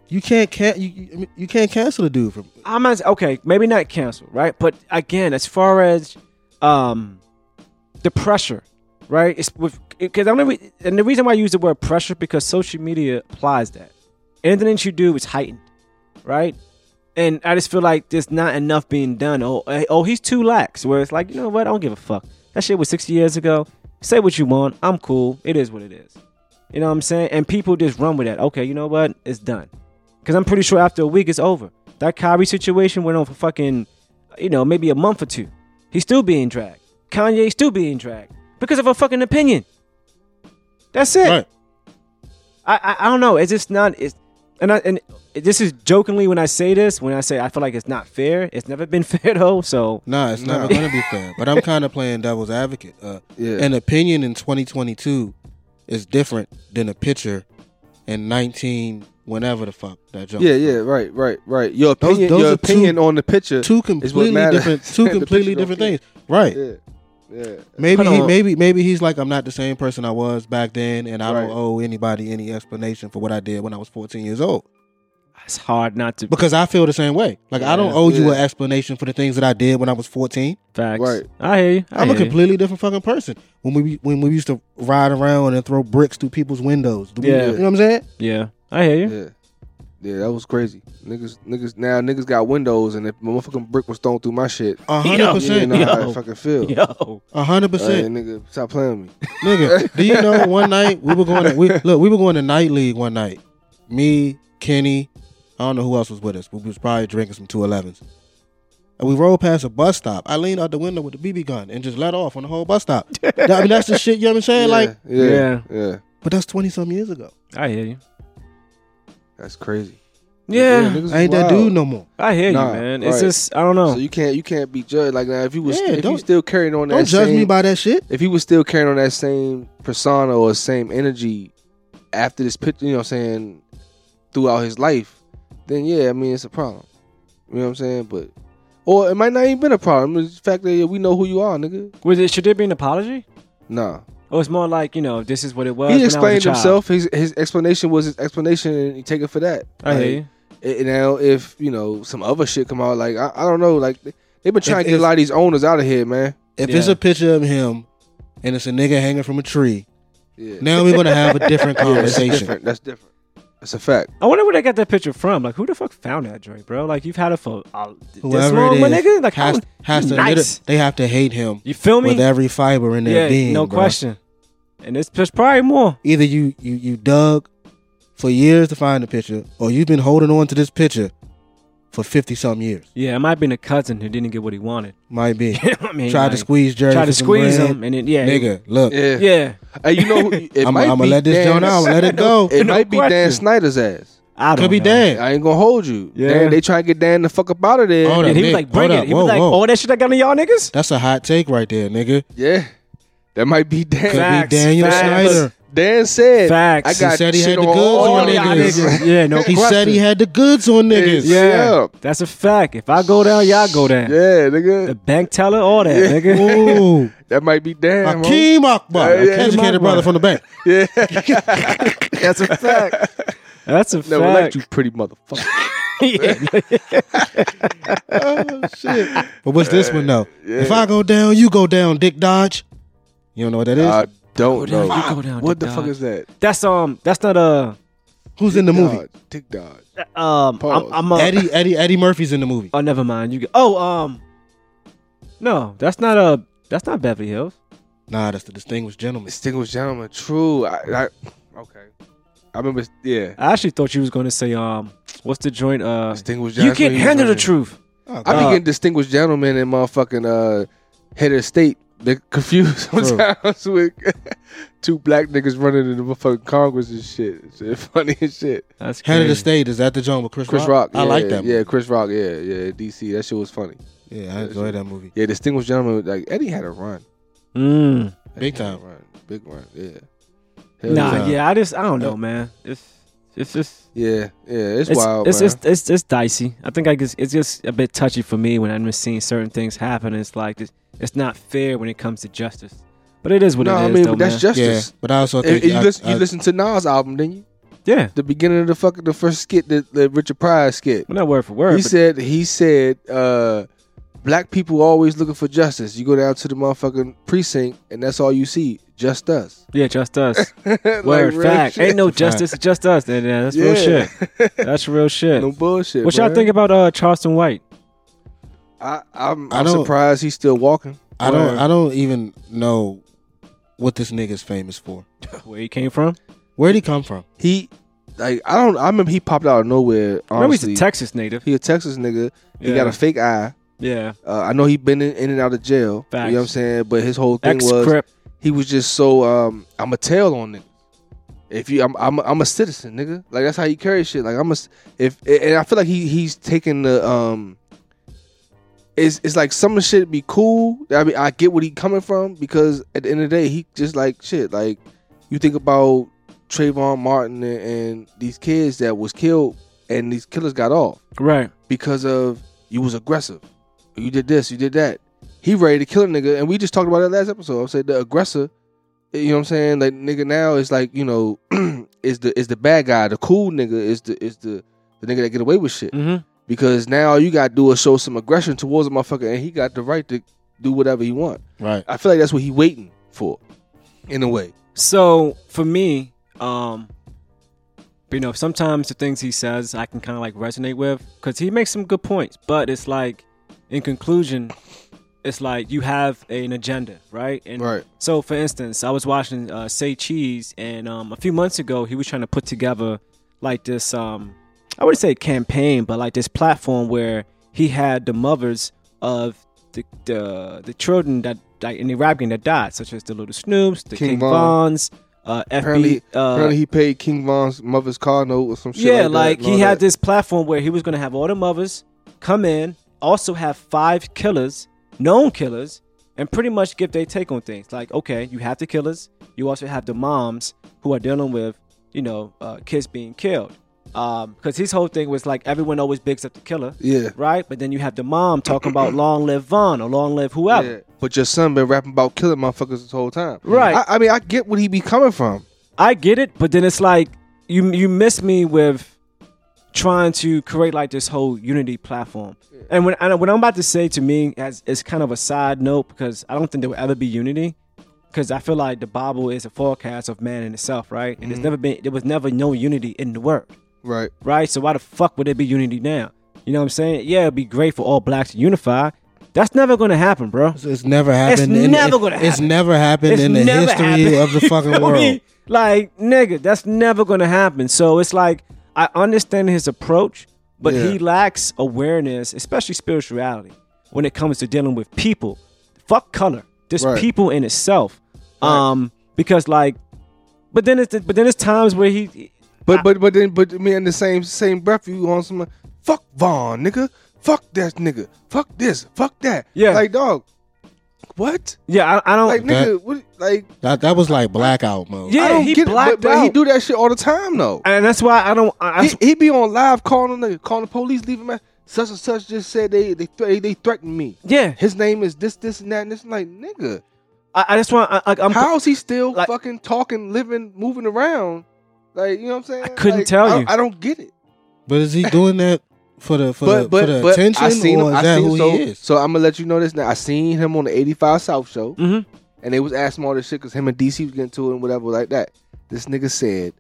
[SPEAKER 2] You can't can you- you I mean, you can't cancel the dude from
[SPEAKER 3] I'm not okay. Maybe not cancel, right? But again, as far as um the pressure, right? It's with because I'm gonna re- and the reason why I use the word pressure because social media applies that. Anything that you do is heightened, right? And I just feel like there's not enough being done. Oh, eh, oh, he's too lax. Where it's like, you know what? I don't give a fuck. That shit was 60 years ago. Say what you want. I'm cool. It is what it is. You know what I'm saying? And people just run with that. Okay, you know what? It's done. Because I'm pretty sure after a week, it's over. That Kyrie situation went on for fucking, you know, maybe a month or two. He's still being dragged. Kanye's still being dragged because of a fucking opinion. That's it.
[SPEAKER 2] Right.
[SPEAKER 3] I, I I don't know. It's just not. It's and I, and this is jokingly when I say this. When I say I feel like it's not fair. It's never been <laughs> fair though. So
[SPEAKER 2] Nah, it's never
[SPEAKER 4] Nah.
[SPEAKER 2] going to be fair. But I'm kind of playing devil's advocate. Uh,
[SPEAKER 4] Yeah.
[SPEAKER 2] An opinion in 2022 is different than a picture in 19 whenever the fuck that joke.
[SPEAKER 4] yeah, yeah, right, right, right. Your
[SPEAKER 2] Those-
[SPEAKER 4] opinion,
[SPEAKER 2] those
[SPEAKER 4] your
[SPEAKER 2] are two-
[SPEAKER 4] opinion on the picture.
[SPEAKER 2] Two
[SPEAKER 4] is what
[SPEAKER 2] completely
[SPEAKER 4] matters. <laughs>
[SPEAKER 2] different. Two
[SPEAKER 4] The
[SPEAKER 2] completely
[SPEAKER 4] picture
[SPEAKER 2] different
[SPEAKER 4] don't
[SPEAKER 2] things. Right.
[SPEAKER 4] Yeah, yeah.
[SPEAKER 2] Maybe
[SPEAKER 3] Hold
[SPEAKER 2] he,
[SPEAKER 3] on.
[SPEAKER 2] maybe maybe he's like I'm not the same person I was back then, and I
[SPEAKER 4] Right.
[SPEAKER 2] don't owe anybody any explanation for what I did when I was 14 years old.
[SPEAKER 3] it's hard not to.
[SPEAKER 2] Because I feel the same way. Like I don't
[SPEAKER 3] Yeah.
[SPEAKER 2] owe you
[SPEAKER 4] Yeah.
[SPEAKER 2] an explanation for the things that I did when I was 14.
[SPEAKER 3] Facts.
[SPEAKER 4] Right.
[SPEAKER 3] I hear you. I
[SPEAKER 2] I'm a
[SPEAKER 3] hear you.
[SPEAKER 2] completely different fucking person. When we when we used to ride around and throw bricks through people's windows. Do we-
[SPEAKER 3] Yeah.
[SPEAKER 2] You know what I'm saying?
[SPEAKER 3] Yeah. I hear you.
[SPEAKER 4] Yeah. Yeah, that was crazy. Niggas, niggas. Now niggas got windows, and if my motherfucking brick was thrown through my shit,
[SPEAKER 2] A
[SPEAKER 3] Yo.
[SPEAKER 2] hundred
[SPEAKER 4] you didn't
[SPEAKER 2] percent.
[SPEAKER 4] know how
[SPEAKER 3] Yo.
[SPEAKER 4] I fucking feel.
[SPEAKER 3] <laughs> Yo.
[SPEAKER 2] A hundred
[SPEAKER 4] Hey,
[SPEAKER 2] percent.
[SPEAKER 4] nigga, stop playing with me.
[SPEAKER 2] Nigga, do you know one night we were going to, we look, we were going to night league one night. Me, Kenny, I don't know who else was with us, but we was probably drinking some 211s. And we rolled past a bus stop. I leaned out the window with the BB gun and just let off on the whole bus
[SPEAKER 4] <laughs>
[SPEAKER 2] stop. That- I mean, that's the shit, you know what I'm saying? Like,
[SPEAKER 4] yeah,
[SPEAKER 3] Yeah.
[SPEAKER 4] yeah,
[SPEAKER 2] but that's 20 some years ago.
[SPEAKER 3] I hear you.
[SPEAKER 4] That's crazy.
[SPEAKER 3] Yeah.
[SPEAKER 4] niggas
[SPEAKER 2] I ain't
[SPEAKER 4] wild.
[SPEAKER 2] that dude no more.
[SPEAKER 3] I hear
[SPEAKER 4] Nah,
[SPEAKER 3] you, man. It's
[SPEAKER 4] right.
[SPEAKER 3] just I don't know.
[SPEAKER 4] So you can't, you can't be judged like that. If you was,
[SPEAKER 2] Yeah,
[SPEAKER 4] if you
[SPEAKER 2] don't-
[SPEAKER 4] still carrying on that,
[SPEAKER 2] Don't judge me
[SPEAKER 4] same-
[SPEAKER 2] by that shit.
[SPEAKER 4] if he was still carrying on that same persona or same energy after this picture, you know what I'm saying, throughout his life, then yeah, I mean, it's a problem. You know what I'm saying? But, or it might not even been a problem. It's the fact that yeah, we know who you are, nigga.
[SPEAKER 3] Was it should there be an apology?
[SPEAKER 4] Nah.
[SPEAKER 3] Or it's more like you know this is what it was. when I
[SPEAKER 4] he
[SPEAKER 3] was a
[SPEAKER 4] explained
[SPEAKER 3] child.
[SPEAKER 4] himself. His his explanation was his explanation, and you take it for that.
[SPEAKER 3] I hear
[SPEAKER 4] Like,
[SPEAKER 3] you.
[SPEAKER 4] it- now, if, you know, some other shit come out, like, I, I don't know, like, they- they've been trying to get a
[SPEAKER 2] if-
[SPEAKER 4] lot of these owners out of here, man.
[SPEAKER 2] If it's
[SPEAKER 3] Yeah.
[SPEAKER 2] a picture of him and it's a nigga hanging from a tree,
[SPEAKER 4] Yeah.
[SPEAKER 2] now we're going to have a different
[SPEAKER 4] <laughs> Yeah, that's
[SPEAKER 2] conversation.
[SPEAKER 4] different. That's different. That's a fact.
[SPEAKER 3] I wonder where they got that picture from. Like, who the fuck found that joint, bro? Like, you've had it for uh, this
[SPEAKER 2] Whoever
[SPEAKER 3] long,
[SPEAKER 2] it is
[SPEAKER 3] my nigga. Like,
[SPEAKER 2] has,
[SPEAKER 3] how,
[SPEAKER 2] has to admit
[SPEAKER 3] nice.
[SPEAKER 2] it. They have to hate him.
[SPEAKER 3] You feel me?
[SPEAKER 2] with every fiber in their
[SPEAKER 3] yeah,
[SPEAKER 2] being.
[SPEAKER 3] no
[SPEAKER 2] bro.
[SPEAKER 3] question. And it's there's probably more.
[SPEAKER 2] Either you you you dug for years to find the picture, or you've been holding on to this picture for fifty something years.
[SPEAKER 3] Yeah, it might have been a cousin who didn't get what he wanted. <laughs>
[SPEAKER 2] Might be
[SPEAKER 3] I mean,
[SPEAKER 2] tried to
[SPEAKER 3] like,
[SPEAKER 2] squeeze Jerry.
[SPEAKER 3] tried
[SPEAKER 2] for
[SPEAKER 3] to
[SPEAKER 2] some
[SPEAKER 3] squeeze
[SPEAKER 2] bread.
[SPEAKER 3] him, and then yeah,
[SPEAKER 2] nigga. Look,
[SPEAKER 4] Yeah.
[SPEAKER 3] yeah.
[SPEAKER 4] Hey, you know, who- it
[SPEAKER 2] I'm,
[SPEAKER 4] might
[SPEAKER 2] I'm gonna
[SPEAKER 4] be
[SPEAKER 2] let this
[SPEAKER 4] Dan,
[SPEAKER 2] joint out. Let it go.
[SPEAKER 4] It
[SPEAKER 3] No
[SPEAKER 4] might be Dan
[SPEAKER 3] question.
[SPEAKER 4] Snyder's ass.
[SPEAKER 3] <laughs> I don't
[SPEAKER 2] Could be
[SPEAKER 3] know.
[SPEAKER 2] Dan.
[SPEAKER 4] I ain't gonna hold you.
[SPEAKER 3] Yeah.
[SPEAKER 4] Dan, they trying to get Dan the fuck up out of there.
[SPEAKER 2] Hold up,
[SPEAKER 3] And he was
[SPEAKER 2] Nick.
[SPEAKER 3] like, "Bring
[SPEAKER 2] Hold
[SPEAKER 3] it."
[SPEAKER 2] up.
[SPEAKER 3] He was
[SPEAKER 2] Whoa,
[SPEAKER 3] like,
[SPEAKER 2] whoa.
[SPEAKER 3] "All that shit I got on y'all niggas."
[SPEAKER 2] That's a hot take right there, nigga.
[SPEAKER 4] Yeah, that might be Dan.
[SPEAKER 2] Could
[SPEAKER 3] Facts,
[SPEAKER 2] be Daniel
[SPEAKER 3] facts.
[SPEAKER 2] Snyder.
[SPEAKER 4] Dan said,
[SPEAKER 3] Facts.
[SPEAKER 4] "I got
[SPEAKER 2] He said he
[SPEAKER 4] shit
[SPEAKER 2] had the
[SPEAKER 4] on
[SPEAKER 2] goods
[SPEAKER 4] all
[SPEAKER 2] on
[SPEAKER 4] y'all
[SPEAKER 2] niggas.
[SPEAKER 3] Yeah, no
[SPEAKER 2] <laughs> He
[SPEAKER 3] question.
[SPEAKER 2] said he had the goods on niggas.
[SPEAKER 4] Yeah. <laughs> Yeah.
[SPEAKER 3] That's a fact. If I go down, y'all go down.
[SPEAKER 4] Yeah,
[SPEAKER 3] The
[SPEAKER 4] nigga,
[SPEAKER 3] bank teller, all that,
[SPEAKER 4] Yeah.
[SPEAKER 3] nigga.
[SPEAKER 4] <laughs>
[SPEAKER 2] Ooh,
[SPEAKER 4] that might be Dan. bro. <laughs>
[SPEAKER 2] Akeem Akbar,
[SPEAKER 4] Yeah, yeah.
[SPEAKER 2] educated brother from the
[SPEAKER 4] <laughs>
[SPEAKER 2] bank. <laughs>
[SPEAKER 3] That's a fact. That's a
[SPEAKER 4] Never
[SPEAKER 3] fact.
[SPEAKER 4] liked you, pretty motherfucker.
[SPEAKER 3] <laughs> Yeah.
[SPEAKER 4] Oh,
[SPEAKER 2] But what's this one though? If I go down, you go down, Dick Dodge. You don't know what that is?
[SPEAKER 4] I
[SPEAKER 3] Go
[SPEAKER 4] don't know.
[SPEAKER 3] down, you go down,
[SPEAKER 4] what
[SPEAKER 3] Dick
[SPEAKER 4] the fuck
[SPEAKER 3] Dodge.
[SPEAKER 4] is that?
[SPEAKER 3] That's um. That's not a
[SPEAKER 2] Who's in the movie?
[SPEAKER 4] Dodge, Dick Dodge.
[SPEAKER 3] um.
[SPEAKER 4] Pause.
[SPEAKER 3] I'm, I'm a,
[SPEAKER 2] Eddie Eddie Eddie Murphy's in the movie.
[SPEAKER 3] Oh, never mind. You. Get, oh um. No, that's not a. That's not Beverly Hills.
[SPEAKER 2] Nah, that's the distinguished gentleman.
[SPEAKER 4] Distinguished gentleman. True. I, I okay. I remember. Yeah.
[SPEAKER 3] I actually thought you was gonna say um. What's the joint? Uh.
[SPEAKER 4] Distinguished.
[SPEAKER 3] You
[SPEAKER 4] that's what
[SPEAKER 3] can't
[SPEAKER 4] he was
[SPEAKER 3] handle the
[SPEAKER 4] wearing.
[SPEAKER 3] truth.
[SPEAKER 2] Oh,
[SPEAKER 4] I be
[SPEAKER 3] Uh,
[SPEAKER 4] getting distinguished gentleman and motherfucking uh, head of state They're confused <laughs>
[SPEAKER 2] True.
[SPEAKER 4] sometimes with <laughs> two black niggas running into motherfucking Congress and shit. Shit, <laughs> funny as shit.
[SPEAKER 3] That's
[SPEAKER 2] Head of the
[SPEAKER 3] crazy.
[SPEAKER 2] State is that the joint with Chris,
[SPEAKER 4] Chris Rock.
[SPEAKER 2] I
[SPEAKER 4] yeah,
[SPEAKER 2] like that.
[SPEAKER 4] Yeah,
[SPEAKER 2] movie.
[SPEAKER 4] Chris Rock. Yeah, yeah. DC. That shit was funny.
[SPEAKER 2] yeah, I enjoyed that movie.
[SPEAKER 4] Yeah, distinguished gentleman. Like Eddie had a run.
[SPEAKER 3] Mm.
[SPEAKER 2] Big
[SPEAKER 4] Eddie had a
[SPEAKER 2] time.
[SPEAKER 4] run. Big run. Yeah. Hell
[SPEAKER 3] Nah,
[SPEAKER 2] yeah.
[SPEAKER 3] yeah, I just I don't know, man. It's it's just
[SPEAKER 4] Yeah, yeah, it's,
[SPEAKER 3] it's
[SPEAKER 4] wild,
[SPEAKER 3] it's,
[SPEAKER 4] man.
[SPEAKER 3] it's, it's, it's dicey. I think I just it's just a bit touchy for me when I'm seeing certain things happen. It's like it's, it's not fair when it comes to justice. But it is what
[SPEAKER 4] no,
[SPEAKER 3] it is.
[SPEAKER 4] I mean,
[SPEAKER 3] though,
[SPEAKER 4] but that's
[SPEAKER 3] man.
[SPEAKER 2] Yeah,
[SPEAKER 4] justice.
[SPEAKER 2] but I also
[SPEAKER 4] And-
[SPEAKER 2] think
[SPEAKER 4] and you,
[SPEAKER 2] I-
[SPEAKER 4] listen,
[SPEAKER 2] I-
[SPEAKER 4] you listen to Nas' album, didn't you?
[SPEAKER 3] yeah.
[SPEAKER 4] The beginning of the fucking the first skit, the, the Richard Pryor skit.
[SPEAKER 3] Well, not word for word.
[SPEAKER 4] He
[SPEAKER 3] but
[SPEAKER 4] said, he said, uh, black people always looking for justice. You go down to the motherfucking precinct, and that's all you see, just <laughs> us.
[SPEAKER 3] yeah, just us.
[SPEAKER 4] Like,
[SPEAKER 3] word
[SPEAKER 4] real
[SPEAKER 3] fact.
[SPEAKER 4] shit.
[SPEAKER 3] Ain't no justice, just us. Then yeah,
[SPEAKER 4] <laughs>
[SPEAKER 3] that's real shit. That's real shit.
[SPEAKER 4] no bullshit.
[SPEAKER 3] what y'all
[SPEAKER 4] bruh.
[SPEAKER 3] think about uh Charleston White?
[SPEAKER 4] I, I'm,
[SPEAKER 2] I
[SPEAKER 4] I'm
[SPEAKER 2] don't-
[SPEAKER 4] surprised he's still walking.
[SPEAKER 2] I don't
[SPEAKER 4] Word.
[SPEAKER 2] I don't even know what this nigga's famous for.
[SPEAKER 3] Where he came from?
[SPEAKER 2] Where'd he come from?
[SPEAKER 4] He, like, I don't. I remember he popped out of nowhere.
[SPEAKER 3] I Remember he's
[SPEAKER 4] Honestly,
[SPEAKER 3] a Texas native.
[SPEAKER 4] he a Texas nigga. He
[SPEAKER 3] Yeah.
[SPEAKER 4] got a fake eye.
[SPEAKER 3] Yeah.
[SPEAKER 4] Uh, I know he been in, in and out of jail. You
[SPEAKER 3] Facts.
[SPEAKER 4] know what I'm saying? But his whole thing
[SPEAKER 3] Ex
[SPEAKER 4] was
[SPEAKER 3] crip.
[SPEAKER 4] he was just so um, I'm a tail on niggas. If you, I'm, I'm, I'm a citizen, nigga. Like that's how he carries shit. Like I'm a, c- if and I feel like he he's taking the um. It's, it's like some of the shit be cool. I mean, I get what he coming from because at the end of the day, he just like shit. Like you think about Trayvon Martin and, and these kids that was killed, and these killers got off
[SPEAKER 3] Right.
[SPEAKER 4] because of you was aggressive. You did this, you did that. He ready to kill a nigga, and we just talked about that last episode. I said the aggressor, eh, you know what I'm saying? Like nigga now is like you know <clears throat> is the is the bad guy, the cool nigga is the is the the nigga that get away with shit
[SPEAKER 3] Mm-hmm.
[SPEAKER 4] because now all you got to do is show some aggression towards a motherfucker, and he got the right to do whatever he want.
[SPEAKER 2] Right.
[SPEAKER 4] I feel like that's what he waiting for, in a way.
[SPEAKER 3] So for me, um, you know, sometimes the things he says I can kind of like resonate with because he makes some good points. But it's like, in conclusion, it's like you have an agenda, right? And
[SPEAKER 4] Right.
[SPEAKER 3] So for instance, I was watching uh, Say Cheese, and um, a few months ago he was trying to put together like this, um, I wouldn't say campaign, but like this platform where he had the mothers of the the, the children that. Like in the rap game that died, such as the little Snoops, the
[SPEAKER 4] King
[SPEAKER 3] King,
[SPEAKER 4] Von.
[SPEAKER 3] Bonds, uh, FB,
[SPEAKER 4] Apparently,
[SPEAKER 3] uh,
[SPEAKER 4] apparently he paid King Von's mother's car note or some shit.
[SPEAKER 3] yeah,
[SPEAKER 4] that
[SPEAKER 3] like,
[SPEAKER 4] and all
[SPEAKER 3] he had
[SPEAKER 4] that.
[SPEAKER 3] this platform where he was gonna have all the mothers come in, also have five killers, known killers, and pretty much give their take on things. Like, okay, you have the killers, you also have the moms who are dealing with, you know, uh, kids being killed. Um, because his whole thing was like everyone always bigs up the killer,
[SPEAKER 4] Yeah.
[SPEAKER 3] right? But then you have the mom talking about long live Vaughn or long live whoever.
[SPEAKER 4] Yeah, But your son been rapping about killing motherfuckers this whole time.
[SPEAKER 3] Right.
[SPEAKER 4] I, I mean, I get where he be coming from.
[SPEAKER 3] I get it, but then it's like you you miss me with trying to create like this whole unity platform. And when and what I'm about to say to me as is kind of a side note because I don't think there will ever be unity because I feel like the Bible is a forecast of man in itself, right? And there's never been there was never no unity in the word,
[SPEAKER 4] Right.
[SPEAKER 3] right? So why the fuck would there be unity now? You know what I'm saying? Yeah, it'd be great for all blacks to unify. That's never gonna happen, bro.
[SPEAKER 2] It's, it's never happened. in-
[SPEAKER 3] never gonna
[SPEAKER 2] It's
[SPEAKER 3] happen.
[SPEAKER 2] never happened in the
[SPEAKER 3] never
[SPEAKER 2] history
[SPEAKER 3] happened.
[SPEAKER 2] of the
[SPEAKER 3] You <laughs>
[SPEAKER 2] fucking
[SPEAKER 3] feel
[SPEAKER 2] world.
[SPEAKER 3] me? Like, nigga, that's never gonna happen. So it's like I understand his approach, but
[SPEAKER 4] Yeah.
[SPEAKER 3] he lacks awareness, especially spirituality, when it comes to dealing with people. Fuck color. There's
[SPEAKER 4] Right.
[SPEAKER 3] people in itself. Um, because like, but then it's but then it's times where he
[SPEAKER 4] But but but then but me in the same same breath you on some fuck Vaughn nigga, fuck that nigga, fuck this, fuck that.
[SPEAKER 3] Yeah.
[SPEAKER 4] like dog, what?
[SPEAKER 3] yeah I, I don't
[SPEAKER 4] Like nigga, what? Like
[SPEAKER 2] That that was like blackout mode.
[SPEAKER 3] yeah
[SPEAKER 4] I don't
[SPEAKER 3] he
[SPEAKER 4] get
[SPEAKER 3] blacked
[SPEAKER 4] it. But, but
[SPEAKER 3] out
[SPEAKER 4] he do that shit all the time though.
[SPEAKER 3] and that's why I don't I, I,
[SPEAKER 4] He, he be on live calling the calling the police, leaving man. Such and such just said they they thre- they threatened me.
[SPEAKER 3] yeah
[SPEAKER 4] His name is this this and that. And it's like nigga,
[SPEAKER 3] I, I just want I, I, I'm
[SPEAKER 4] how is he still
[SPEAKER 3] like-
[SPEAKER 4] fucking talking, living, moving around? Like you know what I'm saying?
[SPEAKER 3] I couldn't
[SPEAKER 4] Like,
[SPEAKER 3] tell
[SPEAKER 4] I-
[SPEAKER 3] you.
[SPEAKER 4] I don't get it.
[SPEAKER 2] But is he doing that for the for the, for the attention or is that
[SPEAKER 4] seen
[SPEAKER 2] who
[SPEAKER 4] so,
[SPEAKER 2] he is?
[SPEAKER 4] So I'm gonna let you know this now. I seen him on the 85 South show,
[SPEAKER 3] Mhm.
[SPEAKER 4] and they was asking all this shit because him and DC was getting to it and whatever like that. This nigga said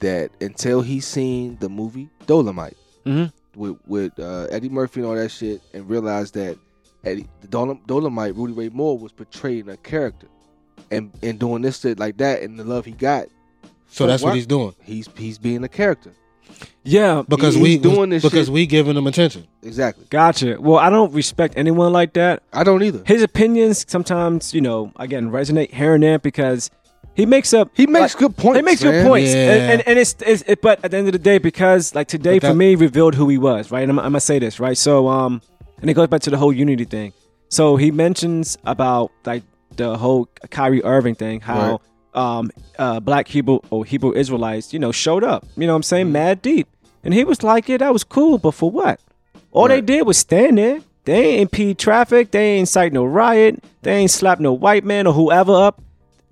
[SPEAKER 4] that until he seen the movie Dolomite
[SPEAKER 3] Mhm.
[SPEAKER 4] with with uh, Eddie Murphy and all that shit, and realized that Eddie the Dolom, Dolomite Rudy Ray Moore was portraying a character, and and doing this shit like that, and the love he got,
[SPEAKER 2] So that's what
[SPEAKER 4] why-
[SPEAKER 2] he's doing
[SPEAKER 4] he's he's being a character.
[SPEAKER 3] yeah
[SPEAKER 2] because
[SPEAKER 4] he's
[SPEAKER 2] we
[SPEAKER 4] doing this
[SPEAKER 2] because
[SPEAKER 4] shit.
[SPEAKER 2] we giving him attention.
[SPEAKER 4] Exactly.
[SPEAKER 3] gotcha well I don't respect anyone like that
[SPEAKER 4] I don't either.
[SPEAKER 3] his opinions sometimes you know again resonate here and there because he makes up
[SPEAKER 4] He makes
[SPEAKER 3] like,
[SPEAKER 4] good points.
[SPEAKER 3] He makes
[SPEAKER 4] man.
[SPEAKER 3] good points,
[SPEAKER 2] Yeah.
[SPEAKER 3] and, and, and it's, it's it, but at the end of the day, because like today
[SPEAKER 2] But that-
[SPEAKER 3] for me revealed who he was, right? And I'm, I'm gonna say this, right? So um, and it goes back to the whole unity thing. So he mentions about like the whole Kyrie Irving thing, how um uh black Hebrew or Hebrew Israelites, you know, showed up. You know what I'm saying?
[SPEAKER 2] Mm-hmm.
[SPEAKER 3] Mad deep, and he was like, yeah, that was cool, but for what? All they
[SPEAKER 4] Right.
[SPEAKER 3] did was stand there. They ain't impede traffic. They ain't incite no riot. They ain't slap no white man or whoever up.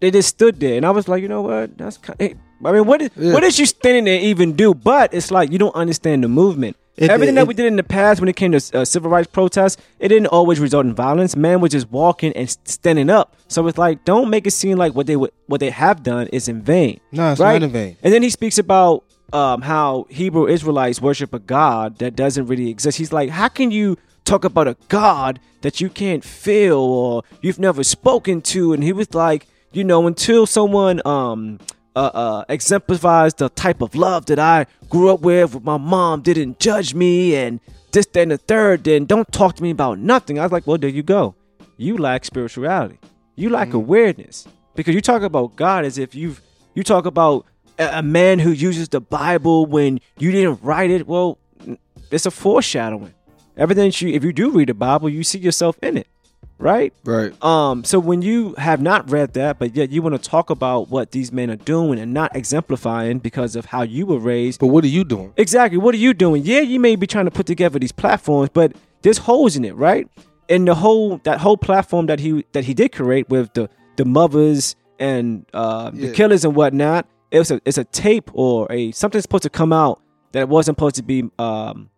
[SPEAKER 3] They just stood there, and I was like, you know what? That's kind. I mean, what is
[SPEAKER 4] Yeah.
[SPEAKER 3] what is you standing there even do? But it's like you don't understand the movement.
[SPEAKER 2] It-
[SPEAKER 3] Everything
[SPEAKER 2] it-
[SPEAKER 3] that we did in the past when it came to uh, civil rights protests, it didn't always result in violence. Man was just walking and s- standing up. So it's like, don't make it seem like what they would, what they have done is in vain.
[SPEAKER 2] No, it's
[SPEAKER 3] right?
[SPEAKER 2] not in vain.
[SPEAKER 3] And then he speaks about um, how Hebrew Israelites worship a God that doesn't really exist. He's like, how can you talk about a God that you can't feel or you've never spoken to? And he was like, you know, until someone um, uh, uh, exemplifies the type of love that I grew up with, with my mom didn't judge me and this, that, and the third, then don't talk to me about nothing. I was like, well, there you go. You lack spirituality. You lack awareness because you talk about God as if you've you talk about a, a man who uses the Bible when you didn't write it. Well, n- it's a foreshadowing. Everything that you if you do read the Bible, you see yourself in it, right?
[SPEAKER 4] Right.
[SPEAKER 3] Um, so when you have not read that, but yet you want to talk about what these men are doing and not exemplifying because of how you were raised.
[SPEAKER 4] But what are you doing?
[SPEAKER 3] Exactly. What are you doing? Yeah, you may be trying to put together these platforms, but there's holes in it, right? And the whole that whole platform that he that he did create with the the mothers and uh,
[SPEAKER 4] Yeah.
[SPEAKER 3] the killers and whatnot, it was a it's a tape or a something supposed to come out that wasn't supposed to be um,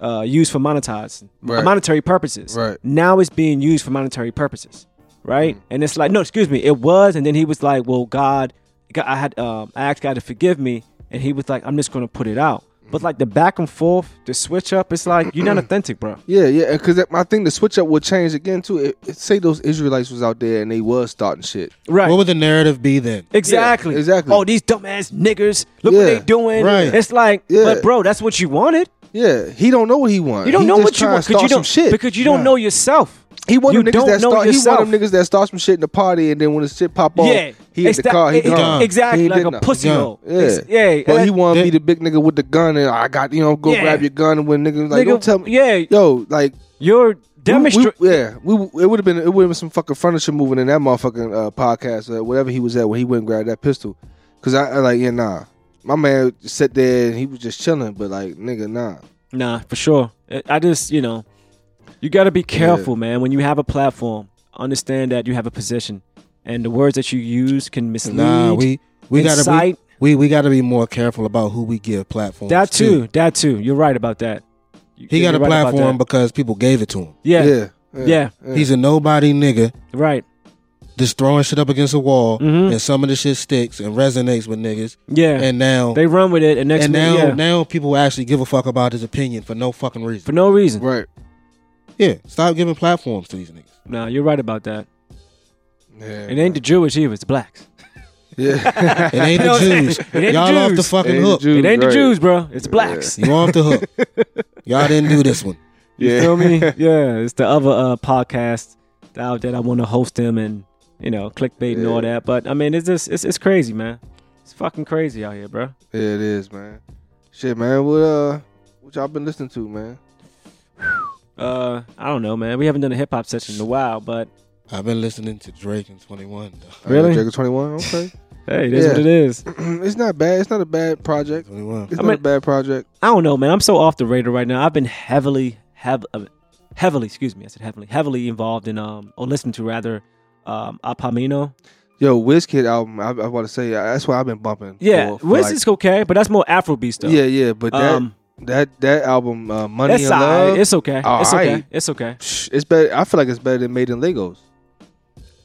[SPEAKER 3] uh, used for monetized
[SPEAKER 4] Right.
[SPEAKER 3] monetary purposes.
[SPEAKER 4] Right. Mm.
[SPEAKER 3] Now it's being used for monetary purposes, right? And it's like, no, excuse me, it was, and then he was like, well, God, God I had, um, I asked God to forgive me, and he was like, I'm just gonna put it out. But
[SPEAKER 4] Mm.
[SPEAKER 3] like the back and forth, the switch up, it's like
[SPEAKER 4] <clears throat>
[SPEAKER 3] you're not authentic, bro.
[SPEAKER 4] Yeah, yeah, because I think the switch up will change again too. It, it- say those Israelites was out there and they was starting shit.
[SPEAKER 3] Right.
[SPEAKER 2] What would the narrative be then?
[SPEAKER 3] Exactly.
[SPEAKER 4] Yeah, exactly.
[SPEAKER 3] Oh, these dumbass niggas. Look what
[SPEAKER 4] Yeah,
[SPEAKER 3] they doing.
[SPEAKER 2] right.
[SPEAKER 3] It's like,
[SPEAKER 4] Yeah.
[SPEAKER 3] but bro, that's what you wanted.
[SPEAKER 4] Yeah, he don't know what he wants.
[SPEAKER 3] You don't
[SPEAKER 4] He
[SPEAKER 3] know
[SPEAKER 4] just
[SPEAKER 3] what you
[SPEAKER 4] trying to
[SPEAKER 3] want
[SPEAKER 4] start
[SPEAKER 3] because you
[SPEAKER 4] some
[SPEAKER 3] don't
[SPEAKER 4] shit.
[SPEAKER 3] because you don't know yourself.
[SPEAKER 4] he one of them
[SPEAKER 3] you
[SPEAKER 4] niggas
[SPEAKER 3] don't
[SPEAKER 4] that
[SPEAKER 3] know
[SPEAKER 4] start. He
[SPEAKER 3] yourself.
[SPEAKER 4] one of them niggas that start some shit in the party and then when the shit pop off,
[SPEAKER 3] yeah.
[SPEAKER 4] he in
[SPEAKER 3] It's
[SPEAKER 4] the
[SPEAKER 3] that-
[SPEAKER 4] car, he
[SPEAKER 3] it-
[SPEAKER 4] gone.
[SPEAKER 3] Exactly.
[SPEAKER 4] He
[SPEAKER 3] like
[SPEAKER 4] did
[SPEAKER 3] a
[SPEAKER 4] not.
[SPEAKER 3] pussy
[SPEAKER 2] Yeah.
[SPEAKER 3] hole.
[SPEAKER 4] Yeah,
[SPEAKER 3] It's- yeah.
[SPEAKER 4] But
[SPEAKER 3] and-
[SPEAKER 4] he want to
[SPEAKER 2] that-
[SPEAKER 4] be the big nigga with the gun and I got you know go
[SPEAKER 3] Yeah.
[SPEAKER 4] grab your gun and when niggas like
[SPEAKER 3] Nigga,
[SPEAKER 4] don't tell me.
[SPEAKER 3] yeah.
[SPEAKER 4] Yo, like
[SPEAKER 3] You're
[SPEAKER 4] we- we-
[SPEAKER 3] demonstrating.
[SPEAKER 4] yeah, we it would have been it would have been some fucking furniture moving in that motherfucking uh, podcast or whatever he was at where he went and grabbed that pistol. Cause I, I like yeah nah, my man sat there and he was just chilling, but like nigga nah.
[SPEAKER 3] Nah, for sure. I- I just, you know, you got to be careful, man. When you have a platform, understand that you have a position, and the words that you use can mislead.
[SPEAKER 2] Nah, we we gotta
[SPEAKER 3] incite.
[SPEAKER 2] we, we we gotta be more careful about who we give platforms.
[SPEAKER 3] that
[SPEAKER 2] to.
[SPEAKER 3] too. That too. You're right about that. You-
[SPEAKER 2] He got
[SPEAKER 3] you're
[SPEAKER 2] a
[SPEAKER 3] right about
[SPEAKER 2] platform
[SPEAKER 3] that.
[SPEAKER 2] because people gave it to him.
[SPEAKER 3] yeah, yeah,
[SPEAKER 4] Yeah. Yeah.
[SPEAKER 2] He's a nobody nigga
[SPEAKER 3] right.
[SPEAKER 2] just throwing shit up against a wall,
[SPEAKER 3] Mhm.
[SPEAKER 2] and some of the shit sticks and resonates with niggas.
[SPEAKER 3] Yeah,
[SPEAKER 2] And now
[SPEAKER 3] they run with it, and next
[SPEAKER 2] and now
[SPEAKER 3] minute, yeah,
[SPEAKER 2] now people actually give a fuck about his opinion for no fucking reason.
[SPEAKER 3] for no reason.
[SPEAKER 4] Right.
[SPEAKER 2] Yeah, stop giving
[SPEAKER 3] <laughs>
[SPEAKER 2] platforms to these niggas.
[SPEAKER 3] Nah, you're right about that.
[SPEAKER 4] Yeah.
[SPEAKER 3] It ain't the Jewish either; it's blacks. <laughs>
[SPEAKER 4] Yeah.
[SPEAKER 2] It ain't
[SPEAKER 3] You know
[SPEAKER 2] the
[SPEAKER 3] what I'm
[SPEAKER 2] Jews.
[SPEAKER 3] saying? It ain't the
[SPEAKER 2] Y'all off the
[SPEAKER 3] Jews.
[SPEAKER 2] fucking
[SPEAKER 4] Ain't the
[SPEAKER 2] hook.
[SPEAKER 4] Jews,
[SPEAKER 3] it ain't the
[SPEAKER 4] right.
[SPEAKER 3] Jews, bro. It's blacks.
[SPEAKER 2] You off the hook.
[SPEAKER 3] <laughs>
[SPEAKER 2] Y'all didn't do this one.
[SPEAKER 3] You
[SPEAKER 4] Yeah.
[SPEAKER 3] feel me? Yeah, it's the other uh, podcast out that I want to host them and you know clickbait and all that. But I mean, it's just it's it's crazy, man. It's fucking crazy out here, bro.
[SPEAKER 4] <laughs> Yeah, it is, man. Shit, man. What uh, what y'all been listening to, man?
[SPEAKER 3] Uh, I don't know, man. We haven't done a hip hop session in a while, but
[SPEAKER 2] I've been listening to Drake and 21. Though.
[SPEAKER 3] Really?
[SPEAKER 4] Twenty One. Uh, Okay. <clears throat>
[SPEAKER 3] hey, it is
[SPEAKER 4] Yeah.
[SPEAKER 3] what it is.
[SPEAKER 4] it's not bad. It's not a bad project.
[SPEAKER 2] 21.
[SPEAKER 4] It's
[SPEAKER 3] I
[SPEAKER 4] not
[SPEAKER 3] mean-
[SPEAKER 4] a bad project.
[SPEAKER 3] I don't know, man. I'm so off the radar right now. I've been heavily, hev- uh, heavily, excuse me, I said heavily, heavily involved in um or listening to rather um Apamino.
[SPEAKER 4] Yo, Wizkid album. I, I want to say I- that's why I've been bumping.
[SPEAKER 3] Yeah,
[SPEAKER 4] for- for
[SPEAKER 3] Wiz
[SPEAKER 4] like-
[SPEAKER 3] is okay, but that's more Afrobeat stuff.
[SPEAKER 4] Yeah, yeah, but that
[SPEAKER 3] um,
[SPEAKER 4] that that album, uh, Money
[SPEAKER 3] that's
[SPEAKER 4] and
[SPEAKER 3] all
[SPEAKER 4] Love.
[SPEAKER 3] right. It's okay.
[SPEAKER 4] All
[SPEAKER 3] it's okay.
[SPEAKER 4] right.
[SPEAKER 3] It's okay.
[SPEAKER 4] Psh, It's better. I feel like it's better than Made in Legos.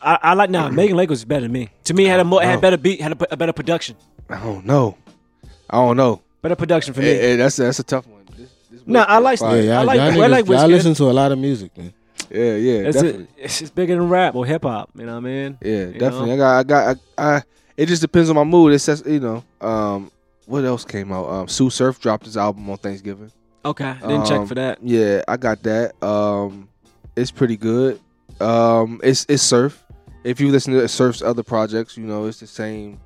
[SPEAKER 3] I, I like now. Nah, Megan Lake was better than me. To me, it had a more, it had
[SPEAKER 4] Oh.
[SPEAKER 3] better beat, had a, a better production,
[SPEAKER 4] I don't know. I don't know.
[SPEAKER 3] better production for me.
[SPEAKER 4] Eh, eh, that's that's a tough one. This, this
[SPEAKER 3] Nah, I
[SPEAKER 4] Wizkid
[SPEAKER 3] like-
[SPEAKER 4] fire.
[SPEAKER 2] Yeah, y'all,
[SPEAKER 3] I like-
[SPEAKER 2] y'all
[SPEAKER 3] I like
[SPEAKER 2] niggas- y'all
[SPEAKER 3] Wizkid.
[SPEAKER 2] listen to a lot of music, man.
[SPEAKER 4] yeah, yeah,
[SPEAKER 3] it's,
[SPEAKER 4] definitely.
[SPEAKER 3] it's just bigger than rap or hip hop. You know what I mean?
[SPEAKER 4] Yeah,
[SPEAKER 3] You know?
[SPEAKER 4] definitely. I got, I got, I, I. It just depends on my mood. It says, you know, um, what else came out? Um, Sue Surf dropped his album on Thanksgiving.
[SPEAKER 3] Okay, didn't check
[SPEAKER 4] Um,
[SPEAKER 3] for that.
[SPEAKER 4] Yeah, I got that. Um, it's pretty good. Um, it's it's Surf. If you listen to Surf's other projects, you know it's the same,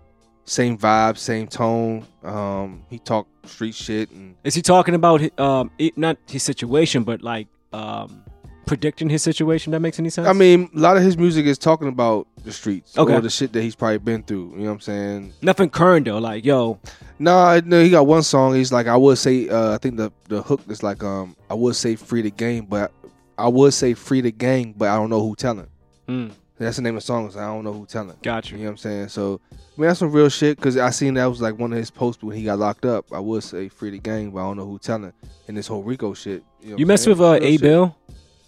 [SPEAKER 4] same vibe, same tone. Um, he talked street shit and
[SPEAKER 3] Is he talking about hi- um it, not his situation, but like um predicting his situation? That makes any sense?
[SPEAKER 4] I mean, a lot of his music is talking about the streets
[SPEAKER 3] Okay.
[SPEAKER 4] or the shit that he's probably been through. You know what I'm saying?
[SPEAKER 3] nothing current though. Like yo,
[SPEAKER 4] Nah, no, he got one song. He's like, I would say, uh, I think the the hook is like, um, I would say free the game, but I would say free the gang, but I don't know who telling.
[SPEAKER 3] mm,
[SPEAKER 4] That's the name of the song. Is I don't know who telling.
[SPEAKER 3] got
[SPEAKER 4] You
[SPEAKER 3] you.
[SPEAKER 4] know what I'm saying? So, I mean, that's some real shit. Cause I seen that was like one of his posts when he got locked up. I would say free the gang, but I don't know who telling. And this whole Rico shit. You, know what
[SPEAKER 3] You
[SPEAKER 4] I'm
[SPEAKER 3] mess
[SPEAKER 4] saying?
[SPEAKER 3] with uh,
[SPEAKER 4] Real
[SPEAKER 3] A
[SPEAKER 4] shit.
[SPEAKER 3] Bill,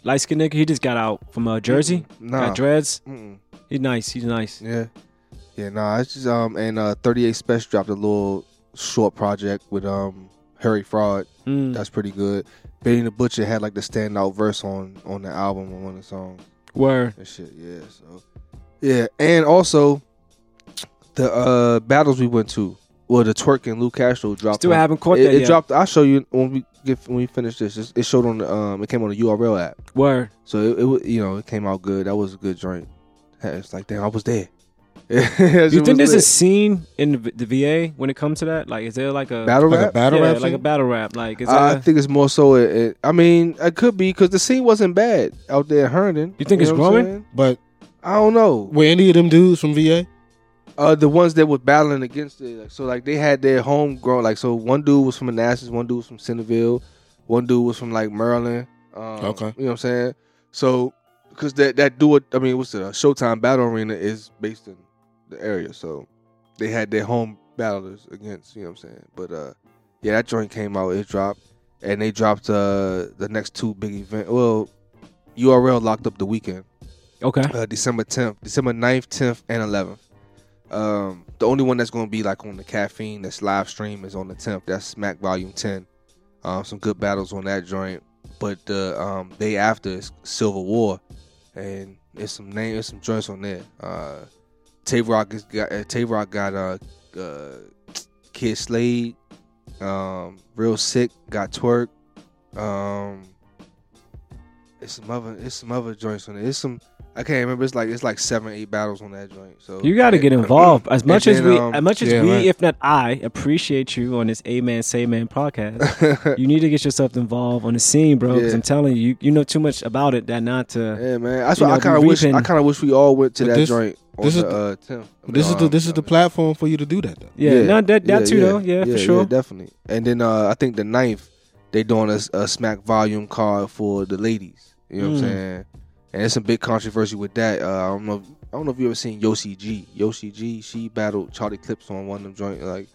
[SPEAKER 3] light skinned nigga. He just got out from uh, Jersey.
[SPEAKER 4] Nah.
[SPEAKER 3] Got dreads.
[SPEAKER 4] Mm-mm.
[SPEAKER 3] He's nice. He's nice.
[SPEAKER 4] Yeah. Yeah, nah, it's just um and uh 38 Special dropped a little short project with um Harry Fraud.
[SPEAKER 3] Mm.
[SPEAKER 4] That's pretty good. Benny the Butcher had like the standout verse on on the album on one of the songs
[SPEAKER 3] Word.
[SPEAKER 4] and shit. Yeah, so yeah, and also the uh battles we went to. Well, the twerk and Lou Castro dropped.
[SPEAKER 3] Still
[SPEAKER 4] on-
[SPEAKER 3] haven't caught
[SPEAKER 4] it,
[SPEAKER 3] that
[SPEAKER 4] it
[SPEAKER 3] yet.
[SPEAKER 4] dropped. I'll show you when we get when we finish this. It, it showed on the um. It came on the URL app,
[SPEAKER 3] Word.
[SPEAKER 4] so it, it wa- you know it came out good. That was a good joint. It's like damn, I was there. <laughs> That
[SPEAKER 3] Do you
[SPEAKER 4] shit
[SPEAKER 3] think
[SPEAKER 4] was
[SPEAKER 3] there's a
[SPEAKER 4] lit.
[SPEAKER 3] scene in the, the VA when it comes to that? Like, is there like a
[SPEAKER 4] battle
[SPEAKER 2] Like
[SPEAKER 4] rap? Uh,
[SPEAKER 2] a battle
[SPEAKER 3] yeah,
[SPEAKER 2] rap?
[SPEAKER 3] like a
[SPEAKER 2] scene?
[SPEAKER 3] battle rap? Like, is
[SPEAKER 4] I
[SPEAKER 3] that? a-
[SPEAKER 4] think it's more so. It, it- I mean, it could be because the scene wasn't bad out there in Herndon.
[SPEAKER 3] You think it's
[SPEAKER 4] know what I'm
[SPEAKER 3] growing?
[SPEAKER 4] saying?
[SPEAKER 2] but
[SPEAKER 4] I don't know.
[SPEAKER 2] were any of them dudes from VA?
[SPEAKER 4] Uh, the ones that were battling against it, like, so like they had their homegrown. Like so, one dude was from Manassas, one dude was from Centerville, one dude was from like Maryland. Um,
[SPEAKER 2] Okay.
[SPEAKER 4] you know what I'm saying? So because that that dude, I mean, what's the Showtime Battle Arena is based in the area, so they had their home battlers against. You know what I'm saying? But uh, yeah, that joint came out. It dropped, and they dropped uh the next two big event. Well, URL locked up the weekend
[SPEAKER 3] okay.
[SPEAKER 4] uh, December 10th, December 9th, 10th, and 11th. Um, the only one that's going to be like on the caffeine that's live stream is on the 10th. That's Smack Volume 10. Um, some good battles on that joint. But the um, day after is Civil War, and there's some name, there's some joints on there. Uh, Tay Rock is got uh, Tay Rock got uh, uh, Kid Slade, um, Real Sick got Twerk. Um, it's some other it's some other joints on there. It's some I can't remember. It's like it's like seven, eight battles on that joint. So
[SPEAKER 3] You got to get involved as much as
[SPEAKER 4] then,
[SPEAKER 3] we,
[SPEAKER 4] um,
[SPEAKER 3] as much as
[SPEAKER 2] yeah,
[SPEAKER 3] we,
[SPEAKER 2] right.
[SPEAKER 3] if not I, appreciate you on this A Man Say Man podcast. you need to get yourself involved on the scene, bro. Because
[SPEAKER 4] Yeah.
[SPEAKER 3] I'm telling you, you, you know too much about it that not to.
[SPEAKER 4] <laughs> Yeah, man. That's
[SPEAKER 3] You
[SPEAKER 4] why I
[SPEAKER 3] know,
[SPEAKER 4] kind of
[SPEAKER 3] we've
[SPEAKER 4] wish. I
[SPEAKER 3] been-
[SPEAKER 4] kind of wish we all went to
[SPEAKER 2] But
[SPEAKER 4] that
[SPEAKER 2] this-
[SPEAKER 4] joint. On
[SPEAKER 2] this is
[SPEAKER 4] the,
[SPEAKER 2] the-
[SPEAKER 4] uh, 10th. I mean,
[SPEAKER 2] This is the
[SPEAKER 4] um,
[SPEAKER 2] this is the platform for you to do that. Though.
[SPEAKER 3] Yeah, not that that too though. Yeah, for sure.
[SPEAKER 4] definitely. And then uh, I think the ninth, they doing a, a smack volume card for the ladies. You know what I'm
[SPEAKER 3] Mm.
[SPEAKER 4] saying? And there's some big controversy with that. Uh, I don't know. If, I don't know if you ever seen Yoshi G. Yoshi G. She battled Charlie Clips on one of them joint. Like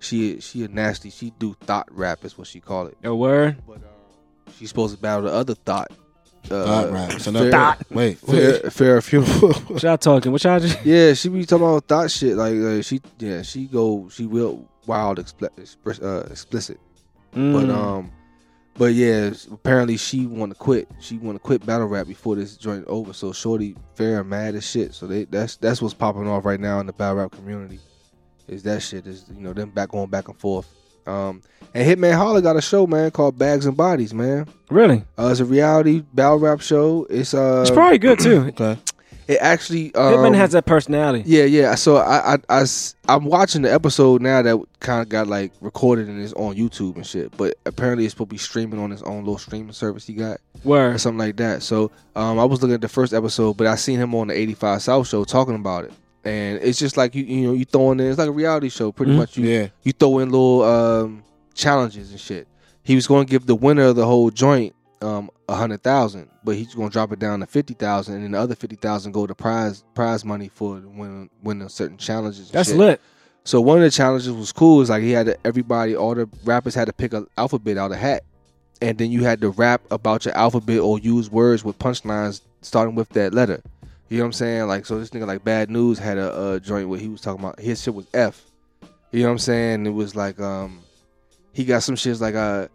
[SPEAKER 4] she she a nasty. She do thought rap is what she call it.
[SPEAKER 3] Yo, word.
[SPEAKER 4] But uh, she's supposed to battle the other thought. Uh,
[SPEAKER 2] Thought rap. So
[SPEAKER 4] Fair-
[SPEAKER 2] now, Thought. wait, wait.
[SPEAKER 4] Fair, fair funeral. <laughs>
[SPEAKER 3] What y'all talking? What y'all just?
[SPEAKER 4] Yeah, she be talking about thought shit. Like, like she, yeah, she go, she will wild expli- express, uh, explicit.
[SPEAKER 3] Mm.
[SPEAKER 4] But um, But yeah, s- apparently she want to quit. She want to quit battle rap before this joint over. So Shorty fair and mad as shit. So they that's that's what's popping off right now in the battle rap community. Is that shit is you know them back going back and forth. Um, and Hitman Holler got a show man called Bags and Bodies man.
[SPEAKER 3] Really?
[SPEAKER 4] Uh, it's a reality battle rap show. It's uh,
[SPEAKER 3] It's probably good
[SPEAKER 4] <clears throat>
[SPEAKER 3] too.
[SPEAKER 2] Okay.
[SPEAKER 4] it actually um,
[SPEAKER 3] Hitman has that personality.
[SPEAKER 4] yeah, yeah. So I, I, I s- I'm watching the episode now that kind of got like recorded and it's on YouTube and shit. But apparently it's supposed to be streaming on his own little streaming service he got or
[SPEAKER 3] Where
[SPEAKER 4] something like that. So um, I was looking at the first episode, but I seen him on the 85 South show talking about it, and it's just like you, you know, you throwing in. It's like a reality show, pretty
[SPEAKER 3] Mhm.
[SPEAKER 4] much. You
[SPEAKER 2] Yeah.
[SPEAKER 4] you throw in little um, challenges and shit. He was going to give the winner of the whole joint um a hundred thousand, but he's going to drop it down to fifty thousand, and then the other fifty thousand go to prize prize money for the win winning certain challenges. and
[SPEAKER 3] that's
[SPEAKER 4] shit.
[SPEAKER 3] lit.
[SPEAKER 4] So one of the challenges was cool. Is like he had to, everybody, all the rappers had to pick an alphabet out of a hat, and then you had to rap about your alphabet or use words with punchlines starting with that letter. You know what I'm saying? Like so, this nigga like Bad News had a, uh joint where he was talking about his shit was F. You know what I'm saying? It was like um, he got some shits like uh,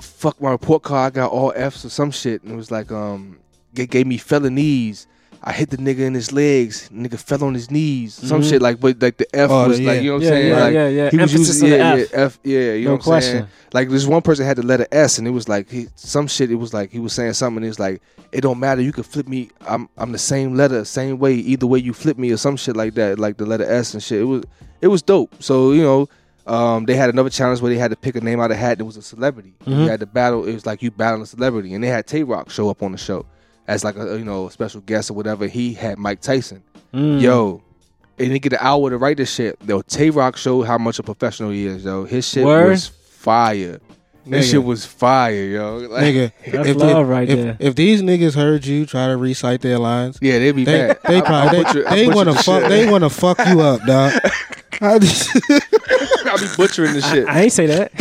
[SPEAKER 4] fuck my report card, I got all Fs or some shit, and it was like um, g- gave me felonies. I hit the nigga in his legs. Nigga fell on his knees. Some
[SPEAKER 3] Mhm.
[SPEAKER 4] shit like, but like the F
[SPEAKER 2] Oh,
[SPEAKER 4] was
[SPEAKER 2] yeah.
[SPEAKER 4] like, you know what I'm
[SPEAKER 3] Yeah,
[SPEAKER 4] saying?
[SPEAKER 3] yeah,
[SPEAKER 4] like,
[SPEAKER 3] yeah, yeah.
[SPEAKER 4] He was
[SPEAKER 3] Emphasis
[SPEAKER 4] using,
[SPEAKER 3] on the
[SPEAKER 4] yeah,
[SPEAKER 3] F.
[SPEAKER 4] yeah, F, yeah. You
[SPEAKER 3] no
[SPEAKER 4] know what I'm saying?
[SPEAKER 3] question.
[SPEAKER 4] Like this one person had the letter S, and it was like he, some shit. It was like he was saying something. And it was like it don't matter. You could flip me. I'm I'm the same letter, same way. Either way you flip me or some shit like that. Like the letter S and shit. It was it was dope. So you know. Um, they had another challenge where they had to pick a name out of a hat that was a celebrity.
[SPEAKER 3] Mm-hmm.
[SPEAKER 4] You had to battle. It was like you battling a celebrity, and they had Tay Rock show up on the show as like a you know special guest or whatever. He had Mike Tyson.
[SPEAKER 3] Mm.
[SPEAKER 4] Yo, and they get an hour to write this shit. Yo, Tay Rock showed how much a professional he is, yo. His shit
[SPEAKER 3] Word?
[SPEAKER 4] was fire. This
[SPEAKER 2] Nigga.
[SPEAKER 4] shit was fire, yo. Like,
[SPEAKER 2] Nigga,
[SPEAKER 3] That's love right
[SPEAKER 2] if,
[SPEAKER 3] there.
[SPEAKER 2] If these niggas heard you try to recite their lines,
[SPEAKER 4] Yeah, they be
[SPEAKER 2] they
[SPEAKER 4] bad.
[SPEAKER 2] they probably they, they want to fuck they want to fuck you up, dog. I just-
[SPEAKER 4] <laughs>
[SPEAKER 2] <laughs>
[SPEAKER 4] <laughs> I be butchering this shit.
[SPEAKER 3] I ain't say that.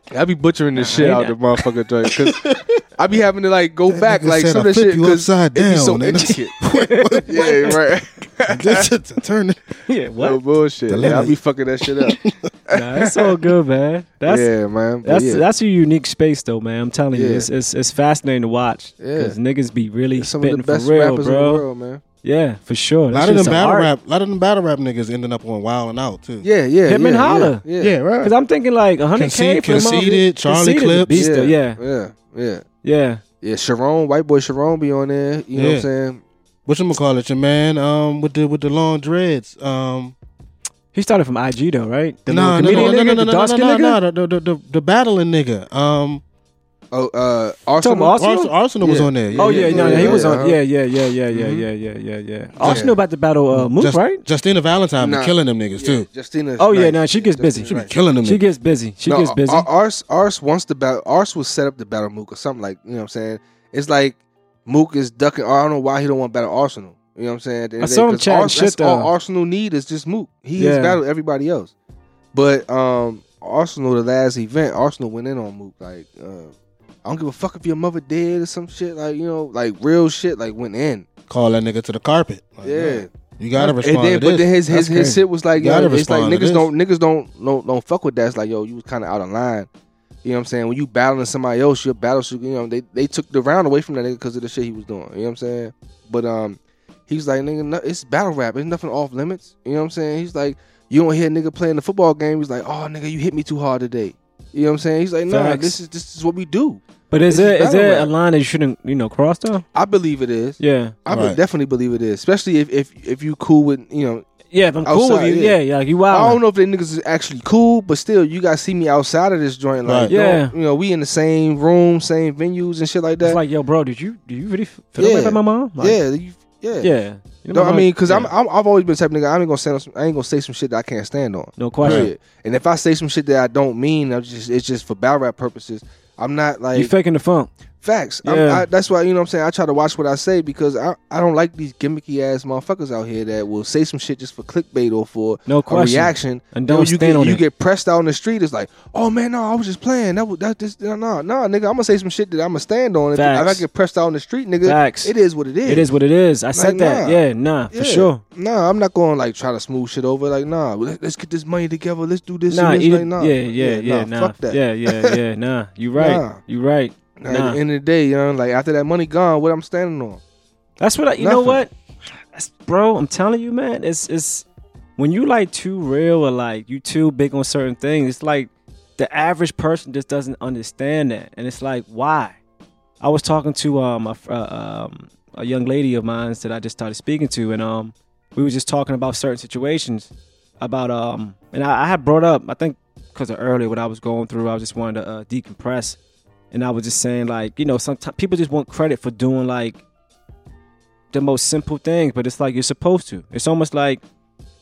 [SPEAKER 3] <laughs>
[SPEAKER 4] I be butchering this shit
[SPEAKER 3] I
[SPEAKER 4] out
[SPEAKER 3] ain't-
[SPEAKER 4] the motherfucker joint
[SPEAKER 3] <laughs>
[SPEAKER 4] because I be having to like go back
[SPEAKER 2] nigga
[SPEAKER 4] like
[SPEAKER 2] said
[SPEAKER 4] some
[SPEAKER 2] I
[SPEAKER 4] of this
[SPEAKER 2] flip
[SPEAKER 4] shit
[SPEAKER 2] you
[SPEAKER 4] because it
[SPEAKER 2] upside
[SPEAKER 4] be so
[SPEAKER 2] down, nigga.
[SPEAKER 3] <laughs>
[SPEAKER 4] intricate. <laughs> yeah, right.
[SPEAKER 2] turn it.
[SPEAKER 3] yeah,
[SPEAKER 4] No
[SPEAKER 3] what?
[SPEAKER 4] bullshit. Yeah, I
[SPEAKER 2] limit.
[SPEAKER 4] be fucking that shit up.
[SPEAKER 3] Nah, that's all good, man. <laughs> That's
[SPEAKER 4] yeah, man. But
[SPEAKER 3] that's
[SPEAKER 4] yeah.
[SPEAKER 3] that's a unique space, though, man. I'm telling you,
[SPEAKER 4] Yeah.
[SPEAKER 3] it's, it's it's fascinating to watch
[SPEAKER 4] Yeah.
[SPEAKER 3] because niggas be really
[SPEAKER 4] some of
[SPEAKER 3] spitting
[SPEAKER 4] the best
[SPEAKER 3] for real,
[SPEAKER 4] rappers in the
[SPEAKER 3] bro.
[SPEAKER 4] world, man.
[SPEAKER 3] Yeah, for sure.
[SPEAKER 2] A
[SPEAKER 3] That
[SPEAKER 2] lot of
[SPEAKER 3] shit's
[SPEAKER 2] them battle
[SPEAKER 3] art.
[SPEAKER 2] rap, a lot of them battle rap niggas ending up on Wild and Out too.
[SPEAKER 4] Yeah, yeah.
[SPEAKER 3] Him
[SPEAKER 4] yeah,
[SPEAKER 3] and Holla.
[SPEAKER 4] Yeah, yeah.
[SPEAKER 2] yeah, right.
[SPEAKER 3] Because I'm thinking like 100K
[SPEAKER 2] Conceit-
[SPEAKER 3] for the mother-
[SPEAKER 2] Conceited, Charlie
[SPEAKER 3] Conceited is a
[SPEAKER 2] Clips.
[SPEAKER 3] beast, though.
[SPEAKER 4] yeah,
[SPEAKER 3] yeah,
[SPEAKER 4] yeah, yeah.
[SPEAKER 3] yeah.
[SPEAKER 4] Yeah, Sharon, white boy Sharon be on there. You know what
[SPEAKER 2] Yeah.
[SPEAKER 4] I'm saying?
[SPEAKER 2] What you call it, your man? Um, with the with the long dreads. Um,
[SPEAKER 3] He started from IG though, right? The
[SPEAKER 2] nah, no,
[SPEAKER 3] little
[SPEAKER 2] no, no,
[SPEAKER 3] comedian
[SPEAKER 2] no,
[SPEAKER 3] nigga,
[SPEAKER 2] no,
[SPEAKER 3] the
[SPEAKER 2] no,
[SPEAKER 3] dark
[SPEAKER 2] no,
[SPEAKER 3] skin
[SPEAKER 2] no,
[SPEAKER 3] nigga.
[SPEAKER 2] no, no, the- the the the battling nigga. Um,
[SPEAKER 4] Oh, uh,
[SPEAKER 3] Talking
[SPEAKER 4] Arsenal.
[SPEAKER 3] about Arsenal?
[SPEAKER 2] Arsenal, Arsenal was
[SPEAKER 4] Yeah.
[SPEAKER 2] on there.
[SPEAKER 3] Oh yeah, no,
[SPEAKER 4] yeah, Mm-hmm.
[SPEAKER 3] he was
[SPEAKER 4] yeah,
[SPEAKER 3] on.
[SPEAKER 4] uh-huh.
[SPEAKER 3] Yeah, yeah, yeah, yeah, yeah,
[SPEAKER 2] Mhm.
[SPEAKER 3] yeah, yeah, yeah, yeah. Arsenal about to battle uh, Mook,
[SPEAKER 2] Just-
[SPEAKER 3] right?
[SPEAKER 2] Justina Valentine been
[SPEAKER 4] Nah.
[SPEAKER 2] killing them niggas
[SPEAKER 4] Yeah,
[SPEAKER 2] too.
[SPEAKER 4] Justina's
[SPEAKER 3] Oh yeah,
[SPEAKER 4] nice.
[SPEAKER 3] no, she gets busy.
[SPEAKER 4] Justina's
[SPEAKER 2] She be
[SPEAKER 4] Right.
[SPEAKER 2] killing them.
[SPEAKER 3] She
[SPEAKER 2] niggas.
[SPEAKER 3] gets busy. She
[SPEAKER 4] No, uh,
[SPEAKER 3] gets busy.
[SPEAKER 4] Ar- Ars Ars wants to battle. Ars was set up to battle Mook or something like you know what I'm saying. It's like Mook is ducking. I don't know why he don't want to battle Arsenal. You know what I'm saying? At the end
[SPEAKER 3] I
[SPEAKER 4] of the
[SPEAKER 3] saw
[SPEAKER 4] day,
[SPEAKER 3] him
[SPEAKER 4] 'cause
[SPEAKER 3] chatting
[SPEAKER 4] Ars-
[SPEAKER 3] shit,
[SPEAKER 4] that's
[SPEAKER 3] though.
[SPEAKER 4] all Arsenal need is just Mook. He
[SPEAKER 3] Yeah.
[SPEAKER 4] has battled everybody else, but um, Arsenal the last event, Arsenal went in on Mook like uh, I don't give a fuck if your mother dead or some shit like you know like real shit like went in.
[SPEAKER 2] Call that nigga to the carpet. Like,
[SPEAKER 4] yeah.
[SPEAKER 2] nah, you gotta
[SPEAKER 4] And
[SPEAKER 2] respond
[SPEAKER 4] then,
[SPEAKER 2] to
[SPEAKER 4] but then
[SPEAKER 2] this.
[SPEAKER 4] his his,
[SPEAKER 3] That's crazy.
[SPEAKER 4] his shit was like,
[SPEAKER 2] You
[SPEAKER 4] yo,
[SPEAKER 2] gotta
[SPEAKER 4] it's like
[SPEAKER 2] respond to
[SPEAKER 4] niggas
[SPEAKER 2] this.
[SPEAKER 4] don't niggas don't don't don't fuck with that. It's like, yo, you was kind of out of line. You know what I'm saying? When you battling somebody else, your battle should, you know, they they took the round away from that nigga because of the shit he was doing. You know what I'm saying? But um, he's like, nigga, no, it's battle rap. There's nothing off limits. You know what I'm saying? He's like, you don't hear a nigga playing the football game. He's like, oh, nigga, you hit me too hard today. You know what I'm saying? He's like, nah,
[SPEAKER 3] Facts.
[SPEAKER 4] this is this is what we do.
[SPEAKER 3] But is
[SPEAKER 4] This is
[SPEAKER 3] there is
[SPEAKER 4] battle
[SPEAKER 3] there a
[SPEAKER 4] rap.
[SPEAKER 3] line that you shouldn't you know cross though?
[SPEAKER 4] I believe it is.
[SPEAKER 3] Yeah,
[SPEAKER 4] I be-
[SPEAKER 2] Right.
[SPEAKER 4] definitely believe it is, especially if if if you cool with you know
[SPEAKER 3] yeah. If I'm cool
[SPEAKER 4] Outside,
[SPEAKER 3] with you,
[SPEAKER 4] yeah.
[SPEAKER 3] yeah, yeah, like you
[SPEAKER 4] I don't
[SPEAKER 3] wild.
[SPEAKER 4] know if the niggas is actually cool, but still, you gotta see me outside of this joint. Like,
[SPEAKER 2] Right.
[SPEAKER 3] Yeah.
[SPEAKER 4] yeah, you know, we in the same room, same venues and shit like that.
[SPEAKER 3] It's like, yo, bro, did you do you really f- feel
[SPEAKER 4] Yeah.
[SPEAKER 3] like my mom? Like,
[SPEAKER 4] yeah, you, yeah,
[SPEAKER 3] yeah. You
[SPEAKER 4] No,
[SPEAKER 3] my
[SPEAKER 4] I
[SPEAKER 3] mom-
[SPEAKER 4] mean, because
[SPEAKER 3] yeah.
[SPEAKER 4] I'm, I'm I've always been the type of nigga. I ain't gonna say some, I ain't gonna say some shit that I can't stand on.
[SPEAKER 3] no question.
[SPEAKER 4] Period. And if I say some shit that I don't mean, I'm just it's just for battle rap purposes. I'm not like
[SPEAKER 3] You faking the funk.
[SPEAKER 4] Facts. I'm,
[SPEAKER 3] Yeah.
[SPEAKER 4] I, that's why you know what I'm saying I try to watch what I say because I, I don't like these gimmicky ass motherfuckers out here that will say some shit just for clickbait or for
[SPEAKER 3] No
[SPEAKER 4] a
[SPEAKER 3] question.
[SPEAKER 4] reaction.
[SPEAKER 3] And
[SPEAKER 4] Then
[SPEAKER 3] don't
[SPEAKER 4] when you
[SPEAKER 3] stand
[SPEAKER 4] get,
[SPEAKER 3] on
[SPEAKER 4] you
[SPEAKER 3] it.
[SPEAKER 4] get pressed out on the street. It's like, oh man, no, I was just playing. That was that this no no no nigga. I'm gonna say some shit that I'm gonna stand on. If, if I
[SPEAKER 3] Facts.
[SPEAKER 4] get pressed out on the street, nigga,
[SPEAKER 3] Facts.
[SPEAKER 4] it is what it is.
[SPEAKER 3] It is what it is. I said
[SPEAKER 4] Like,
[SPEAKER 3] that.
[SPEAKER 4] nah.
[SPEAKER 3] Yeah, nah,
[SPEAKER 4] Yeah.
[SPEAKER 3] for sure.
[SPEAKER 4] Nah, I'm not going like try to smooth shit over. Like, nah, let- let's get this money together. Let's do this.
[SPEAKER 3] Nah,
[SPEAKER 4] and this.
[SPEAKER 3] either-
[SPEAKER 4] Like, nah,
[SPEAKER 3] yeah, yeah, yeah, nah,
[SPEAKER 4] Fuck that.
[SPEAKER 3] yeah, yeah, yeah, nah.
[SPEAKER 4] <laughs>
[SPEAKER 3] You right.
[SPEAKER 4] Nah.
[SPEAKER 3] You right. Nah.
[SPEAKER 4] Nah, At the end of the day, you know, like after that money gone, what I'm standing on?
[SPEAKER 3] That's what I. You know
[SPEAKER 4] Nothing.
[SPEAKER 3] what, That's, bro? I'm telling you, man. It's it's when you like too real or like you too big on certain things. It's like the average person just doesn't understand that, and it's like why? I was talking to um a, fr- uh, um a young lady of mine that I just started speaking to, and um we were just talking about certain situations about um and I, I had brought up I think because of earlier what I was going through, I was just wanted to uh, decompress. And I was just saying, like, you know, sometimes people just want credit for doing like the most simple things, but it's like you're supposed to. It's almost like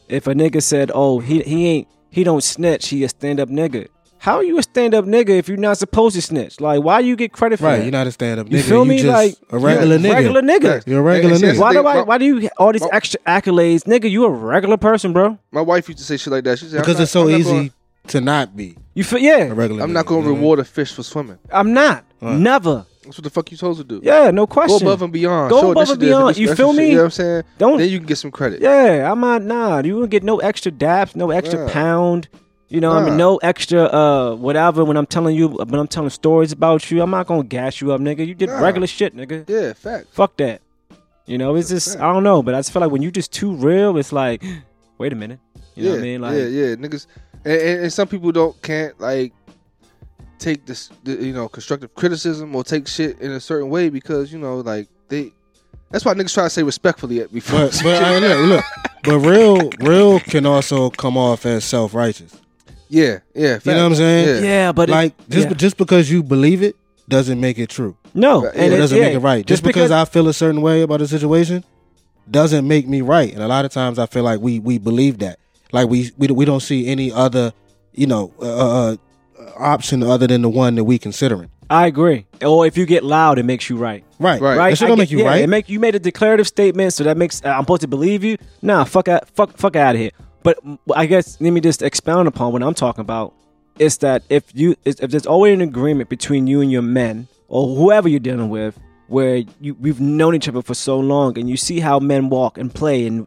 [SPEAKER 3] if a nigga said, "Oh, he he ain't he don't snitch. He a stand up nigga." How are you a stand up nigga if you're not supposed to snitch? Like, why you get credit for
[SPEAKER 2] Right,
[SPEAKER 3] that?
[SPEAKER 2] you're not a stand up nigga.
[SPEAKER 3] You feel me?
[SPEAKER 2] just
[SPEAKER 3] Like,
[SPEAKER 2] a regular
[SPEAKER 3] yeah,
[SPEAKER 2] nigga.
[SPEAKER 3] regular nigga.
[SPEAKER 2] You're a regular
[SPEAKER 4] And- and
[SPEAKER 2] nigga.
[SPEAKER 3] Why do
[SPEAKER 4] my-
[SPEAKER 3] I? Why do you get all these
[SPEAKER 4] Well-
[SPEAKER 3] extra accolades, nigga? You a regular person, bro.
[SPEAKER 4] My wife used to say shit like that. She said, I'm
[SPEAKER 2] Because
[SPEAKER 4] not-
[SPEAKER 2] it's so
[SPEAKER 4] I'm not
[SPEAKER 2] easy
[SPEAKER 4] gonna-
[SPEAKER 2] to not be
[SPEAKER 3] You feel?
[SPEAKER 2] a
[SPEAKER 3] Yeah,
[SPEAKER 2] regular.
[SPEAKER 4] I'm not
[SPEAKER 2] nigga,
[SPEAKER 4] going
[SPEAKER 2] you know what I
[SPEAKER 4] to
[SPEAKER 2] mean?
[SPEAKER 4] reward a fish for swimming.
[SPEAKER 3] I'm not.
[SPEAKER 2] Right.
[SPEAKER 3] Never.
[SPEAKER 4] That's what the fuck you supposed to do.
[SPEAKER 3] Yeah, no
[SPEAKER 4] Go
[SPEAKER 3] question.
[SPEAKER 4] above and beyond.
[SPEAKER 3] Go
[SPEAKER 4] Show
[SPEAKER 3] above and
[SPEAKER 4] initiative
[SPEAKER 3] beyond.
[SPEAKER 4] this
[SPEAKER 3] You
[SPEAKER 4] extra
[SPEAKER 3] feel
[SPEAKER 4] shit,
[SPEAKER 3] me?
[SPEAKER 4] You know what I'm saying?
[SPEAKER 3] Don't
[SPEAKER 4] Then you can get some credit.
[SPEAKER 3] Yeah, I'm not. Nah, you won't get no extra daps, no extra
[SPEAKER 4] Nah.
[SPEAKER 3] pound. You know, I mean,
[SPEAKER 4] Nah.
[SPEAKER 3] no extra uh whatever. When I'm telling you, when I'm telling stories about you, I'm not gonna gas you up, nigga. You did
[SPEAKER 4] Nah.
[SPEAKER 3] regular shit, nigga.
[SPEAKER 4] Yeah, fact.
[SPEAKER 3] Fuck that. You know, it's just I don't know, but I just feel like when you just too real, it's like, <gasps> wait a minute. You know
[SPEAKER 4] yeah,
[SPEAKER 3] what I mean? Like,
[SPEAKER 4] yeah, yeah, niggas. And, and, and some people don't can't like take this, the, you know, constructive criticism or take shit in a certain way because you know, like they. That's why niggas try to say respectfully at me
[SPEAKER 2] But
[SPEAKER 4] first.
[SPEAKER 2] but
[SPEAKER 3] <laughs>
[SPEAKER 2] I, look, look, but real real can also come off as self righteous.
[SPEAKER 4] <laughs> yeah, yeah. Facts.
[SPEAKER 2] You know what I'm saying?
[SPEAKER 4] Yeah.
[SPEAKER 3] Yeah, but it-
[SPEAKER 2] like just
[SPEAKER 3] yeah.
[SPEAKER 2] just because you believe it doesn't make it true.
[SPEAKER 3] no,
[SPEAKER 4] Yeah,
[SPEAKER 3] and
[SPEAKER 2] it doesn't
[SPEAKER 3] yeah,
[SPEAKER 2] make it right. Just, because, I feel a certain way about a situation doesn't make me right. And a lot of times I feel like we we believe that. Like we we, we don't see any other, you know, uh, uh, option other than the one that we considering.
[SPEAKER 3] I agree. Or if you get loud, it makes you right.
[SPEAKER 2] Right.
[SPEAKER 4] Right.
[SPEAKER 3] right?
[SPEAKER 2] That shit
[SPEAKER 3] I
[SPEAKER 2] don't
[SPEAKER 3] get-
[SPEAKER 2] make you
[SPEAKER 3] yeah,
[SPEAKER 2] right.
[SPEAKER 3] It make you made a declarative statement, so that makes uh, I'm supposed to believe you. Nah, fuck out, fuck, fuck out of here. But mm, I guess let me just expound upon what I'm talking about. Is that if you is- if there's always an agreement between you and your men or whoever you're dealing with, where you we've known each other for so long and you see how men walk and play, and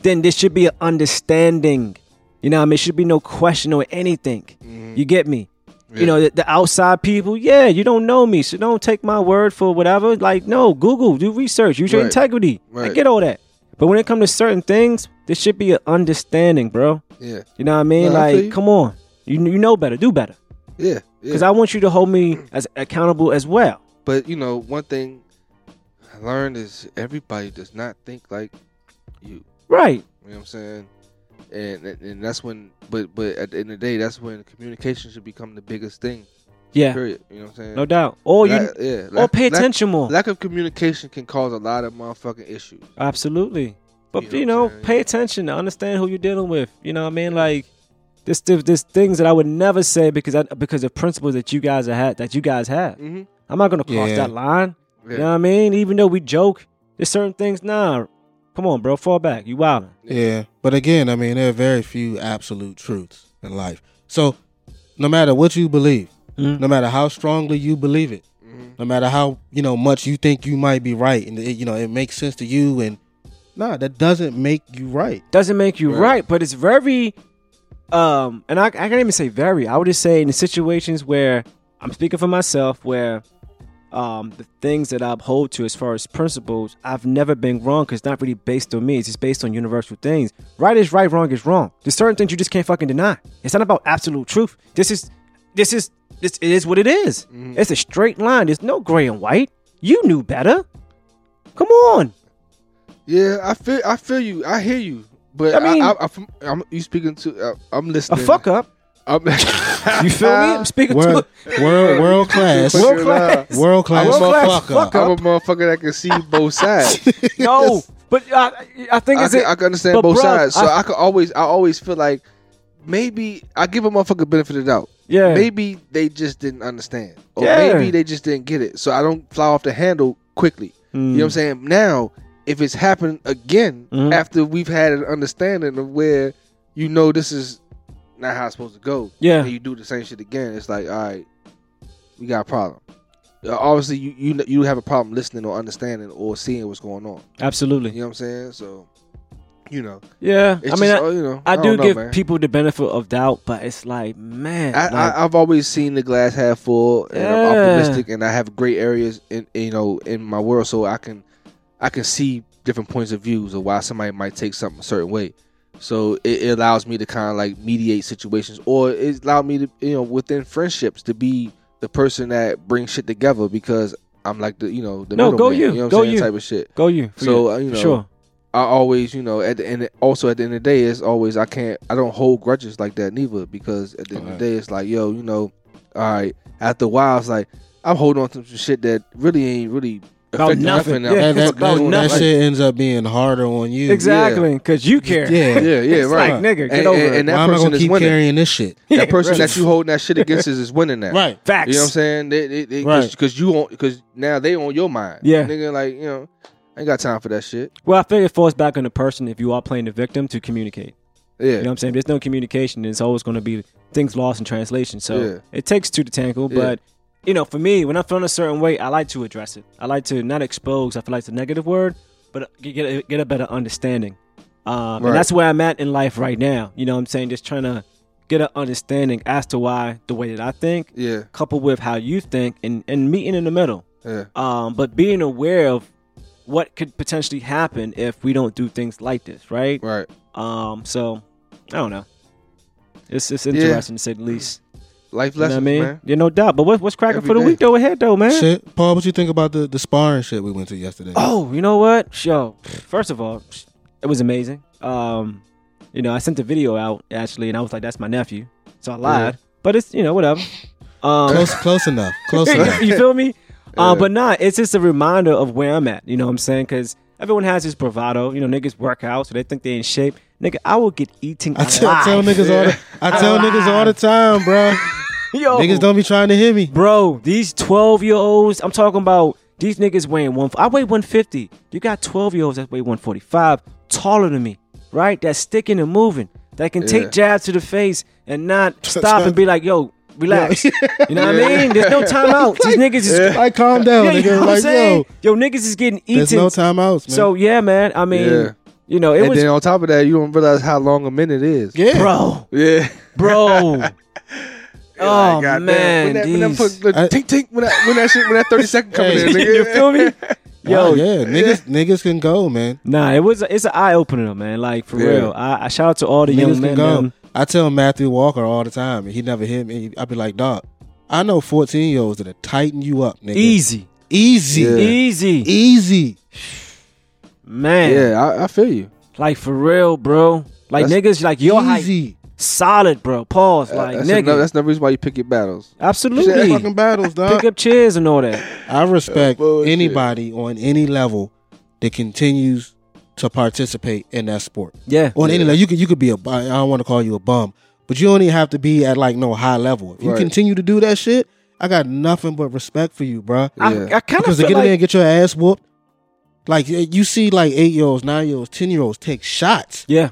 [SPEAKER 3] then there should be an understanding. You know, what I mean, it should be no question or anything.
[SPEAKER 4] Mm-hmm.
[SPEAKER 3] You get me? You know, the, the outside people, yeah, you don't know me, so don't take my word for whatever. Like, no, Google, do research, use your
[SPEAKER 4] Right.
[SPEAKER 3] integrity. I
[SPEAKER 4] Right.
[SPEAKER 3] get all that. But when it comes to certain things, there should be an understanding, bro.
[SPEAKER 4] Yeah,
[SPEAKER 3] You know what I mean?
[SPEAKER 4] Nah, I feel
[SPEAKER 3] like,
[SPEAKER 4] you.
[SPEAKER 3] come on. You, you know better, do better.
[SPEAKER 4] yeah. yeah.
[SPEAKER 3] Because I want you to hold me as accountable as well.
[SPEAKER 4] But you know, one thing I learned is everybody does not think like you.
[SPEAKER 3] Right.
[SPEAKER 4] You know what I'm saying? And and, and that's when, but but at the end of the day, that's when communication should become the biggest thing.
[SPEAKER 3] Yeah.
[SPEAKER 4] Period. You know what I'm saying?
[SPEAKER 3] No doubt. Or you
[SPEAKER 4] Lack- yeah,
[SPEAKER 3] or
[SPEAKER 4] lack-
[SPEAKER 3] pay
[SPEAKER 4] lack-
[SPEAKER 3] attention more.
[SPEAKER 4] Lack, of communication can cause a lot of motherfucking issues.
[SPEAKER 3] Absolutely. But
[SPEAKER 4] You
[SPEAKER 3] you
[SPEAKER 4] know
[SPEAKER 3] know,
[SPEAKER 4] what I'm saying?
[SPEAKER 3] pay attention to understand who you're dealing with. You know what I mean? Like this this, this things that I would never say because I, because of principles that you guys are had that you guys have.
[SPEAKER 4] Mm-hmm.
[SPEAKER 3] I'm not gonna cross
[SPEAKER 2] Yeah.
[SPEAKER 3] that line.
[SPEAKER 4] Yeah.
[SPEAKER 3] You know what I mean? Even though we joke, there's certain things, nah. Come on, bro, fall back. You wildin'.
[SPEAKER 2] Yeah. But again, I mean, there are very few absolute truths in life. So no matter what you believe,
[SPEAKER 3] Mhm.
[SPEAKER 2] no matter how strongly you believe it, no matter how, you know, much you think you might be right and it, you know, it makes sense to you and nah, that doesn't make you right.
[SPEAKER 3] Doesn't make you right.
[SPEAKER 4] Right.
[SPEAKER 3] but it's very um and I, I can't even say very. I would just say in the situations where I'm speaking for myself where um, the things that I uphold to as far as principles, I've never been wrong because it's not really based on me. It's just based on universal things. Right is right, wrong is wrong. There's certain things you just can't fucking deny. It's not about absolute truth. This is, this is, this it is what it is. It's a straight line. There's no gray and white. You knew better. Come on.
[SPEAKER 4] Yeah, I feel I feel you. I hear you. But
[SPEAKER 3] I
[SPEAKER 4] I
[SPEAKER 3] mean-
[SPEAKER 4] mean, I, I, am I'm you speaking to? Uh, I'm
[SPEAKER 3] A
[SPEAKER 4] listening.
[SPEAKER 3] fuck up.
[SPEAKER 4] I'm, <laughs>
[SPEAKER 3] You feel me? I'm speaking
[SPEAKER 2] World
[SPEAKER 3] to
[SPEAKER 2] world world class.
[SPEAKER 3] World
[SPEAKER 2] <laughs>
[SPEAKER 3] class.
[SPEAKER 2] World class
[SPEAKER 3] World class
[SPEAKER 2] fucker.
[SPEAKER 3] fucker.
[SPEAKER 4] I'm a motherfucker that can see
[SPEAKER 3] <laughs>
[SPEAKER 4] both sides.
[SPEAKER 3] No, but I, I think
[SPEAKER 4] I
[SPEAKER 3] it's
[SPEAKER 4] can,
[SPEAKER 3] it.
[SPEAKER 4] I can understand
[SPEAKER 3] but
[SPEAKER 4] both
[SPEAKER 3] bruh,
[SPEAKER 4] sides, so
[SPEAKER 3] I-
[SPEAKER 4] I, can always I always feel like maybe I give a motherfucker benefit of the doubt.
[SPEAKER 3] Yeah.
[SPEAKER 4] Maybe they just didn't understand, or
[SPEAKER 3] Yeah.
[SPEAKER 4] maybe they just didn't get it. So I don't fly off the handle quickly.
[SPEAKER 2] Hmm.
[SPEAKER 4] You know
[SPEAKER 3] Mm.
[SPEAKER 4] what I'm saying? Now, if it's happened again
[SPEAKER 3] Mhm.
[SPEAKER 4] after we've had an understanding of where you know this is not how it's supposed to go,
[SPEAKER 3] Yeah.
[SPEAKER 4] and you do the same shit again, it's like, all right, we got a problem. Uh, Obviously, you you kn- you have a problem listening or understanding or seeing what's going on. You
[SPEAKER 3] Absolutely.
[SPEAKER 4] know what I'm saying? So, you know,
[SPEAKER 3] Yeah.
[SPEAKER 4] it's
[SPEAKER 3] I mean,
[SPEAKER 4] just,
[SPEAKER 3] I,
[SPEAKER 4] oh, you know,
[SPEAKER 3] I do
[SPEAKER 4] don't know,
[SPEAKER 3] give
[SPEAKER 4] man.
[SPEAKER 3] people the benefit of doubt, but it's like, man,
[SPEAKER 4] I,
[SPEAKER 3] like,
[SPEAKER 4] I, I've always seen the glass half full, and
[SPEAKER 3] Yeah.
[SPEAKER 4] I'm optimistic, and I have great areas in you know in my world, so I can I can see different points of views of why somebody might take something a certain way. So it, it allows me to kind of like mediate situations, or it allowed me to you know within friendships to be the person that brings shit together because I'm like the you know the
[SPEAKER 3] No, go
[SPEAKER 4] middleman,
[SPEAKER 3] you,
[SPEAKER 4] you know what
[SPEAKER 3] go
[SPEAKER 4] I'm saying
[SPEAKER 3] you.
[SPEAKER 4] type of shit.
[SPEAKER 3] go you. for
[SPEAKER 4] So, uh, you
[SPEAKER 3] for
[SPEAKER 4] know,
[SPEAKER 3] sure.
[SPEAKER 4] I always, you know, at the end, also at the end of the day, it's always I can't, I don't hold grudges like that neither because at the end of the day, it's like, yo, you know, all right. After a while, it's like I'm holding on to some shit that really ain't really
[SPEAKER 3] About
[SPEAKER 4] affecting
[SPEAKER 3] nothing.
[SPEAKER 4] nothing. I'm
[SPEAKER 3] Yeah,
[SPEAKER 2] that,
[SPEAKER 4] just
[SPEAKER 2] that,
[SPEAKER 3] about
[SPEAKER 2] that,
[SPEAKER 4] doing
[SPEAKER 2] that
[SPEAKER 4] like-
[SPEAKER 2] shit ends up being harder on you.
[SPEAKER 3] Exactly, because you care.
[SPEAKER 2] Yeah.
[SPEAKER 4] Yeah, yeah,
[SPEAKER 3] It's
[SPEAKER 4] right.
[SPEAKER 3] like, nigga, get
[SPEAKER 4] And-
[SPEAKER 3] over
[SPEAKER 4] and-
[SPEAKER 3] it.
[SPEAKER 4] and that
[SPEAKER 2] Why am I
[SPEAKER 4] person
[SPEAKER 2] gonna
[SPEAKER 4] is
[SPEAKER 2] keep
[SPEAKER 4] winning.
[SPEAKER 2] carrying this shit?
[SPEAKER 4] That person
[SPEAKER 3] Right.
[SPEAKER 4] that you holding that shit against is, is winning that.
[SPEAKER 2] Right.
[SPEAKER 3] Facts.
[SPEAKER 4] You know what I'm saying? They, they, they,
[SPEAKER 2] Right.
[SPEAKER 4] Because you on, because now they on your mind.
[SPEAKER 3] Yeah.
[SPEAKER 4] Nigga, like you know, I ain't got time for that shit.
[SPEAKER 3] Well, I figure it falls back on the person if you are playing the victim to communicate.
[SPEAKER 4] Yeah.
[SPEAKER 3] You know what I'm saying? If there's no communication, there's always going to be things lost in translation. So
[SPEAKER 4] Yeah.
[SPEAKER 3] it takes two to tangle.
[SPEAKER 4] Yeah.
[SPEAKER 3] But, you know, for me, when I'm feeling a certain way, I like to address it. I like to not expose, I feel like it's a negative word, but get- get a, get a better understanding. Um,
[SPEAKER 4] Right.
[SPEAKER 3] And that's where I'm at in life right now. You know what I'm saying? Just trying to get an understanding as to why the way that I think,
[SPEAKER 4] Yeah.
[SPEAKER 3] coupled with how you think, and, and meeting in the middle
[SPEAKER 4] Yeah.
[SPEAKER 3] um, but being aware of what could potentially happen if we don't do things like this, right?
[SPEAKER 4] Right.
[SPEAKER 3] Um, so I don't know. It's it's
[SPEAKER 4] Yeah.
[SPEAKER 3] interesting to say the least.
[SPEAKER 4] Life
[SPEAKER 3] You know what I
[SPEAKER 4] lessons,
[SPEAKER 3] mean?
[SPEAKER 4] man.
[SPEAKER 3] Yeah, no doubt. But what, what's cracking
[SPEAKER 4] Every
[SPEAKER 3] for the
[SPEAKER 4] day.
[SPEAKER 3] week though? Ahead though, man.
[SPEAKER 2] Shit, Paul, what you think about the, the sparring shit we went to yesterday?
[SPEAKER 3] Oh, you know what? Yo, first of all, it was amazing. Um, you know, I sent the video out actually, and I was like, "That's my nephew," so I lied. But it's you know whatever. Um,
[SPEAKER 2] Close, close enough. Close enough.
[SPEAKER 3] <laughs> you feel
[SPEAKER 2] <laughs>
[SPEAKER 3] me? Uh,
[SPEAKER 4] Yeah.
[SPEAKER 3] but nah, it's just a reminder of where I'm at. You know what I'm saying? Because everyone has this bravado. You know, niggas work out, so they think they in shape. Nigga, I will get eating
[SPEAKER 2] I
[SPEAKER 3] alive.
[SPEAKER 2] tell, I tell niggas all the, I tell niggas all the time, bro.
[SPEAKER 3] <laughs> Yo,
[SPEAKER 2] Niggas don't be trying to hit me.
[SPEAKER 3] bro, these 12 year olds, I'm talking about these niggas weighing one. I weigh 150. You got 12 year olds that weigh 145, taller than me, right? That's sticking and moving. That can
[SPEAKER 4] Yeah.
[SPEAKER 3] take jabs to the face and not stop and be like, yo, relax. <laughs> You know what I mean? There's no timeouts.
[SPEAKER 2] <laughs>
[SPEAKER 3] These niggas is
[SPEAKER 2] Like, calm down,
[SPEAKER 3] yeah,
[SPEAKER 2] nigga.
[SPEAKER 3] you know what I'm
[SPEAKER 2] like,
[SPEAKER 3] saying?
[SPEAKER 2] yo,
[SPEAKER 3] Yo, niggas is getting eaten.
[SPEAKER 2] there's no timeouts, man.
[SPEAKER 3] So yeah, man. I mean,
[SPEAKER 4] Yeah.
[SPEAKER 3] you know, it
[SPEAKER 4] and
[SPEAKER 3] was
[SPEAKER 4] then on top of that, you don't realize how long a minute is.
[SPEAKER 2] yeah,
[SPEAKER 3] <laughs> bro,
[SPEAKER 4] Yeah. <laughs>
[SPEAKER 3] bro. oh
[SPEAKER 4] Like, goddamn,
[SPEAKER 3] man,
[SPEAKER 4] when that, when that
[SPEAKER 3] these- <laughs>
[SPEAKER 4] fuck- look,
[SPEAKER 2] I-
[SPEAKER 4] tink tink when that when that shit when that <laughs> thirty second coming
[SPEAKER 2] Hey.
[SPEAKER 4] in, nigga.
[SPEAKER 3] you feel me? Yo,
[SPEAKER 2] Yo, Oh, yeah, niggas, niggas can go, man.
[SPEAKER 3] nah, it was it's an eye opener, though, man. Like for
[SPEAKER 4] Yeah.
[SPEAKER 3] real. I, I shout out to all the
[SPEAKER 2] Niggas
[SPEAKER 3] young
[SPEAKER 2] can
[SPEAKER 3] men.
[SPEAKER 2] go.
[SPEAKER 3] man.
[SPEAKER 2] I tell Matthew Walker all the time, and he never hit me. I be like, dog, I know 14 year olds that'll tighten you up, nigga. E-
[SPEAKER 3] Easy,
[SPEAKER 2] easy,
[SPEAKER 4] Yeah.
[SPEAKER 3] easy,
[SPEAKER 2] easy.
[SPEAKER 3] man.
[SPEAKER 4] Yeah, I, I feel you.
[SPEAKER 3] Like for real, bro. Like niggas, like your height,
[SPEAKER 2] easy.
[SPEAKER 3] solid, bro. Pause, like
[SPEAKER 4] Uh, that's,
[SPEAKER 3] nigga.
[SPEAKER 4] another, that's another reason why you pick your battles.
[SPEAKER 2] Shit,
[SPEAKER 3] Absolutely.
[SPEAKER 2] fucking battles, dog.
[SPEAKER 3] Pick up chairs and all that.
[SPEAKER 2] I respect
[SPEAKER 4] bullshit.
[SPEAKER 2] anybody on any level that continues to participate in that sport.
[SPEAKER 3] Yeah.
[SPEAKER 2] On any level, you could you could be a bu- I don't want to call you a bum, but you don't even have to be at like no high level. If you
[SPEAKER 4] Right.
[SPEAKER 2] continue to do that shit, I got nothing but respect for you, bruh.
[SPEAKER 3] I,
[SPEAKER 4] Yeah.
[SPEAKER 3] I kind of
[SPEAKER 2] Because to
[SPEAKER 3] feel
[SPEAKER 2] get in
[SPEAKER 3] like
[SPEAKER 2] there and get your ass whooped, like y- you see, like eight year olds, nine year olds, ten year olds take shots.
[SPEAKER 3] yeah.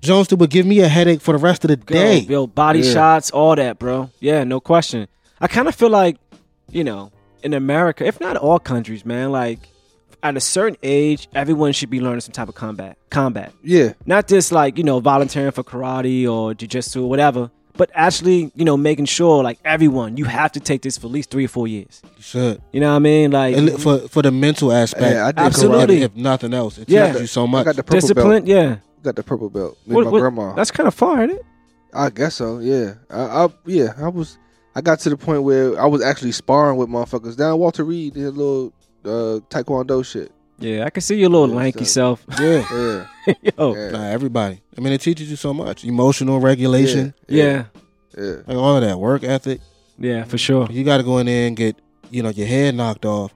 [SPEAKER 2] Johnson would give me a headache for the rest of the
[SPEAKER 3] Yo,
[SPEAKER 2] day.
[SPEAKER 3] yo, body
[SPEAKER 4] Yeah.
[SPEAKER 3] shots, all that, bro. Yeah, no question. I kind of feel like, you know, in America, if not all countries, man, like at a certain age, everyone should be learning some type of combat. Combat.
[SPEAKER 4] Yeah,
[SPEAKER 3] Not just like, you know, volunteering for karate or jujitsu or whatever, but actually, you know, making sure like everyone, you have to take this for at least three or four years.
[SPEAKER 2] You should.
[SPEAKER 3] You know what I mean? Like
[SPEAKER 2] And for for the mental aspect,
[SPEAKER 4] Yeah, I did
[SPEAKER 3] Absolutely.
[SPEAKER 2] if, if nothing else, it
[SPEAKER 3] Yeah.
[SPEAKER 2] teaches you so much.
[SPEAKER 4] I got the purple
[SPEAKER 3] discipline,
[SPEAKER 4] belt.
[SPEAKER 3] yeah.
[SPEAKER 4] Got the purple belt. With
[SPEAKER 3] What-
[SPEAKER 4] my
[SPEAKER 3] what-
[SPEAKER 4] grandma.
[SPEAKER 3] That's kind of far, isn't it?
[SPEAKER 4] I guess so. Yeah, I, I yeah I was I got to the point where I was actually sparring with motherfuckers down Walter Reed in a little uh, taekwondo shit.
[SPEAKER 3] Yeah, I can see your little
[SPEAKER 4] Yeah,
[SPEAKER 3] lanky
[SPEAKER 4] so-
[SPEAKER 3] self. <laughs>
[SPEAKER 2] yeah.
[SPEAKER 4] Yeah,
[SPEAKER 3] Yo,
[SPEAKER 4] yeah,
[SPEAKER 2] Nah, everybody. I mean, it teaches you so much emotional regulation,
[SPEAKER 3] yeah,
[SPEAKER 4] yeah.
[SPEAKER 2] like all of that work ethic.
[SPEAKER 3] yeah, for sure.
[SPEAKER 2] You got to go in there and get you know your head knocked off,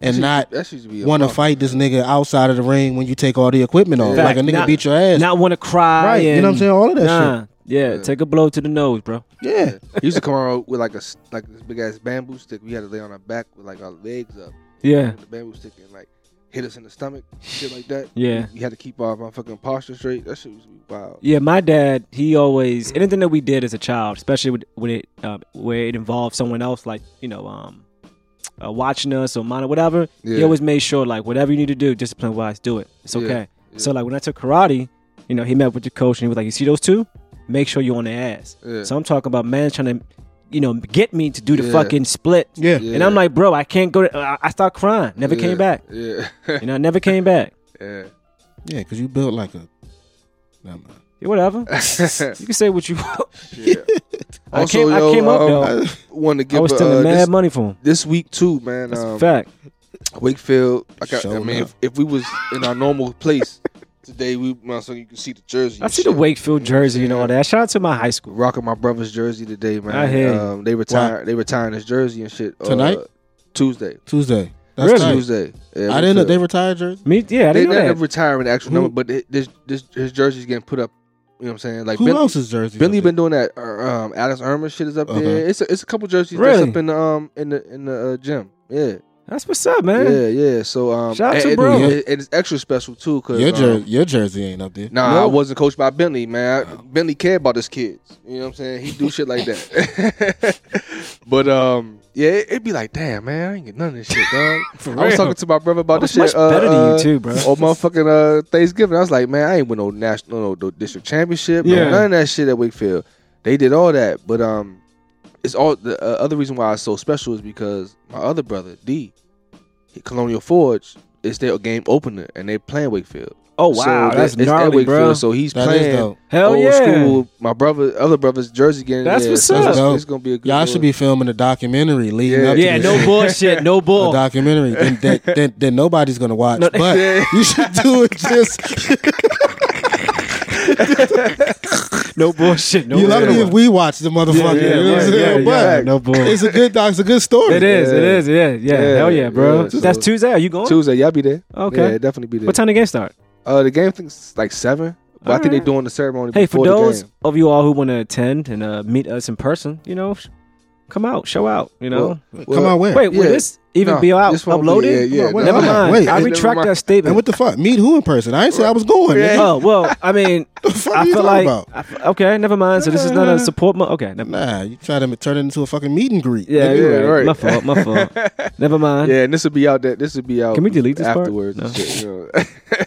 [SPEAKER 2] and not
[SPEAKER 4] that should be a
[SPEAKER 2] want to
[SPEAKER 4] problem.
[SPEAKER 2] fight this nigga outside of the ring when you take all the equipment off.
[SPEAKER 3] Yeah.
[SPEAKER 2] Like a
[SPEAKER 3] Fact.
[SPEAKER 2] nigga
[SPEAKER 3] Not-
[SPEAKER 2] beat your ass,
[SPEAKER 3] Not want to cry.
[SPEAKER 2] right? You know what I'm
[SPEAKER 3] and-
[SPEAKER 2] saying? All of that
[SPEAKER 3] Nah, Yeah,
[SPEAKER 4] Yeah.
[SPEAKER 3] take a blow to the nose, bro.
[SPEAKER 2] Yeah.
[SPEAKER 4] He used to come around with like a s- like this big ass bamboo stick. We had to lay on our back with like our legs up.
[SPEAKER 3] Yeah,
[SPEAKER 4] With the bamboo stick and like hit us in the stomach, shit
[SPEAKER 3] <sighs>
[SPEAKER 4] like that.
[SPEAKER 3] yeah.
[SPEAKER 4] You had to keep our motherfucking posture straight. That shit was wild.
[SPEAKER 3] Yeah, my dad, he always anything that we did as a child, especially with, when it uh, where it involved someone else, like you know, um, uh, watching us or monitor whatever. He
[SPEAKER 4] Yeah.
[SPEAKER 3] always made sure like whatever you need to do, discipline wise, do it. It's
[SPEAKER 4] Yeah,
[SPEAKER 3] okay.
[SPEAKER 4] yeah.
[SPEAKER 3] So like when I took karate, you know, he met with the coach and he was like, "You see those two? Make sure you're on their ass."
[SPEAKER 4] Yeah.
[SPEAKER 3] So I'm talking about man trying to, you know, get me to do the
[SPEAKER 4] Yeah.
[SPEAKER 3] fucking split.
[SPEAKER 2] Yeah.
[SPEAKER 4] Yeah.
[SPEAKER 3] And I'm like, bro, I can't go. To, I, I start crying. Never
[SPEAKER 4] Yeah,
[SPEAKER 3] came back.
[SPEAKER 4] Yeah. <laughs>
[SPEAKER 3] You know, I never came back. <laughs>
[SPEAKER 4] yeah.
[SPEAKER 2] Yeah, because you built like a. Never mind.
[SPEAKER 3] Yeah, whatever. you can say what you <laughs> want.
[SPEAKER 4] Yeah.
[SPEAKER 3] I came, I came up though.
[SPEAKER 4] um, I wanted
[SPEAKER 3] I
[SPEAKER 4] to give
[SPEAKER 3] was
[SPEAKER 4] uh,
[SPEAKER 3] still mad
[SPEAKER 4] this,
[SPEAKER 3] money for him.
[SPEAKER 4] this week too, man.
[SPEAKER 3] That's a
[SPEAKER 4] Um,
[SPEAKER 3] fact.
[SPEAKER 4] Wakefield. I, got, I
[SPEAKER 2] Showing
[SPEAKER 4] mean,
[SPEAKER 2] up.
[SPEAKER 4] if, if we was in our normal place today, we my son, you can see the jersey.
[SPEAKER 3] I
[SPEAKER 4] and
[SPEAKER 3] see the
[SPEAKER 4] shit.
[SPEAKER 3] Wakefield jersey and all that. Shout out to my high school.
[SPEAKER 4] Rocking my brother's jersey today, man.
[SPEAKER 3] I hear you.
[SPEAKER 4] um, they retired. They retiring his jersey and shit uh,
[SPEAKER 2] Tonight?
[SPEAKER 4] Tuesday.
[SPEAKER 2] Tuesday. That's
[SPEAKER 3] Really?
[SPEAKER 2] tight.
[SPEAKER 4] Tuesday. Yeah,
[SPEAKER 2] I didn't know
[SPEAKER 4] Wakefield.
[SPEAKER 2] they retired jersey.
[SPEAKER 3] Me, yeah, I
[SPEAKER 4] They
[SPEAKER 3] didn't know
[SPEAKER 4] ended
[SPEAKER 3] that.
[SPEAKER 4] up retiring the actual
[SPEAKER 2] Who-
[SPEAKER 4] number, but it, this this his jersey's getting put up. You know what I'm saying? Like
[SPEAKER 2] Who
[SPEAKER 4] Bentley,
[SPEAKER 2] else's jersey?
[SPEAKER 4] Bentley been doing that. uh, um, Alice Irma shit is up
[SPEAKER 2] Okay.
[SPEAKER 4] there. It's a, it's a couple jerseys
[SPEAKER 3] Really?
[SPEAKER 4] that's up in the um in the in the uh, gym. Yeah,
[SPEAKER 3] That's what's up, man.
[SPEAKER 4] yeah, yeah. So um,
[SPEAKER 3] Shout out to
[SPEAKER 4] and,
[SPEAKER 3] bro.
[SPEAKER 4] and, and it's extra special too um, because
[SPEAKER 2] your jersey. Your jersey ain't up there.
[SPEAKER 4] Nah,
[SPEAKER 3] No. Oh.
[SPEAKER 4] I wasn't coached by Bentley, man. I- Bentley cared about his kids. You know what I'm saying? He do shit like that. <laughs> but um, yeah, it, would be like, damn, man, I ain't get none of this shit, dog.
[SPEAKER 3] <laughs> For
[SPEAKER 4] I was
[SPEAKER 3] real.
[SPEAKER 4] talking to my
[SPEAKER 3] I
[SPEAKER 4] brother about
[SPEAKER 3] was
[SPEAKER 4] this shit.
[SPEAKER 3] much
[SPEAKER 4] uh,
[SPEAKER 3] better than
[SPEAKER 4] uh,
[SPEAKER 3] you too, bro.
[SPEAKER 4] <laughs> on motherfucking uh, Thanksgiving. I was like, man, I ain't win no national, no, no district championship, no
[SPEAKER 3] Yeah.
[SPEAKER 4] none of that shit at Wakefield. They did all that, but um, it's all the uh, other reason why it's so special is because my other brother D, Colonial Forge, is their game opener, and they playing Wakefield.
[SPEAKER 3] Oh wow,
[SPEAKER 4] So
[SPEAKER 3] that's
[SPEAKER 4] it's at
[SPEAKER 3] gnarly,
[SPEAKER 4] Wakefield,
[SPEAKER 3] bro.
[SPEAKER 4] So he's
[SPEAKER 2] That is
[SPEAKER 4] playing
[SPEAKER 2] dope.
[SPEAKER 3] Hell
[SPEAKER 4] old
[SPEAKER 3] yeah.
[SPEAKER 4] school. My brother, other brother's jersey game.
[SPEAKER 3] That's
[SPEAKER 4] yeah,
[SPEAKER 3] what's
[SPEAKER 4] so
[SPEAKER 3] up.
[SPEAKER 4] It's,
[SPEAKER 2] Dope.
[SPEAKER 4] it's gonna be a good.
[SPEAKER 2] Y'all
[SPEAKER 4] one.
[SPEAKER 2] should be filming a documentary leading
[SPEAKER 4] Yeah.
[SPEAKER 2] up.
[SPEAKER 3] Yeah,
[SPEAKER 2] to this
[SPEAKER 3] no
[SPEAKER 2] shit.
[SPEAKER 3] bullshit,
[SPEAKER 4] <laughs>
[SPEAKER 3] no
[SPEAKER 2] A
[SPEAKER 3] bull.
[SPEAKER 2] documentary. then, then, then, then nobody's gonna watch.
[SPEAKER 3] Oh. No- <laughs>
[SPEAKER 2] but
[SPEAKER 4] Yeah.
[SPEAKER 2] you should do it. Just
[SPEAKER 3] No bullshit. No
[SPEAKER 2] you love me
[SPEAKER 3] bullshit.
[SPEAKER 2] if we watch the motherfucker.
[SPEAKER 3] yeah,
[SPEAKER 2] you know what I'm
[SPEAKER 3] yeah,
[SPEAKER 2] saying?
[SPEAKER 3] yeah,
[SPEAKER 2] but
[SPEAKER 3] yeah, no bull.
[SPEAKER 2] it's a good doc. It's a good story.
[SPEAKER 3] It is. It is. Yeah. Yeah.
[SPEAKER 4] Yeah,
[SPEAKER 3] Hell yeah, bro.
[SPEAKER 4] yeah, so-
[SPEAKER 3] That's Tuesday. Are you going?
[SPEAKER 4] Tuesday. Y'all be there.
[SPEAKER 3] Okay.
[SPEAKER 4] Yeah, definitely be there.
[SPEAKER 3] What time the game start?
[SPEAKER 4] Uh, the game thing's like seven, but I think
[SPEAKER 3] Alright.
[SPEAKER 4] they're doing the ceremony
[SPEAKER 3] Hey, for
[SPEAKER 4] before the
[SPEAKER 3] those
[SPEAKER 4] game.
[SPEAKER 3] of you all who want to attend and uh, meet us in person, you know, sh- come out, show out. You know.
[SPEAKER 2] Come on,
[SPEAKER 4] <laughs>
[SPEAKER 2] where?
[SPEAKER 3] Wait, will
[SPEAKER 4] yeah.
[SPEAKER 3] this even
[SPEAKER 4] No,
[SPEAKER 3] be out
[SPEAKER 4] this won't be-
[SPEAKER 3] uploaded?
[SPEAKER 4] yeah, yeah,
[SPEAKER 3] Come on,
[SPEAKER 4] no,
[SPEAKER 3] Never
[SPEAKER 2] no,
[SPEAKER 3] mind.
[SPEAKER 2] wait.
[SPEAKER 3] I
[SPEAKER 4] Never
[SPEAKER 3] retract
[SPEAKER 4] mind.
[SPEAKER 3] that
[SPEAKER 2] And
[SPEAKER 3] statement.
[SPEAKER 2] what the fuck? Meet who in person? I ain't say I was going.
[SPEAKER 4] Yeah.
[SPEAKER 2] nigga.
[SPEAKER 3] oh well,
[SPEAKER 4] <laughs>
[SPEAKER 3] I mean,
[SPEAKER 2] The fuck
[SPEAKER 3] I
[SPEAKER 2] are you
[SPEAKER 3] feel
[SPEAKER 2] talking
[SPEAKER 3] like
[SPEAKER 2] about?
[SPEAKER 3] I f- okay, never mind. So this is
[SPEAKER 4] <laughs>
[SPEAKER 3] not a support. Mo- okay, never mind.
[SPEAKER 2] Nah, you try to turn it into a fucking meet and greet.
[SPEAKER 3] Yeah,
[SPEAKER 4] Yeah,
[SPEAKER 3] you're right.
[SPEAKER 4] right.
[SPEAKER 3] My fault. My fault. never mind.
[SPEAKER 4] <laughs> Yeah, and this will be out. That this will be out.
[SPEAKER 3] Can we delete this part?
[SPEAKER 4] afterwards?
[SPEAKER 3] No.
[SPEAKER 4] and shit, you
[SPEAKER 3] <laughs>
[SPEAKER 4] know. <laughs>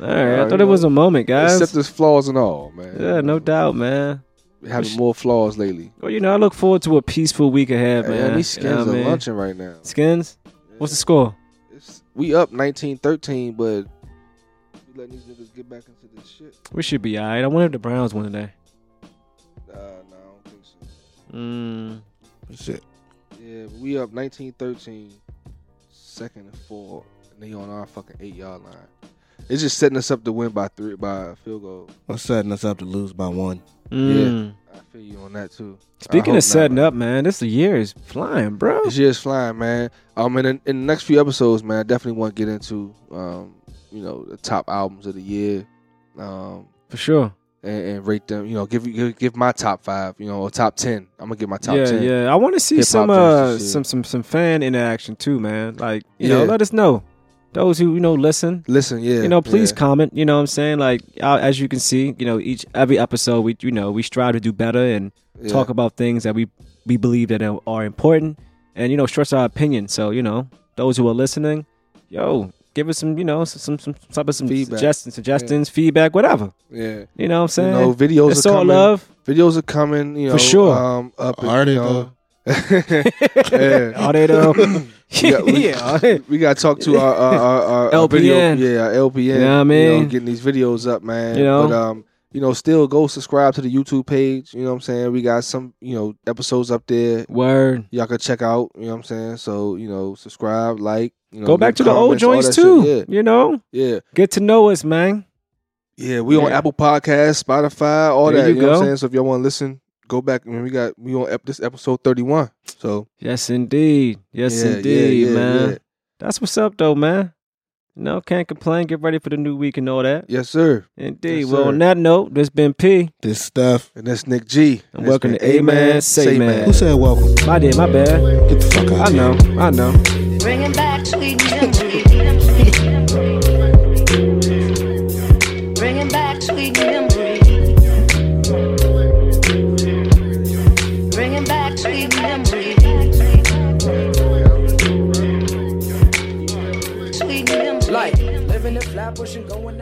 [SPEAKER 3] All right. I
[SPEAKER 4] Alright,
[SPEAKER 3] thought
[SPEAKER 4] you
[SPEAKER 3] it was
[SPEAKER 4] know.
[SPEAKER 3] a moment, guys.
[SPEAKER 4] Except there's flaws and all, man.
[SPEAKER 3] yeah, no doubt, man.
[SPEAKER 4] Having more flaws lately.
[SPEAKER 3] Well, you know, I look forward to a peaceful week ahead,
[SPEAKER 4] Man,
[SPEAKER 3] man.
[SPEAKER 4] these
[SPEAKER 3] You know
[SPEAKER 4] skins
[SPEAKER 3] what I
[SPEAKER 4] are
[SPEAKER 3] mean?
[SPEAKER 4] lunching right now.
[SPEAKER 3] Skins. What's the score?
[SPEAKER 4] It's, we up 1913, but we letting these niggas get back into this shit.
[SPEAKER 3] We should be all right. I wonder if the Browns win today.
[SPEAKER 4] Uh, no, I don't think so.
[SPEAKER 3] Mm.
[SPEAKER 2] Shit.
[SPEAKER 4] Yeah, but we up 1913, second and four, and they on our fucking eight yard line. It's just setting us up to win by three by a field goal.
[SPEAKER 2] What's setting us up to lose by one?
[SPEAKER 3] Mm.
[SPEAKER 4] I feel you on that too.
[SPEAKER 3] Speaking
[SPEAKER 4] hope
[SPEAKER 3] of setting
[SPEAKER 4] not, man.
[SPEAKER 3] up, man, this year is flying, bro.
[SPEAKER 4] This year's flying, man. Um, and in, in the next few episodes, man, I definitely want to get into um, you know, the top albums of the year, um,
[SPEAKER 3] For sure.
[SPEAKER 4] and, and rate them. You know, give you- give give my top five, you know, or top ten. I'm gonna give my top
[SPEAKER 3] yeah,
[SPEAKER 4] ten.
[SPEAKER 3] yeah. I want to see
[SPEAKER 4] Hip-hop
[SPEAKER 3] some
[SPEAKER 4] joints
[SPEAKER 3] uh
[SPEAKER 4] and shit.
[SPEAKER 3] some some some fan interaction too, man. Like, you know,
[SPEAKER 4] Yeah.
[SPEAKER 3] let us know. Those who, you know, listen,
[SPEAKER 4] Listen, yeah,
[SPEAKER 3] you know, please
[SPEAKER 4] yeah.
[SPEAKER 3] comment, you know what I'm saying? Like uh, as you can see, you know, each every episode we you know, we strive to do better and
[SPEAKER 4] Yeah.
[SPEAKER 3] talk about things that we we believe that are- are important and you know, stress our opinion. So, you know, those who are listening, yo, give us some, you know, some some some type of some
[SPEAKER 4] Feedback.
[SPEAKER 3] suggestions, suggestions, feedback, whatever.
[SPEAKER 4] yeah.
[SPEAKER 3] You know what I'm saying?
[SPEAKER 4] You know, videos
[SPEAKER 3] it's
[SPEAKER 4] are
[SPEAKER 3] all
[SPEAKER 4] coming.
[SPEAKER 3] love.
[SPEAKER 4] <laughs> Videos are coming, you know,
[SPEAKER 3] For sure.
[SPEAKER 4] Um, up and,
[SPEAKER 2] Already
[SPEAKER 4] you know. <laughs> yeah.
[SPEAKER 3] Are they though? <laughs> yeah,
[SPEAKER 4] Yeah, we- <laughs> We gotta
[SPEAKER 3] <laughs>
[SPEAKER 4] talk to our our, our, our, our video,
[SPEAKER 3] LPN.
[SPEAKER 4] yeah, our LPN.
[SPEAKER 3] You know what I
[SPEAKER 4] you know,
[SPEAKER 3] mean?
[SPEAKER 4] getting these videos up, man.
[SPEAKER 3] You know?
[SPEAKER 4] but um, you know, still go subscribe to the YouTube page. You know what I'm saying? We got some, you know, episodes up there.
[SPEAKER 3] Word.
[SPEAKER 4] Y'all can check out. You know what I'm saying? So you know, subscribe, like. You know,
[SPEAKER 3] Go back
[SPEAKER 4] leave
[SPEAKER 3] to the old
[SPEAKER 4] comments, all
[SPEAKER 3] joints
[SPEAKER 4] that
[SPEAKER 3] too.
[SPEAKER 4] shit.
[SPEAKER 3] You know,
[SPEAKER 4] Yeah, yeah,
[SPEAKER 3] get to know us, man.
[SPEAKER 4] yeah. We on
[SPEAKER 3] Yeah.
[SPEAKER 4] Apple Podcasts, Spotify, all
[SPEAKER 3] There
[SPEAKER 4] that.
[SPEAKER 3] you
[SPEAKER 4] You, know what
[SPEAKER 3] go.
[SPEAKER 4] I'm saying? So if y'all want to listen, go back. I mean, we got we on ep- this episode 31. So
[SPEAKER 3] Yes, indeed. Yes,
[SPEAKER 4] yeah, yeah,
[SPEAKER 3] indeed,
[SPEAKER 4] yeah,
[SPEAKER 3] man.
[SPEAKER 4] yeah.
[SPEAKER 3] That's what's up, though, man. No, can't complain. Get ready for the new week and all that.
[SPEAKER 4] Yes, sir.
[SPEAKER 3] Indeed.
[SPEAKER 4] Yes,
[SPEAKER 3] well,
[SPEAKER 4] sir.
[SPEAKER 3] on that note, this been P.
[SPEAKER 2] This stuff.
[SPEAKER 4] And that's Nick G.
[SPEAKER 3] And welcome to Amen, Say Man.
[SPEAKER 2] Who said welcome?
[SPEAKER 3] My dear, my bad.
[SPEAKER 2] Get the fuck out.
[SPEAKER 3] I know, I know.
[SPEAKER 1] Bringing back sweet memories. Bringing back sweet memories. Bringing back sweet memories. Sweet memories.
[SPEAKER 5] Like living in flatbush and going